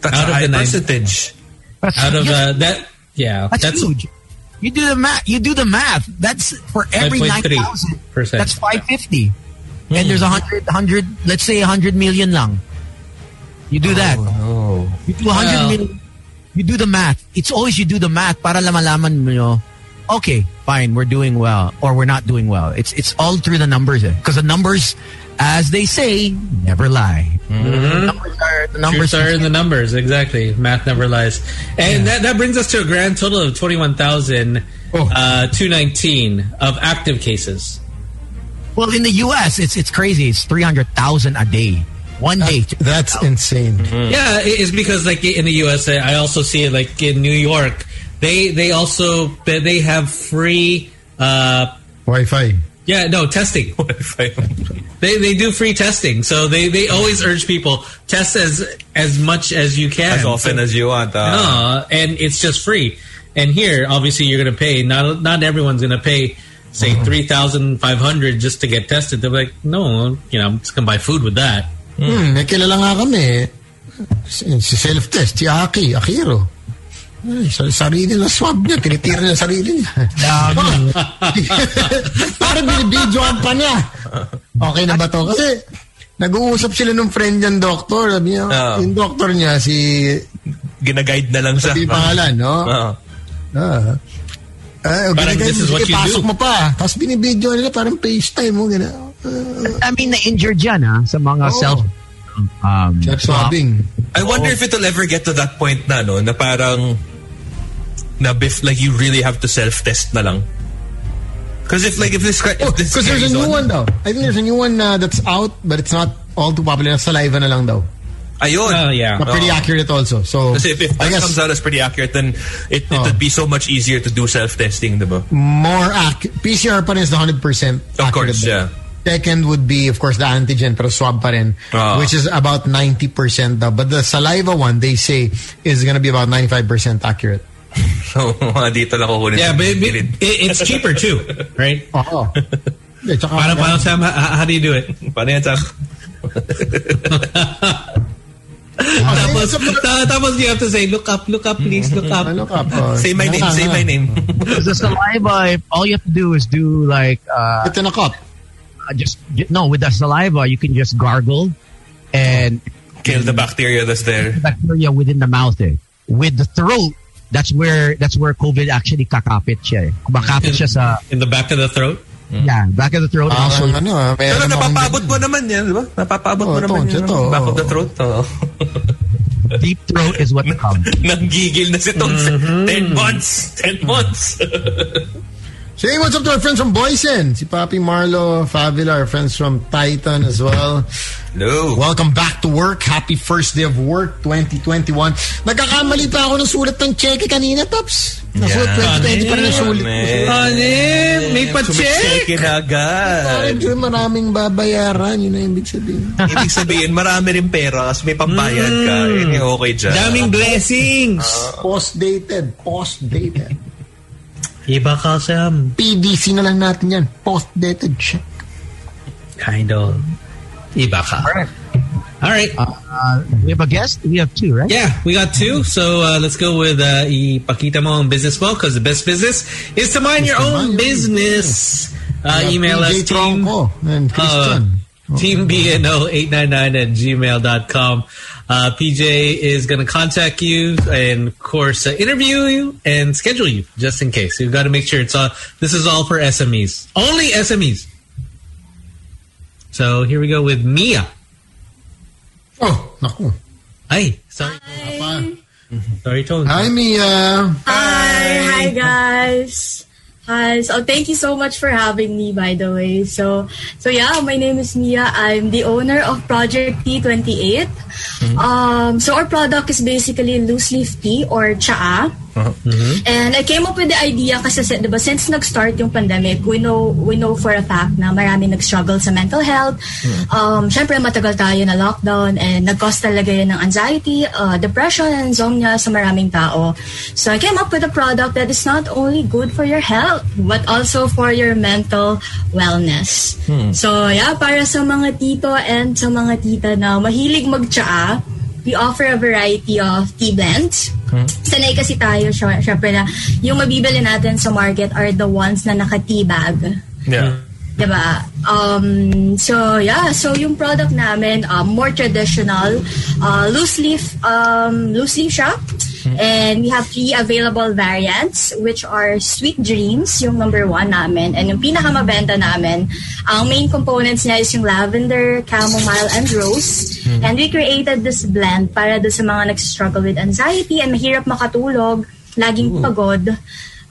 That's Out of a high the nine- percentage. That's- Out of yeah, uh, that, yeah. that's, huge. You do the math. You do the math. That's for every 5.3%. 9,000. That's 550. And there's 100, 100, let's say 100 million lang. You do that. Oh. You do 100 Wow. million. You do the math. It's always you do the math para lang malaman mo, okay, fine, we're doing well or we're not doing well. It's it's all through the numbers. Because the numbers, as they say, never lie. The numbers are, the numbers Numbers are in the numbers, exactly. Math never lies. And that, that brings us to a grand total of Oh. 21,219 of active cases. Well, in the U.S., it's it's crazy. It's three hundred thousand a day, one day. That's insane. Hmm. Yeah, it- it's because like in the US, I I also see it like in New York, they they also they they have free uh Wi-Fi. yeah, no, testing. They they do free testing. So they they always urge people test as as much as you ah. can. As often as you want. Uh, No, and it's just free. And here, obviously, you're going to pay. Not not everyone's going to pay, say Mm-hmm. three thousand five hundred just to get tested. They're like, no, you know, I'm just going to buy food with that. Hmm, may kilala nga kami. Si si self-test, si Aki, Akiro. Ay, sa- sarili na swab niya, tinitira niya sarili niya. Parang binibidyoan pa niya. Okay na ba to? Kasi nag-uusap sila nung friend niyang doktor. Sabi niya, Oo. Ah. yung doktor niya, si, Ginaguide na lang Ah. siya. si pangalan, no? Oo. Ah. Uh, Parang this is what you Pasok do. mo pa. Tapos binibidyo nila parang FaceTime mo. Gina. Uh, I mean, na-injure dyan, ha, sa mga Oo. self... Um, Chat swab. swabbing. I wonder Oh. if it'll ever get to that point na, no? Na parang, na bef- like you really have to self-test na lang. Because if like if this guy, if this Oh, Because there's a carries new on- one daw. I think there's a new one uh, that's out but it's not all too popular. Saliva na lang daw. Ayun. Oh, yeah. But pretty Oo. accurate also. So, Ah. Kasi if, if I that guess comes out as pretty accurate, then it, it Oh. would be so much easier to do self-testing, diba? more ac- PCR pa rin is the 100% Of accurate course, daw. yeah. Second would be, of course, the antigen, pero swab pa rin, Ah. which is about 90% daw. But the saliva one, they say, is gonna be about 95% accurate. So, mga dito lang kukunin. Yeah, sa but it, gilid. it, it's cheaper too, right? Oo. Eh, tsaka- Paano, paano, Sam? How, how do you do it? Paano yan, Sam? Ah, Tapos, sino sa- ta- tapos you have to say, look up, look up, please, look up. Ano ka po? Say my name, say my name. Because the saliva, if all you have to do is do like uh, Ito na cup. just no with the saliva, you can just gargle and Kill the bacteria that's there. bacteria within the mouth. Eh. With the throat, that's where that's where COVID actually kakapit siya. Eh. Kumakapit siya sa In the back of the throat? yeah, back of the throat. also, Parang ano, ah, meron Pero akong- napapabot mo naman yan, diba? Napapabot Oo, mo naman tonto yan. to. Back of the throat. Oh. deep throat is what comes. Nanggigil na si Tonse. Mm-hmm. Ten months! Ten months! Say what's up to our friends from Boysen. Si Papi Marlo, Favila, our friends from Titan as well. no. Welcome back to work. Happy first day of work 2021. Nagkakamali pa ako ng sulat ng cheque kanina, Tops. Nasulat 2020 pa rin ang sulat. Eh, Ane, eh, may pa-check! Sumitsekin agad. Medyo maraming babayaran. Yun na ibig sabihin. Ibig sabihin, marami rin pera kasi may pambayad ka. Yun yung okay dyan. Mm. Daming blessings! Post-dated. Post-dated. Iba ka, Sam. PDC na lang natin yan. Post-dated check. Kind of. Iba ka. All right. All right. Uh, we have a guest. We have two, right? Yeah, we got two. So uh, let's go with uh, ipakita mo ang business mo because the best business is to mind your to mind own your own business. Uh, Yeah, email PJ us team, Tronco and Christian. uh, teambno899 at gmail.com. Uh, PJ is going to contact you and, of course, uh, interview you and schedule you just in case. You've got to make sure it's all, this is all for SMEs. Only SMEs. So here we go with Mia. Oh, naku. Hey, sorry. Papa. Sorry, Tone. Hi, Mia. Hi. Hi, guys. Hi. So thank you so much for having me, by the way. So, so yeah, my name is Mia. I'm the owner of Project T28. Um, so our product is basically loose leaf tea or chaa. And I came up with the idea kasi si- 'di ba since nag-start yung pandemic, we know we know for a fact na marami nag-struggle sa mental health. Um syempre matagal tayo na lockdown and nag-cause talaga yun ng anxiety, uh, depression, and insomnia sa maraming tao. So I came up with a product that is not only good for your health but also for your mental wellness. So yeah, para sa mga tito and sa mga tita na mahilig magtsaa, we offer a variety of tea blends. Sanay kasi tayo, syem- syempre na, yung mabibili natin sa market are the ones na naka-tea bag. Yeah. Diba? Um, so, yeah. So, yung product namin, um, more traditional, uh, loose leaf, um, loose leaf siya. And we have three available variants, which are Sweet Dreams, yung number one namin. And yung pinakamabenta namin, ang main components niya is yung lavender, chamomile, and rose. And we created this blend para do sa mga nag-struggle with anxiety and mahirap makatulog, laging pagod.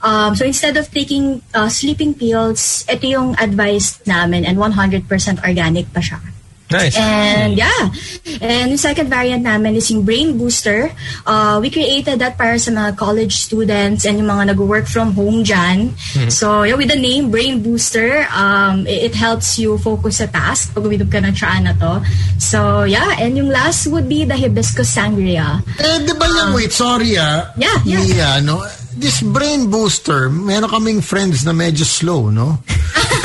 Um, so instead of taking uh, sleeping pills, ito yung advice namin and 100% organic pa siya. Nice. And yeah. And yung second variant namin is yung Brain Booster. Uh, we created that para sa mga college students and yung mga nag-work from home dyan. So yeah, with the name Brain Booster, um, it, it helps you focus sa task pag uminom ka ng tsaan na to. So yeah, and yung last would be the Hibiscus Sangria. Eh, di ba yung, wait, sorry ah. Yeah, yeah. Mia, no? This brain booster, meron kaming friends na medyo slow, no?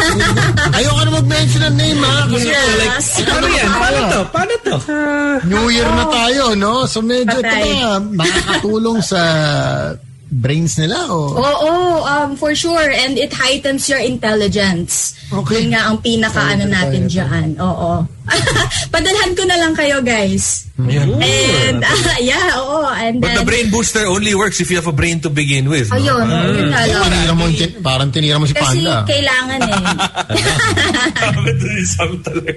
Ayoko na mag-mention ng name, ha? Kasi Yes. Paano yan? Paano to? Paano to? New Year na tayo, no? So medyo ito Patay. na, makakatulong sa brains nila, o? Oo, um, for sure. And it heightens your intelligence. Okay. Yun nga ang pinaka-ano natin dyan. Oo. Padalhan ko na lang kayo, guys. And, ah, yeah, oo. And But then, the brain booster only works if you have a brain to begin with. no? ayun, yun na lang. Tinira mo, yung tin- parang tinira mo si Kasi Panda. kailangan eh. Sabi to ni Sam talaga.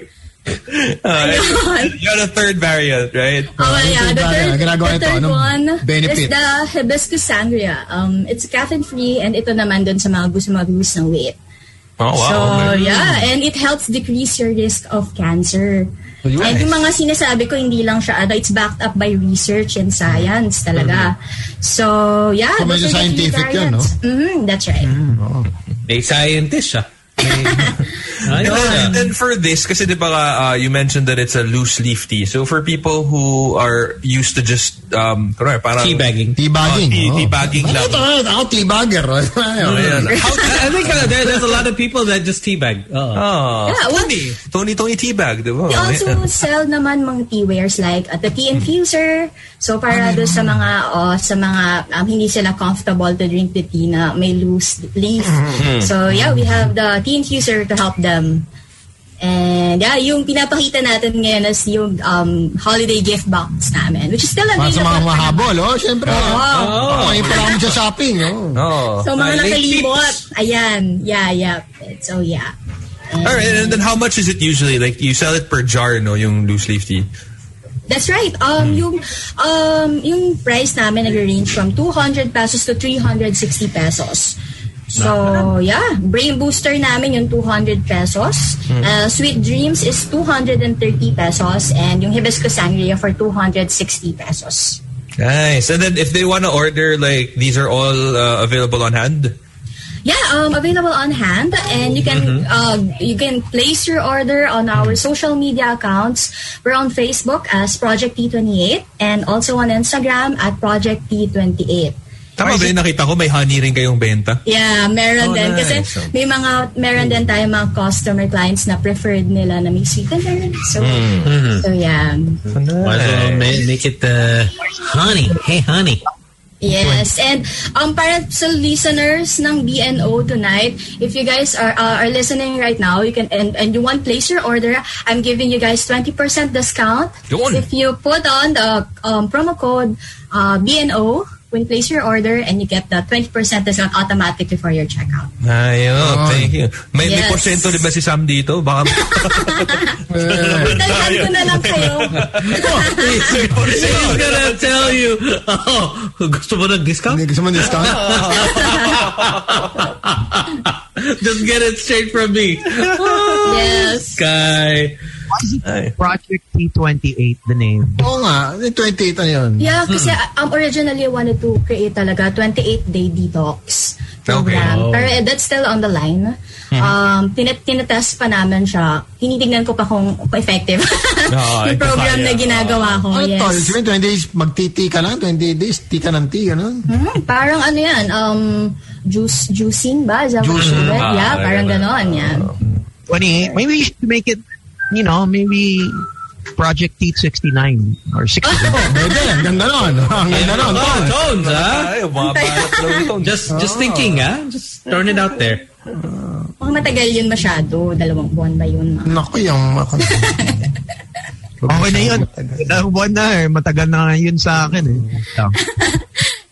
Alright. Ayun. You're the third variant, right? Oh, yeah. The Ginagawa- third, ginagawa the ito, third anong one benefit? is the hibiscus sangria. Um, it's caffeine-free and ito naman dun sa mga gusto mag-lose ng weight. Oh, wow. so, okay. yeah. And it helps decrease your risk of cancer. Oh, And yung mga sinasabi ko, hindi lang siya, ano, it's backed up by research and science talaga. So, yeah. Mm-hmm. So, medyo those are the key scientific yun, no? Mm. variants. Mhm, that's right. Hmm, May scientist siya. May, Ayun And siya. then- and then for this, kasi di ba nga, uh, you mentioned that it's a loose leaf tea. So for people who are used to just, um, kunwari, parang... Teabagging. Teabagging. Oh, tea- oh. teabagging Ano lang. to? Ako teabagger. Oh, ayan. How, I I think uh, there, there's a lot of people that just teabag. Oo. Oh, Yeah, well, Tony, Tony Teabag, di ba? They Ano also sell naman mga tea wares like at the tea infuser. So para Ano do sa mga oh, sa mga um, hindi sila comfortable to drink the tea na may loose leaf. Mm-hmm. So yeah, we have the tea infuser to help them. And yeah, yung pinapakita natin ngayon is yung um, holiday gift box namin, which is still Para sa available. mga pa naman. mahabol, oh, syempre. Oo. Oh, ngayon pa lang sa shopping, oh. Oh. So mga Ay, late nakalimot. Ayan. Yeah, yeah. So yeah. All right, and then how much is it usually? Like, you sell it per jar, no, yung loose leaf tea? That's right. Um, yung um, yung price namin nag-range from 200 pesos to 360 pesos. So, yeah. Brain Booster namin yung 200 pesos. Uh, Sweet Dreams is 230 pesos. And yung Hibiscus Sangria for 260 pesos. Nice. And then if they want to order, like, these are all uh, available on hand? Yeah, um, available on hand, and you can uh, you can place your order on our social media accounts. We're on Facebook as Project T28, and also on Instagram at Project T28. Tama ba yun? Nakita ko may honey rin kayong benta. Yeah, Oh, meron din. Kasi nice. may mga, meron din tayong mga customer clients na preferred nila na may sweet and sour. So, Mm-hmm. so yeah. Might as well ma- make it uh, honey. Hey, honey. Yes, and um, para sa listeners ng BNO tonight, if you guys are uh, are listening right now, you can and, and you want place your order, I'm giving you guys 20% discount Yun. if you put on the um, promo code uh, BNO when place your order and you get the 20% discount automatically for your checkout. Ay, oh, thank you. May, may Yes. porsyento di ba si Sam dito? Baka Dagdagan ko na lang kayo. He's gonna tell you, oh, gusto mo ng discount? Hindi gusto mo Oh. discount? Just get it straight from me. Oh, Yes. Guy. Project T28, the name. Oo nga, 28 na yun. Yeah, kasi um, originally I wanted to create talaga 28-day detox program. Okay. Pero eh, that's still on the line. Um, tina- tinatest pa namin siya. Hinitignan ko pa kung effective yung program na ginagawa ko. Ano Oh, yes. tol? Sabihin, 20 days, magtiti ka lang. 28 days, ti ka ng ti, ganun. Mhm, Parang ano yan, um, juice, juicing ba? Is that what you call it? Ah, Yeah, like parang that. ganon. Yeah. 28. Maybe you should make it, you know, maybe Project T69 or 69. Pwede, ang ganda nun. Ang ganda nun, tol. Oh, tones, ah. Ay, mabalat lang ito. Just, just thinking, ah. Just throwing it out there. Mukhang matagal yun masyado. Dalawang buwan ba yun? ah? Naku, yung... Okay na yun. Ilang buwan na eh. Matagal na yun sa akin eh.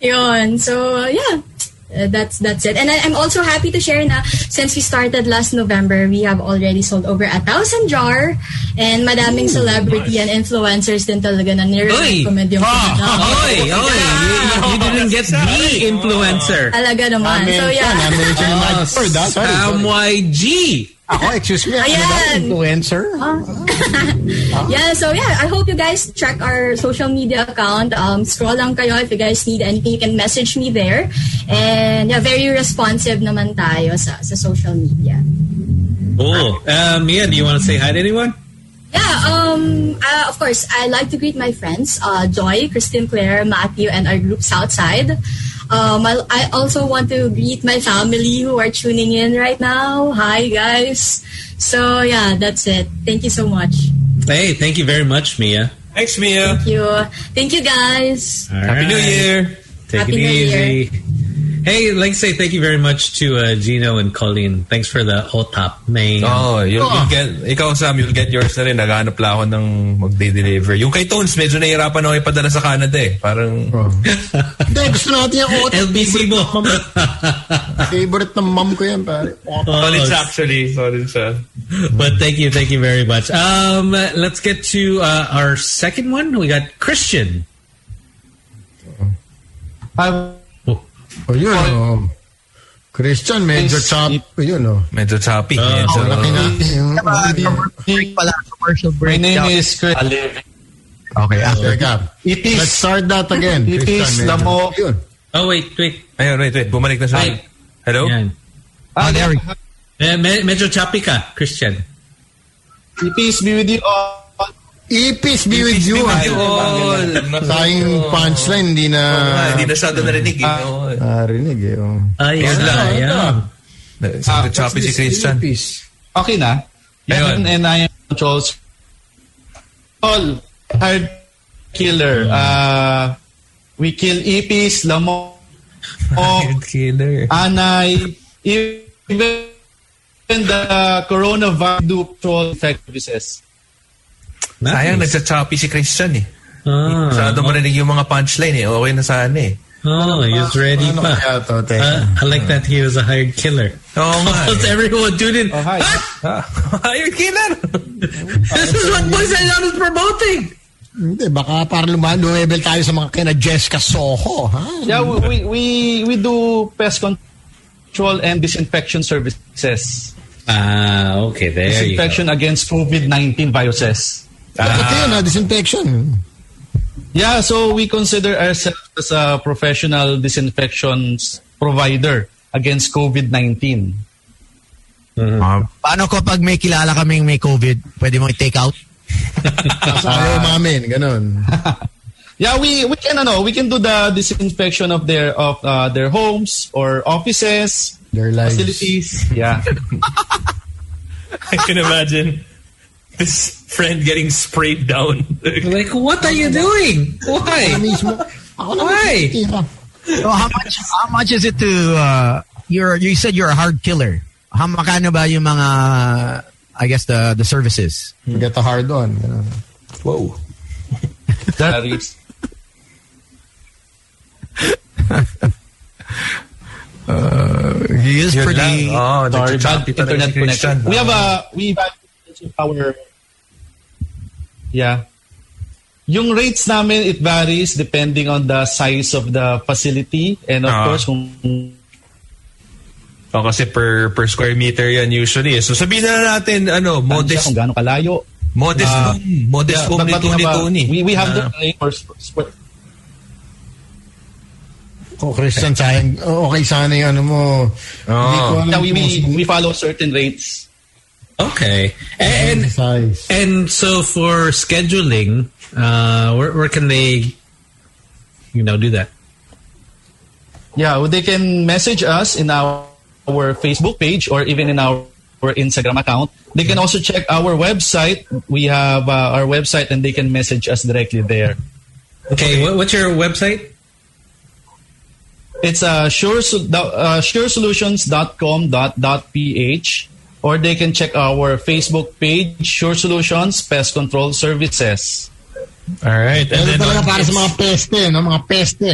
Yun. So, yeah. Uh, that's that's it. And I, I'm also happy to share na since we started last November, we have already sold over a thousand jar and madaming celebrity and influencers din talaga na nire-recommend yung product. Ah, Oy, oy. You, you didn't get the influencer. Talaga naman. Ah, So, yeah. Na-mention ni Mike Ford, ah. Sorry. Sam YG. Ako, excuse me. Ano Ayan. daw? Influencer? Yeah, so yeah, I hope you guys check our social media account. Um, scroll lang kayo if you guys need anything, you can message me there. And yeah, very responsive naman tayo sa, sa social media. Oh, uh, Mia, do you want to say hi to anyone? Yeah, um, uh, of course, I like to greet my friends, uh, Joy, Christine, Claire, Matthew, and our groups outside. Um, I, I also want to greet my family who are tuning in right now. Hi, guys. So, yeah, that's it. Thank you so much. Hey, thank you very much, Mia. Thanks, ah. Mia. Thank you. Thank you, guys. All right. Happy New Year. Take Happy it New easy. Hey, like I say, thank you very much to uh, Gino and Colleen. Thanks for the OTAP, man. Oh, you'll, you'll get, ikaw Sam, you'll get yours na rin. Naghanap lang ako ng magde-deliver. Yung kay Tones, medyo nahihirapan ako ipadala sa Canada eh. Parang, Oh. Hindi, gusto natin yung oat. LBC mo. Favorite ng mom ko yan, pare. Oat. Oh, solid siya actually. Solid siya. But thank you, thank you very much. Um, let's get to uh, our second one. We got Christian. Oh, yun. oh. Christian, medyo chop. Yun, oh. Medyo choppy. medyo, Ang laki natin. Yung, pala, commercial break. My name is Chris. Okay, after. Teka. It Let's is start that again. It is Christian, the medyo- mo- Yun. Oh, wait, wait. ayun, wait, wait. Bumalik na siya. Ay. Hello? Yan. Ah, there we Eh, me- medyo choppy ka, Christian. it is be with you all. Ipis be with you. ah. Ayun. Tayong punchline, hindi na Ah, Hindi na masyado narinig. Ah, eh. Oo. narinig eh. Oh. Ay, Ayun wala, lang. yan. Medyo ah, choppy si Christian. Ipis. Okay na? Ayun. Meron and I am controls. All hard killer. Uh, we kill Ipis, Lamok, Oh. Killer. Anay, even the coronavirus do patrol effect services. Sayang, nagsa-choppy si Christian eh. Ah, Masyado marinig yung mga punchline eh. Okay na sana eh. oh, he was ready Ano pa. kaya to? Teka. Uh, I like that he was a hired killer. Oo nga. Almost eh. everyone tuned in. Oh, hi. Ah, Hired killer! This is what Boys and Out is promoting. Hindi, baka para lumahan, lumebel tayo sa mga kina Jessica Soho. Ha? Yeah, we, we, we, we do pest control and disinfection services. Ah, okay, there you go. disinfection against COVID-19 viruses. Ito yun, ah, disinfection. Yeah, so we consider ourselves as a professional disinfections provider against COVID-19. Mm. Ah. Paano kapag may kilala kaming may COVID, pwede mong i-take out? Sa ayaw mamin, ganun. Yeah, we we can ano, we can do the disinfection of their of uh, their homes or offices, Their lives. facilities. Yeah. I can imagine this friend getting sprayed down. Like, what are you doing? Ako Why? mismo. Ako na Why? mismo. So how much how much is it to uh you're you said you're a hard killer. How makano ba yung mga I guess the the services? Get the hard on. Ganun. Whoa. That is He is Yun lang. pretty Oh, sorry, bad nagsa-choppy talaga si internet Christian. connection. We have a we evaluate our Yeah. Yung rates namin it varies depending on the size of the facility and of Ah. course kung Oh, kasi per per square meter yan usually. eh. So sabihin na natin, ano, modest, Modest. kung gaano kalayo. modest Ah, room. Modest room but- ni but Tony we have a- Tony. We, we have the Ah, rate for sp- sp- Kung Oh, Christian, sayang, okay sana yung ano mo. Hindi ko alam yeah, we, we, kung- we follow certain rates. Okay. And, and size. and so for scheduling, uh, where, where can they, you know, do that? Yeah, well, they can message us in our, our Facebook page or even in our, our Instagram account. They can also check our website. We have uh, our website and they can message us directly there. Okay, what, what's your website? It's uh, sure, so- the- uh, suresolutions.com.ph or they can check our Facebook page, Sure Solutions Pest Control Services. All right. And Pero then talaga on para sa mga peste, no? Mga peste.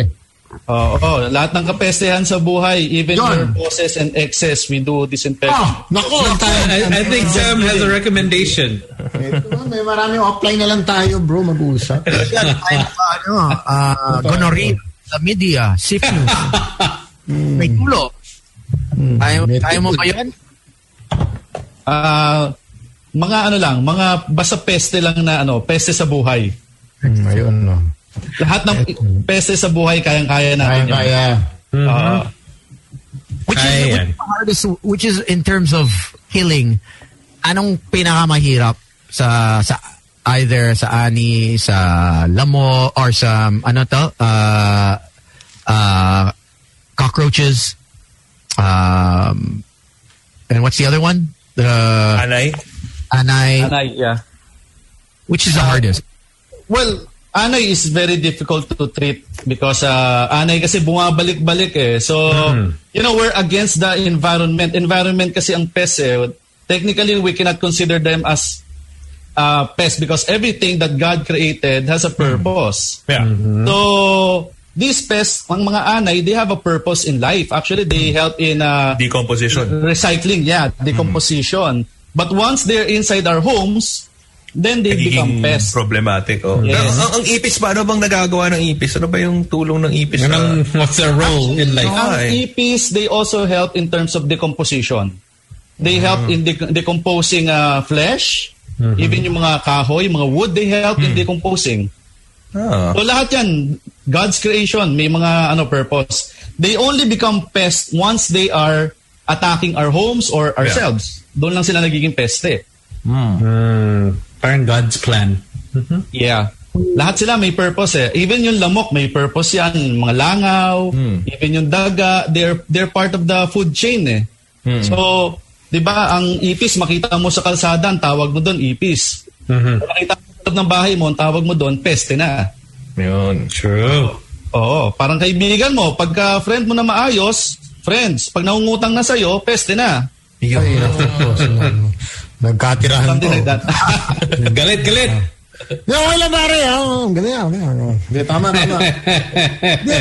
Oo, oh, lahat ng kapestehan sa buhay, even your Yun. bosses and exes, we do disinfection. Ah, nako, tayo. I, I think Sam has a recommendation. Ito, diba, may maraming offline na lang tayo, bro, mag-uusap. Ah. ano, uh, gonorrhea, chlamydia, syphilis. may tulo. Tayo, Hmm, may tayo mo tulo. ba yun? Ah, mga ano lang, mga basta peste lang na ano, peste sa buhay. Hmm, ayun, no. Lahat ng peste sa buhay kayang-kaya natin. yun. Kaya-kaya. Oo. Which is, Ayan. which is the hardest, which is in terms of killing, anong pinakamahirap sa sa either sa ani, sa lamo, or sa um, ano to, uh, uh, cockroaches, um, and what's the other one? The Anay. anay, Anay, yeah. which is the hardest. Well, anay is very difficult to treat because uh, anay kasi bumabalik-balik eh. So, you know, we're against the environment. Environment kasi ang pest eh. Technically, we cannot consider them as uh, pest because everything that God created has a purpose. Yeah. So, these pests, ang mga anay, they have a purpose in life. Actually, they help in uh, Decomposition. recycling, yeah, decomposition. But once they're inside our homes, then they become Nagiging pests. problematic. Oh. Yes. Pero Ang, ang ipis ba? Ano bang nagagawa ng ipis? Ano ba yung tulong ng ipis? Yun ang, na- Um, what's their role in life? no. Ang Ay. EPs, they also help in terms of decomposition. They help in de- decomposing uh, flesh, even yung mga kahoy, mga wood, they help in decomposing. Ah. So lahat yan, God's creation, may mga ano purpose. They only become pests once they are attacking our homes or ourselves. Doon lang sila nagiging peste. Hmm. Parang God's plan. Yeah. Lahat sila may purpose eh. Even yung lamok may purpose yan. Mga langaw, even yung daga, they're, they're part of the food chain eh. So, di ba, ang ipis, makita mo sa kalsada, ang tawag mo doon ipis. Makita mo sa loob ng bahay mo, ang tawag mo doon, peste na. Yun. True. Oo, parang kaibigan mo, pagka friend mo na maayos, friends, pag nangungutang na sa'yo, peste na. Ay, nako, sinabi mo. Nagkatirahan Something ko. like that. Galit, galit. No, wala pare. Oh, ganyan, ganyan. ganyan. Hindi, tama, tama. Hindi,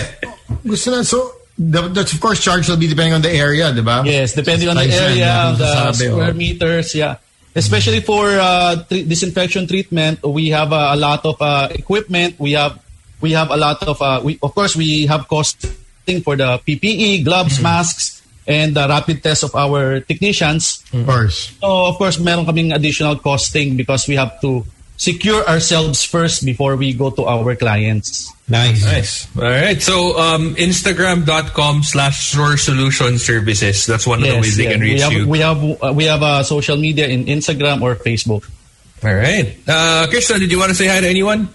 gusto na. So, the- that's of course, charge will be depending on the area, di Ah, ba? Yes, depending on the Size yan, area, yan, the sasabi, square oh. meters, yeah. Especially for uh, tre- disinfection treatment, we have uh, a lot of uh, equipment. We have we have a lot of uh, we of course we have costing for the PPE, gloves, Mm-hmm. masks, and the rapid test of our technicians. Of course. So of course, meron kaming additional costing because we have to secure ourselves first before we go to our clients. Nice. Nice. All right. So, um, Instagram.com slash Shore Solution Services. That's one of the ways they yeah. can reach we have, you. We have uh, we have uh, social media in Instagram or Facebook. All right. Uh, Krishna, did you want to say hi to anyone?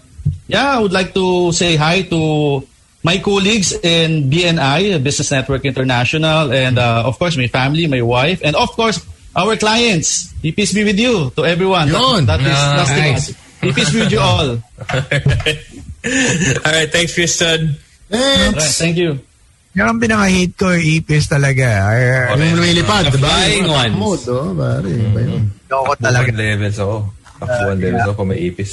Yeah, I would like to say hi to my colleagues in BNI, Business Network International, and uh, of course, my family, my wife, and of course, our clients. Peace be with you to everyone. Yun. That, that is that's the Nice. one. Peace be with you all. All right. Thanks, Krishna. Alright, Thanks. thank you. Yan ang pinaka-hate ko, ipis talaga. Ay, ay, Yung lumilipad, di ba? flying Yung ones. Mood, oh, pare. Iba yun. Ayoko talaga. Talaga. levels ako. Kapuan levels ako kung may ipis.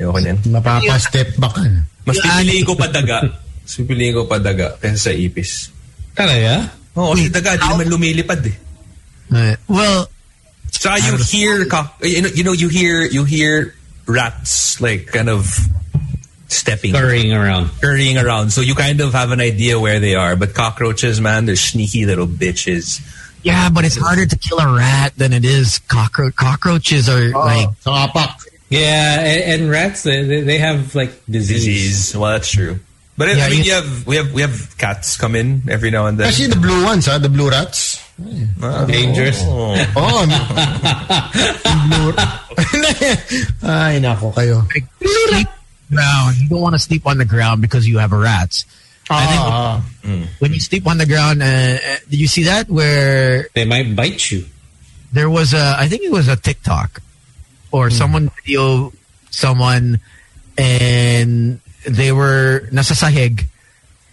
Ayoko niyan. Napapa-step back. ah. Mas pipiliin ko pa daga. Mas pipiliin ko pa daga kaysa sa ipis. Talaga? Oo, oh, kasi daga, di naman lumilipad eh. Eh, Well, Tsaka you hear, ka- you know, you know, you hear, you hear rats like kind of stepping. Scurrying around. scurrying around. So you kind of have an idea where they are. But cockroaches, man, they're sneaky little bitches. yeah, but it's harder to kill a rat than it is cockroach. Cockroaches are like, Sa kapak. Yeah, and, and rats, they, they they have like disease. Disease. Well, that's true. But I- Yeah, I mean, you- you have we have we have cats come in every now and then. Especially the blue ones, ah, the blue rats. Dangerous. Oh. Oh, I'm- blue. Ay, nako kayo. like sleep ground. You don't want to sleep on the ground because you have rats. Ah, When you sleep on the ground, uh, uh, did you see that where They might bite you. there was a I think it was a TikTok or someone video someone and they were nasa sahig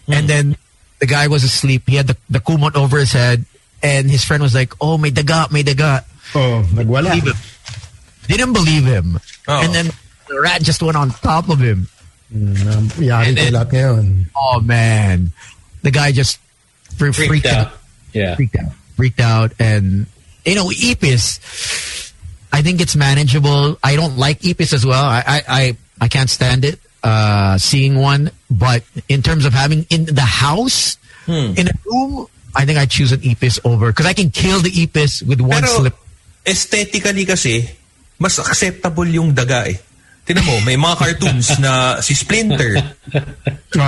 and then the guy was asleep. He had the, the kumot over his head and his friend was like, Oh may daga, may daga. oh, nagwala. Believe him. Didn't believe him. Oh. And then the rat just went on top of him. Yari ko lahat ngayon. Oh man. The guy just fre- freaked, Freaked out. out. Yeah. freaked out, freaked out, and you know, Epis. I think it's manageable. I don't like Epis as well. I I I, I can't stand it. Uh, seeing one, but in terms of having in the house, in a room, I think I choose an Epis over because I can kill the Epis with one Pero slip. aesthetically kasi, mas acceptable yung daga eh. Tinan mo, may mga cartoons na si Splinter,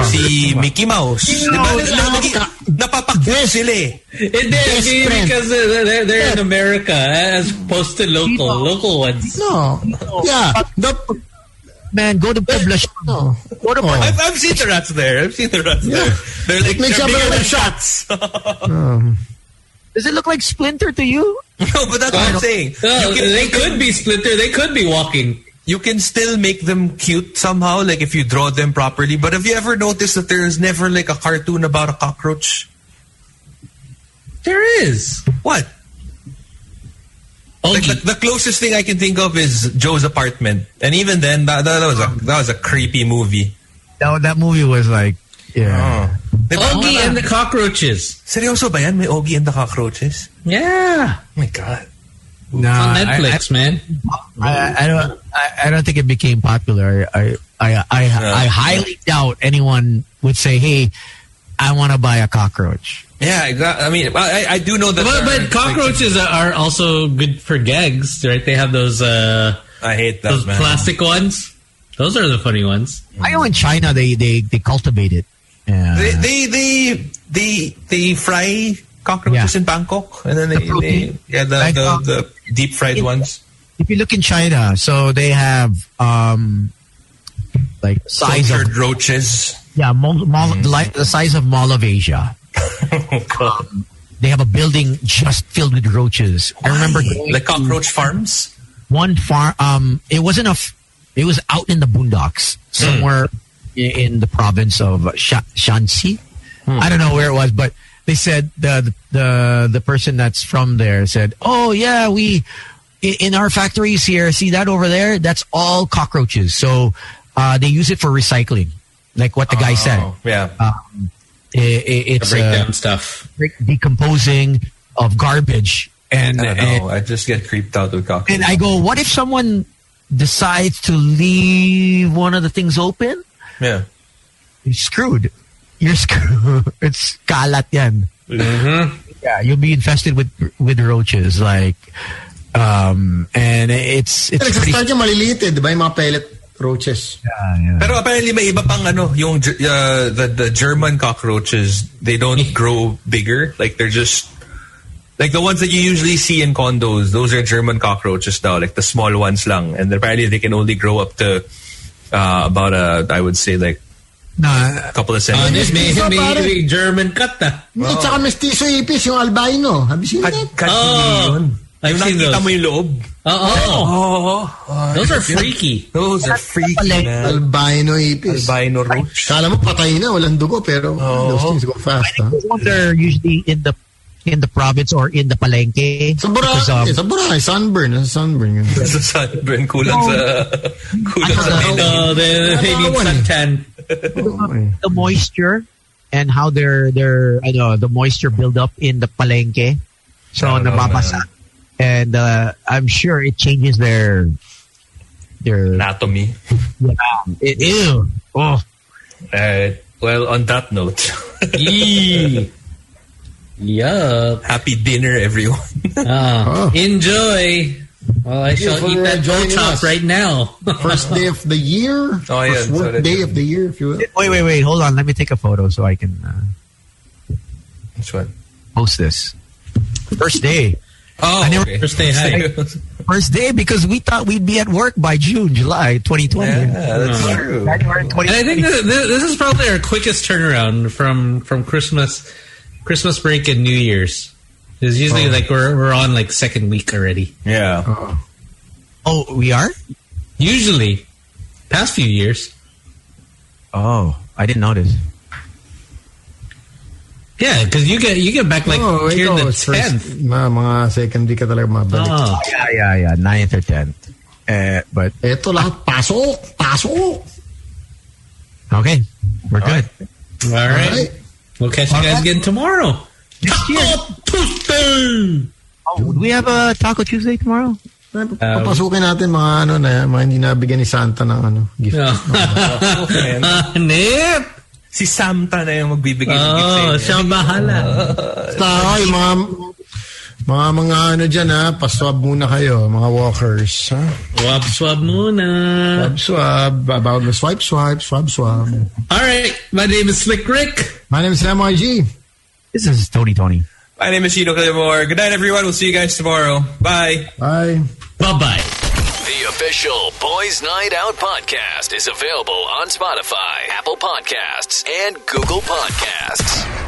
si Mickey Mouse. Diba? Di ba? Nag- Napapag-dress sila eh. It did see, friend. because they're, they're, they're in America as opposed to local local ones. No. Yeah. The, Man, go to Puebla. Shop. no. Go to Puebla. I've, I've seen the rats there. I've seen the rats there. They're like, Make they're sure bigger they're than shots. Um, Does it look like Splinter to you? No, but that's what I'm saying. Oh, You can, they could be splinter. They could be walking. you can still make them cute somehow, like if you draw them properly. But have you ever noticed that there is never like a cartoon about a cockroach? There is. What? Like, the, the closest thing I can think of is Joe's apartment, and even then, that, that was a that was a creepy movie. That that movie was like, yeah. Oh. Oggy and the cockroaches. Seryoso ba yan? May Ogie and the cockroaches? Yeah. Oh my God. No, on Netflix, man. I, I don't. I, I don't think it became popular. I I I, I highly doubt anyone would say, "Hey, I want to buy a cockroach." Yeah, exactly. I mean, I, I do know that. But, there are- but cockroaches are also good for gags, right? They have those uh, I hate those those, man. plastic ones. Those are the funny ones. I know in China they they they cultivate it. Yeah. They, they they they they fry cockroaches Yeah. in Bangkok, and then they, The protein. they yeah the, Like, um, the, the deep fried it- ones. if you look in China, so they have um like size of Cultured roaches. yeah, mol, mol, like the size of Mall of Asia. Um, they have a building just filled with roaches. I remember going like cockroach farms. one farm. Um, it wasn't a. F- it was out in the boondocks somewhere i- in, the province of Sha- Shanxi. I don't know where it was, but they said the, the the person that's from there said, "Oh yeah, we in, in our factories here. See that over there? That's all cockroaches. So uh, they use it for recycling, like what the guy said. Oh, yeah. I- i- Eh, it's Breakdown uh, stuff. decomposing of garbage, and I don't and- know. I just get creeped out with cockroaches. and I go, what if someone decides to leave one of the things open? yeah. You're screwed. You're screwed. It's kalat yan. Yeah, you'll be infested with with roaches. Like, um, and it's it's pretty. Nagsastart yung maliliit eh, di ba? Yung mga pellet roaches. Yeah, yeah. Pero apparently may iba pang ano, yung Ge- uh, the, the German cockroaches, they don't grow bigger. Like they're just like the ones that you usually see in condos, those are German cockroaches now, like the small ones lang. And apparently they can only grow up to uh, about a, I would say like No, a couple of Uh, this centimeters. may, Isa, may, pare. may German cut na. Hindi, tsaka mestizo ipis, yung albino. Have you seen Kat- that? kat- Oh, yun. I've Yung seen nakikita those. mo yung loob. Oh, Oh, oh, those are freaky. those are freaky, man. Albino ipis. Albino roach. Kala mo patay na, walang dugo, pero those things go fast. Ha? no wonder usually in the in the province or in the palengke. Sa Boracay, because, um, eh, sa Boracay, sunburn, ah, sunburn. yun. Sa sunburn, kulang sa, kulang Ano sa daw? melanin. No, they, they need suntan. the moisture and how their their I know the moisture build up in the palengke. So I don't know, nababasa. man. And uh, I'm sure it changes their their anatomy. it, ew. Oh, Uh, well, on that note, Yee. Yup. happy dinner, everyone. Ah, Oh. Enjoy. Well, I shall for, eat uh, that goat joining top us. right now. First day of the year, Oh, yeah, first work sorry. day of the year, if you will. wait, wait, wait. Hold on. Let me take a photo so I can uh, Which one? post this. First day. Oh, I never- okay. First day, hi. First day because we thought we'd be at work by June, July 2020. yeah, that's Hmm. No. true. January 2020. And I think that this, this is probably our quickest turnaround from from Christmas, Christmas break and New Year's. Because Oh. usually like we're we're on like second week already. Yeah. Oh, we are? Usually, past few years. Oh, I didn't notice. Yeah, because you get you get back like oh, here ikaw, the it's first, tenth. mga, mga second week ka talaga mabalik. Oh, Yeah, yeah, yeah. 9th or 10th. Uh, but Eto lahat, pasok! Pasok! okay, we're good. all right. Alright. We'll catch you guys again tomorrow. Oh, do we have a Taco Tuesday tomorrow? Um, Papasukin natin mga ano na yan, mga hindi nabigyan ni Santa ng ano, gift. Nip. Si Samta na yung magbibigay ng gift sa Oh, inyo. siya ang bahala. Tao, yung mga, mga mga ano dyan ha, paswab muna kayo, mga walkers. Ha? Swab swab muna. Swab, swab, bawal na swipe, swipe, swab, swab. All right, my name is Slick Rick. My name is MIG. This is Tony Tony. My name is Shino Clemore. Good night, everyone. We'll see you guys tomorrow. Bye. Bye. Bye bye. The official Boys Night Out podcast is available on Spotify, Apple Podcasts, and Google Podcasts.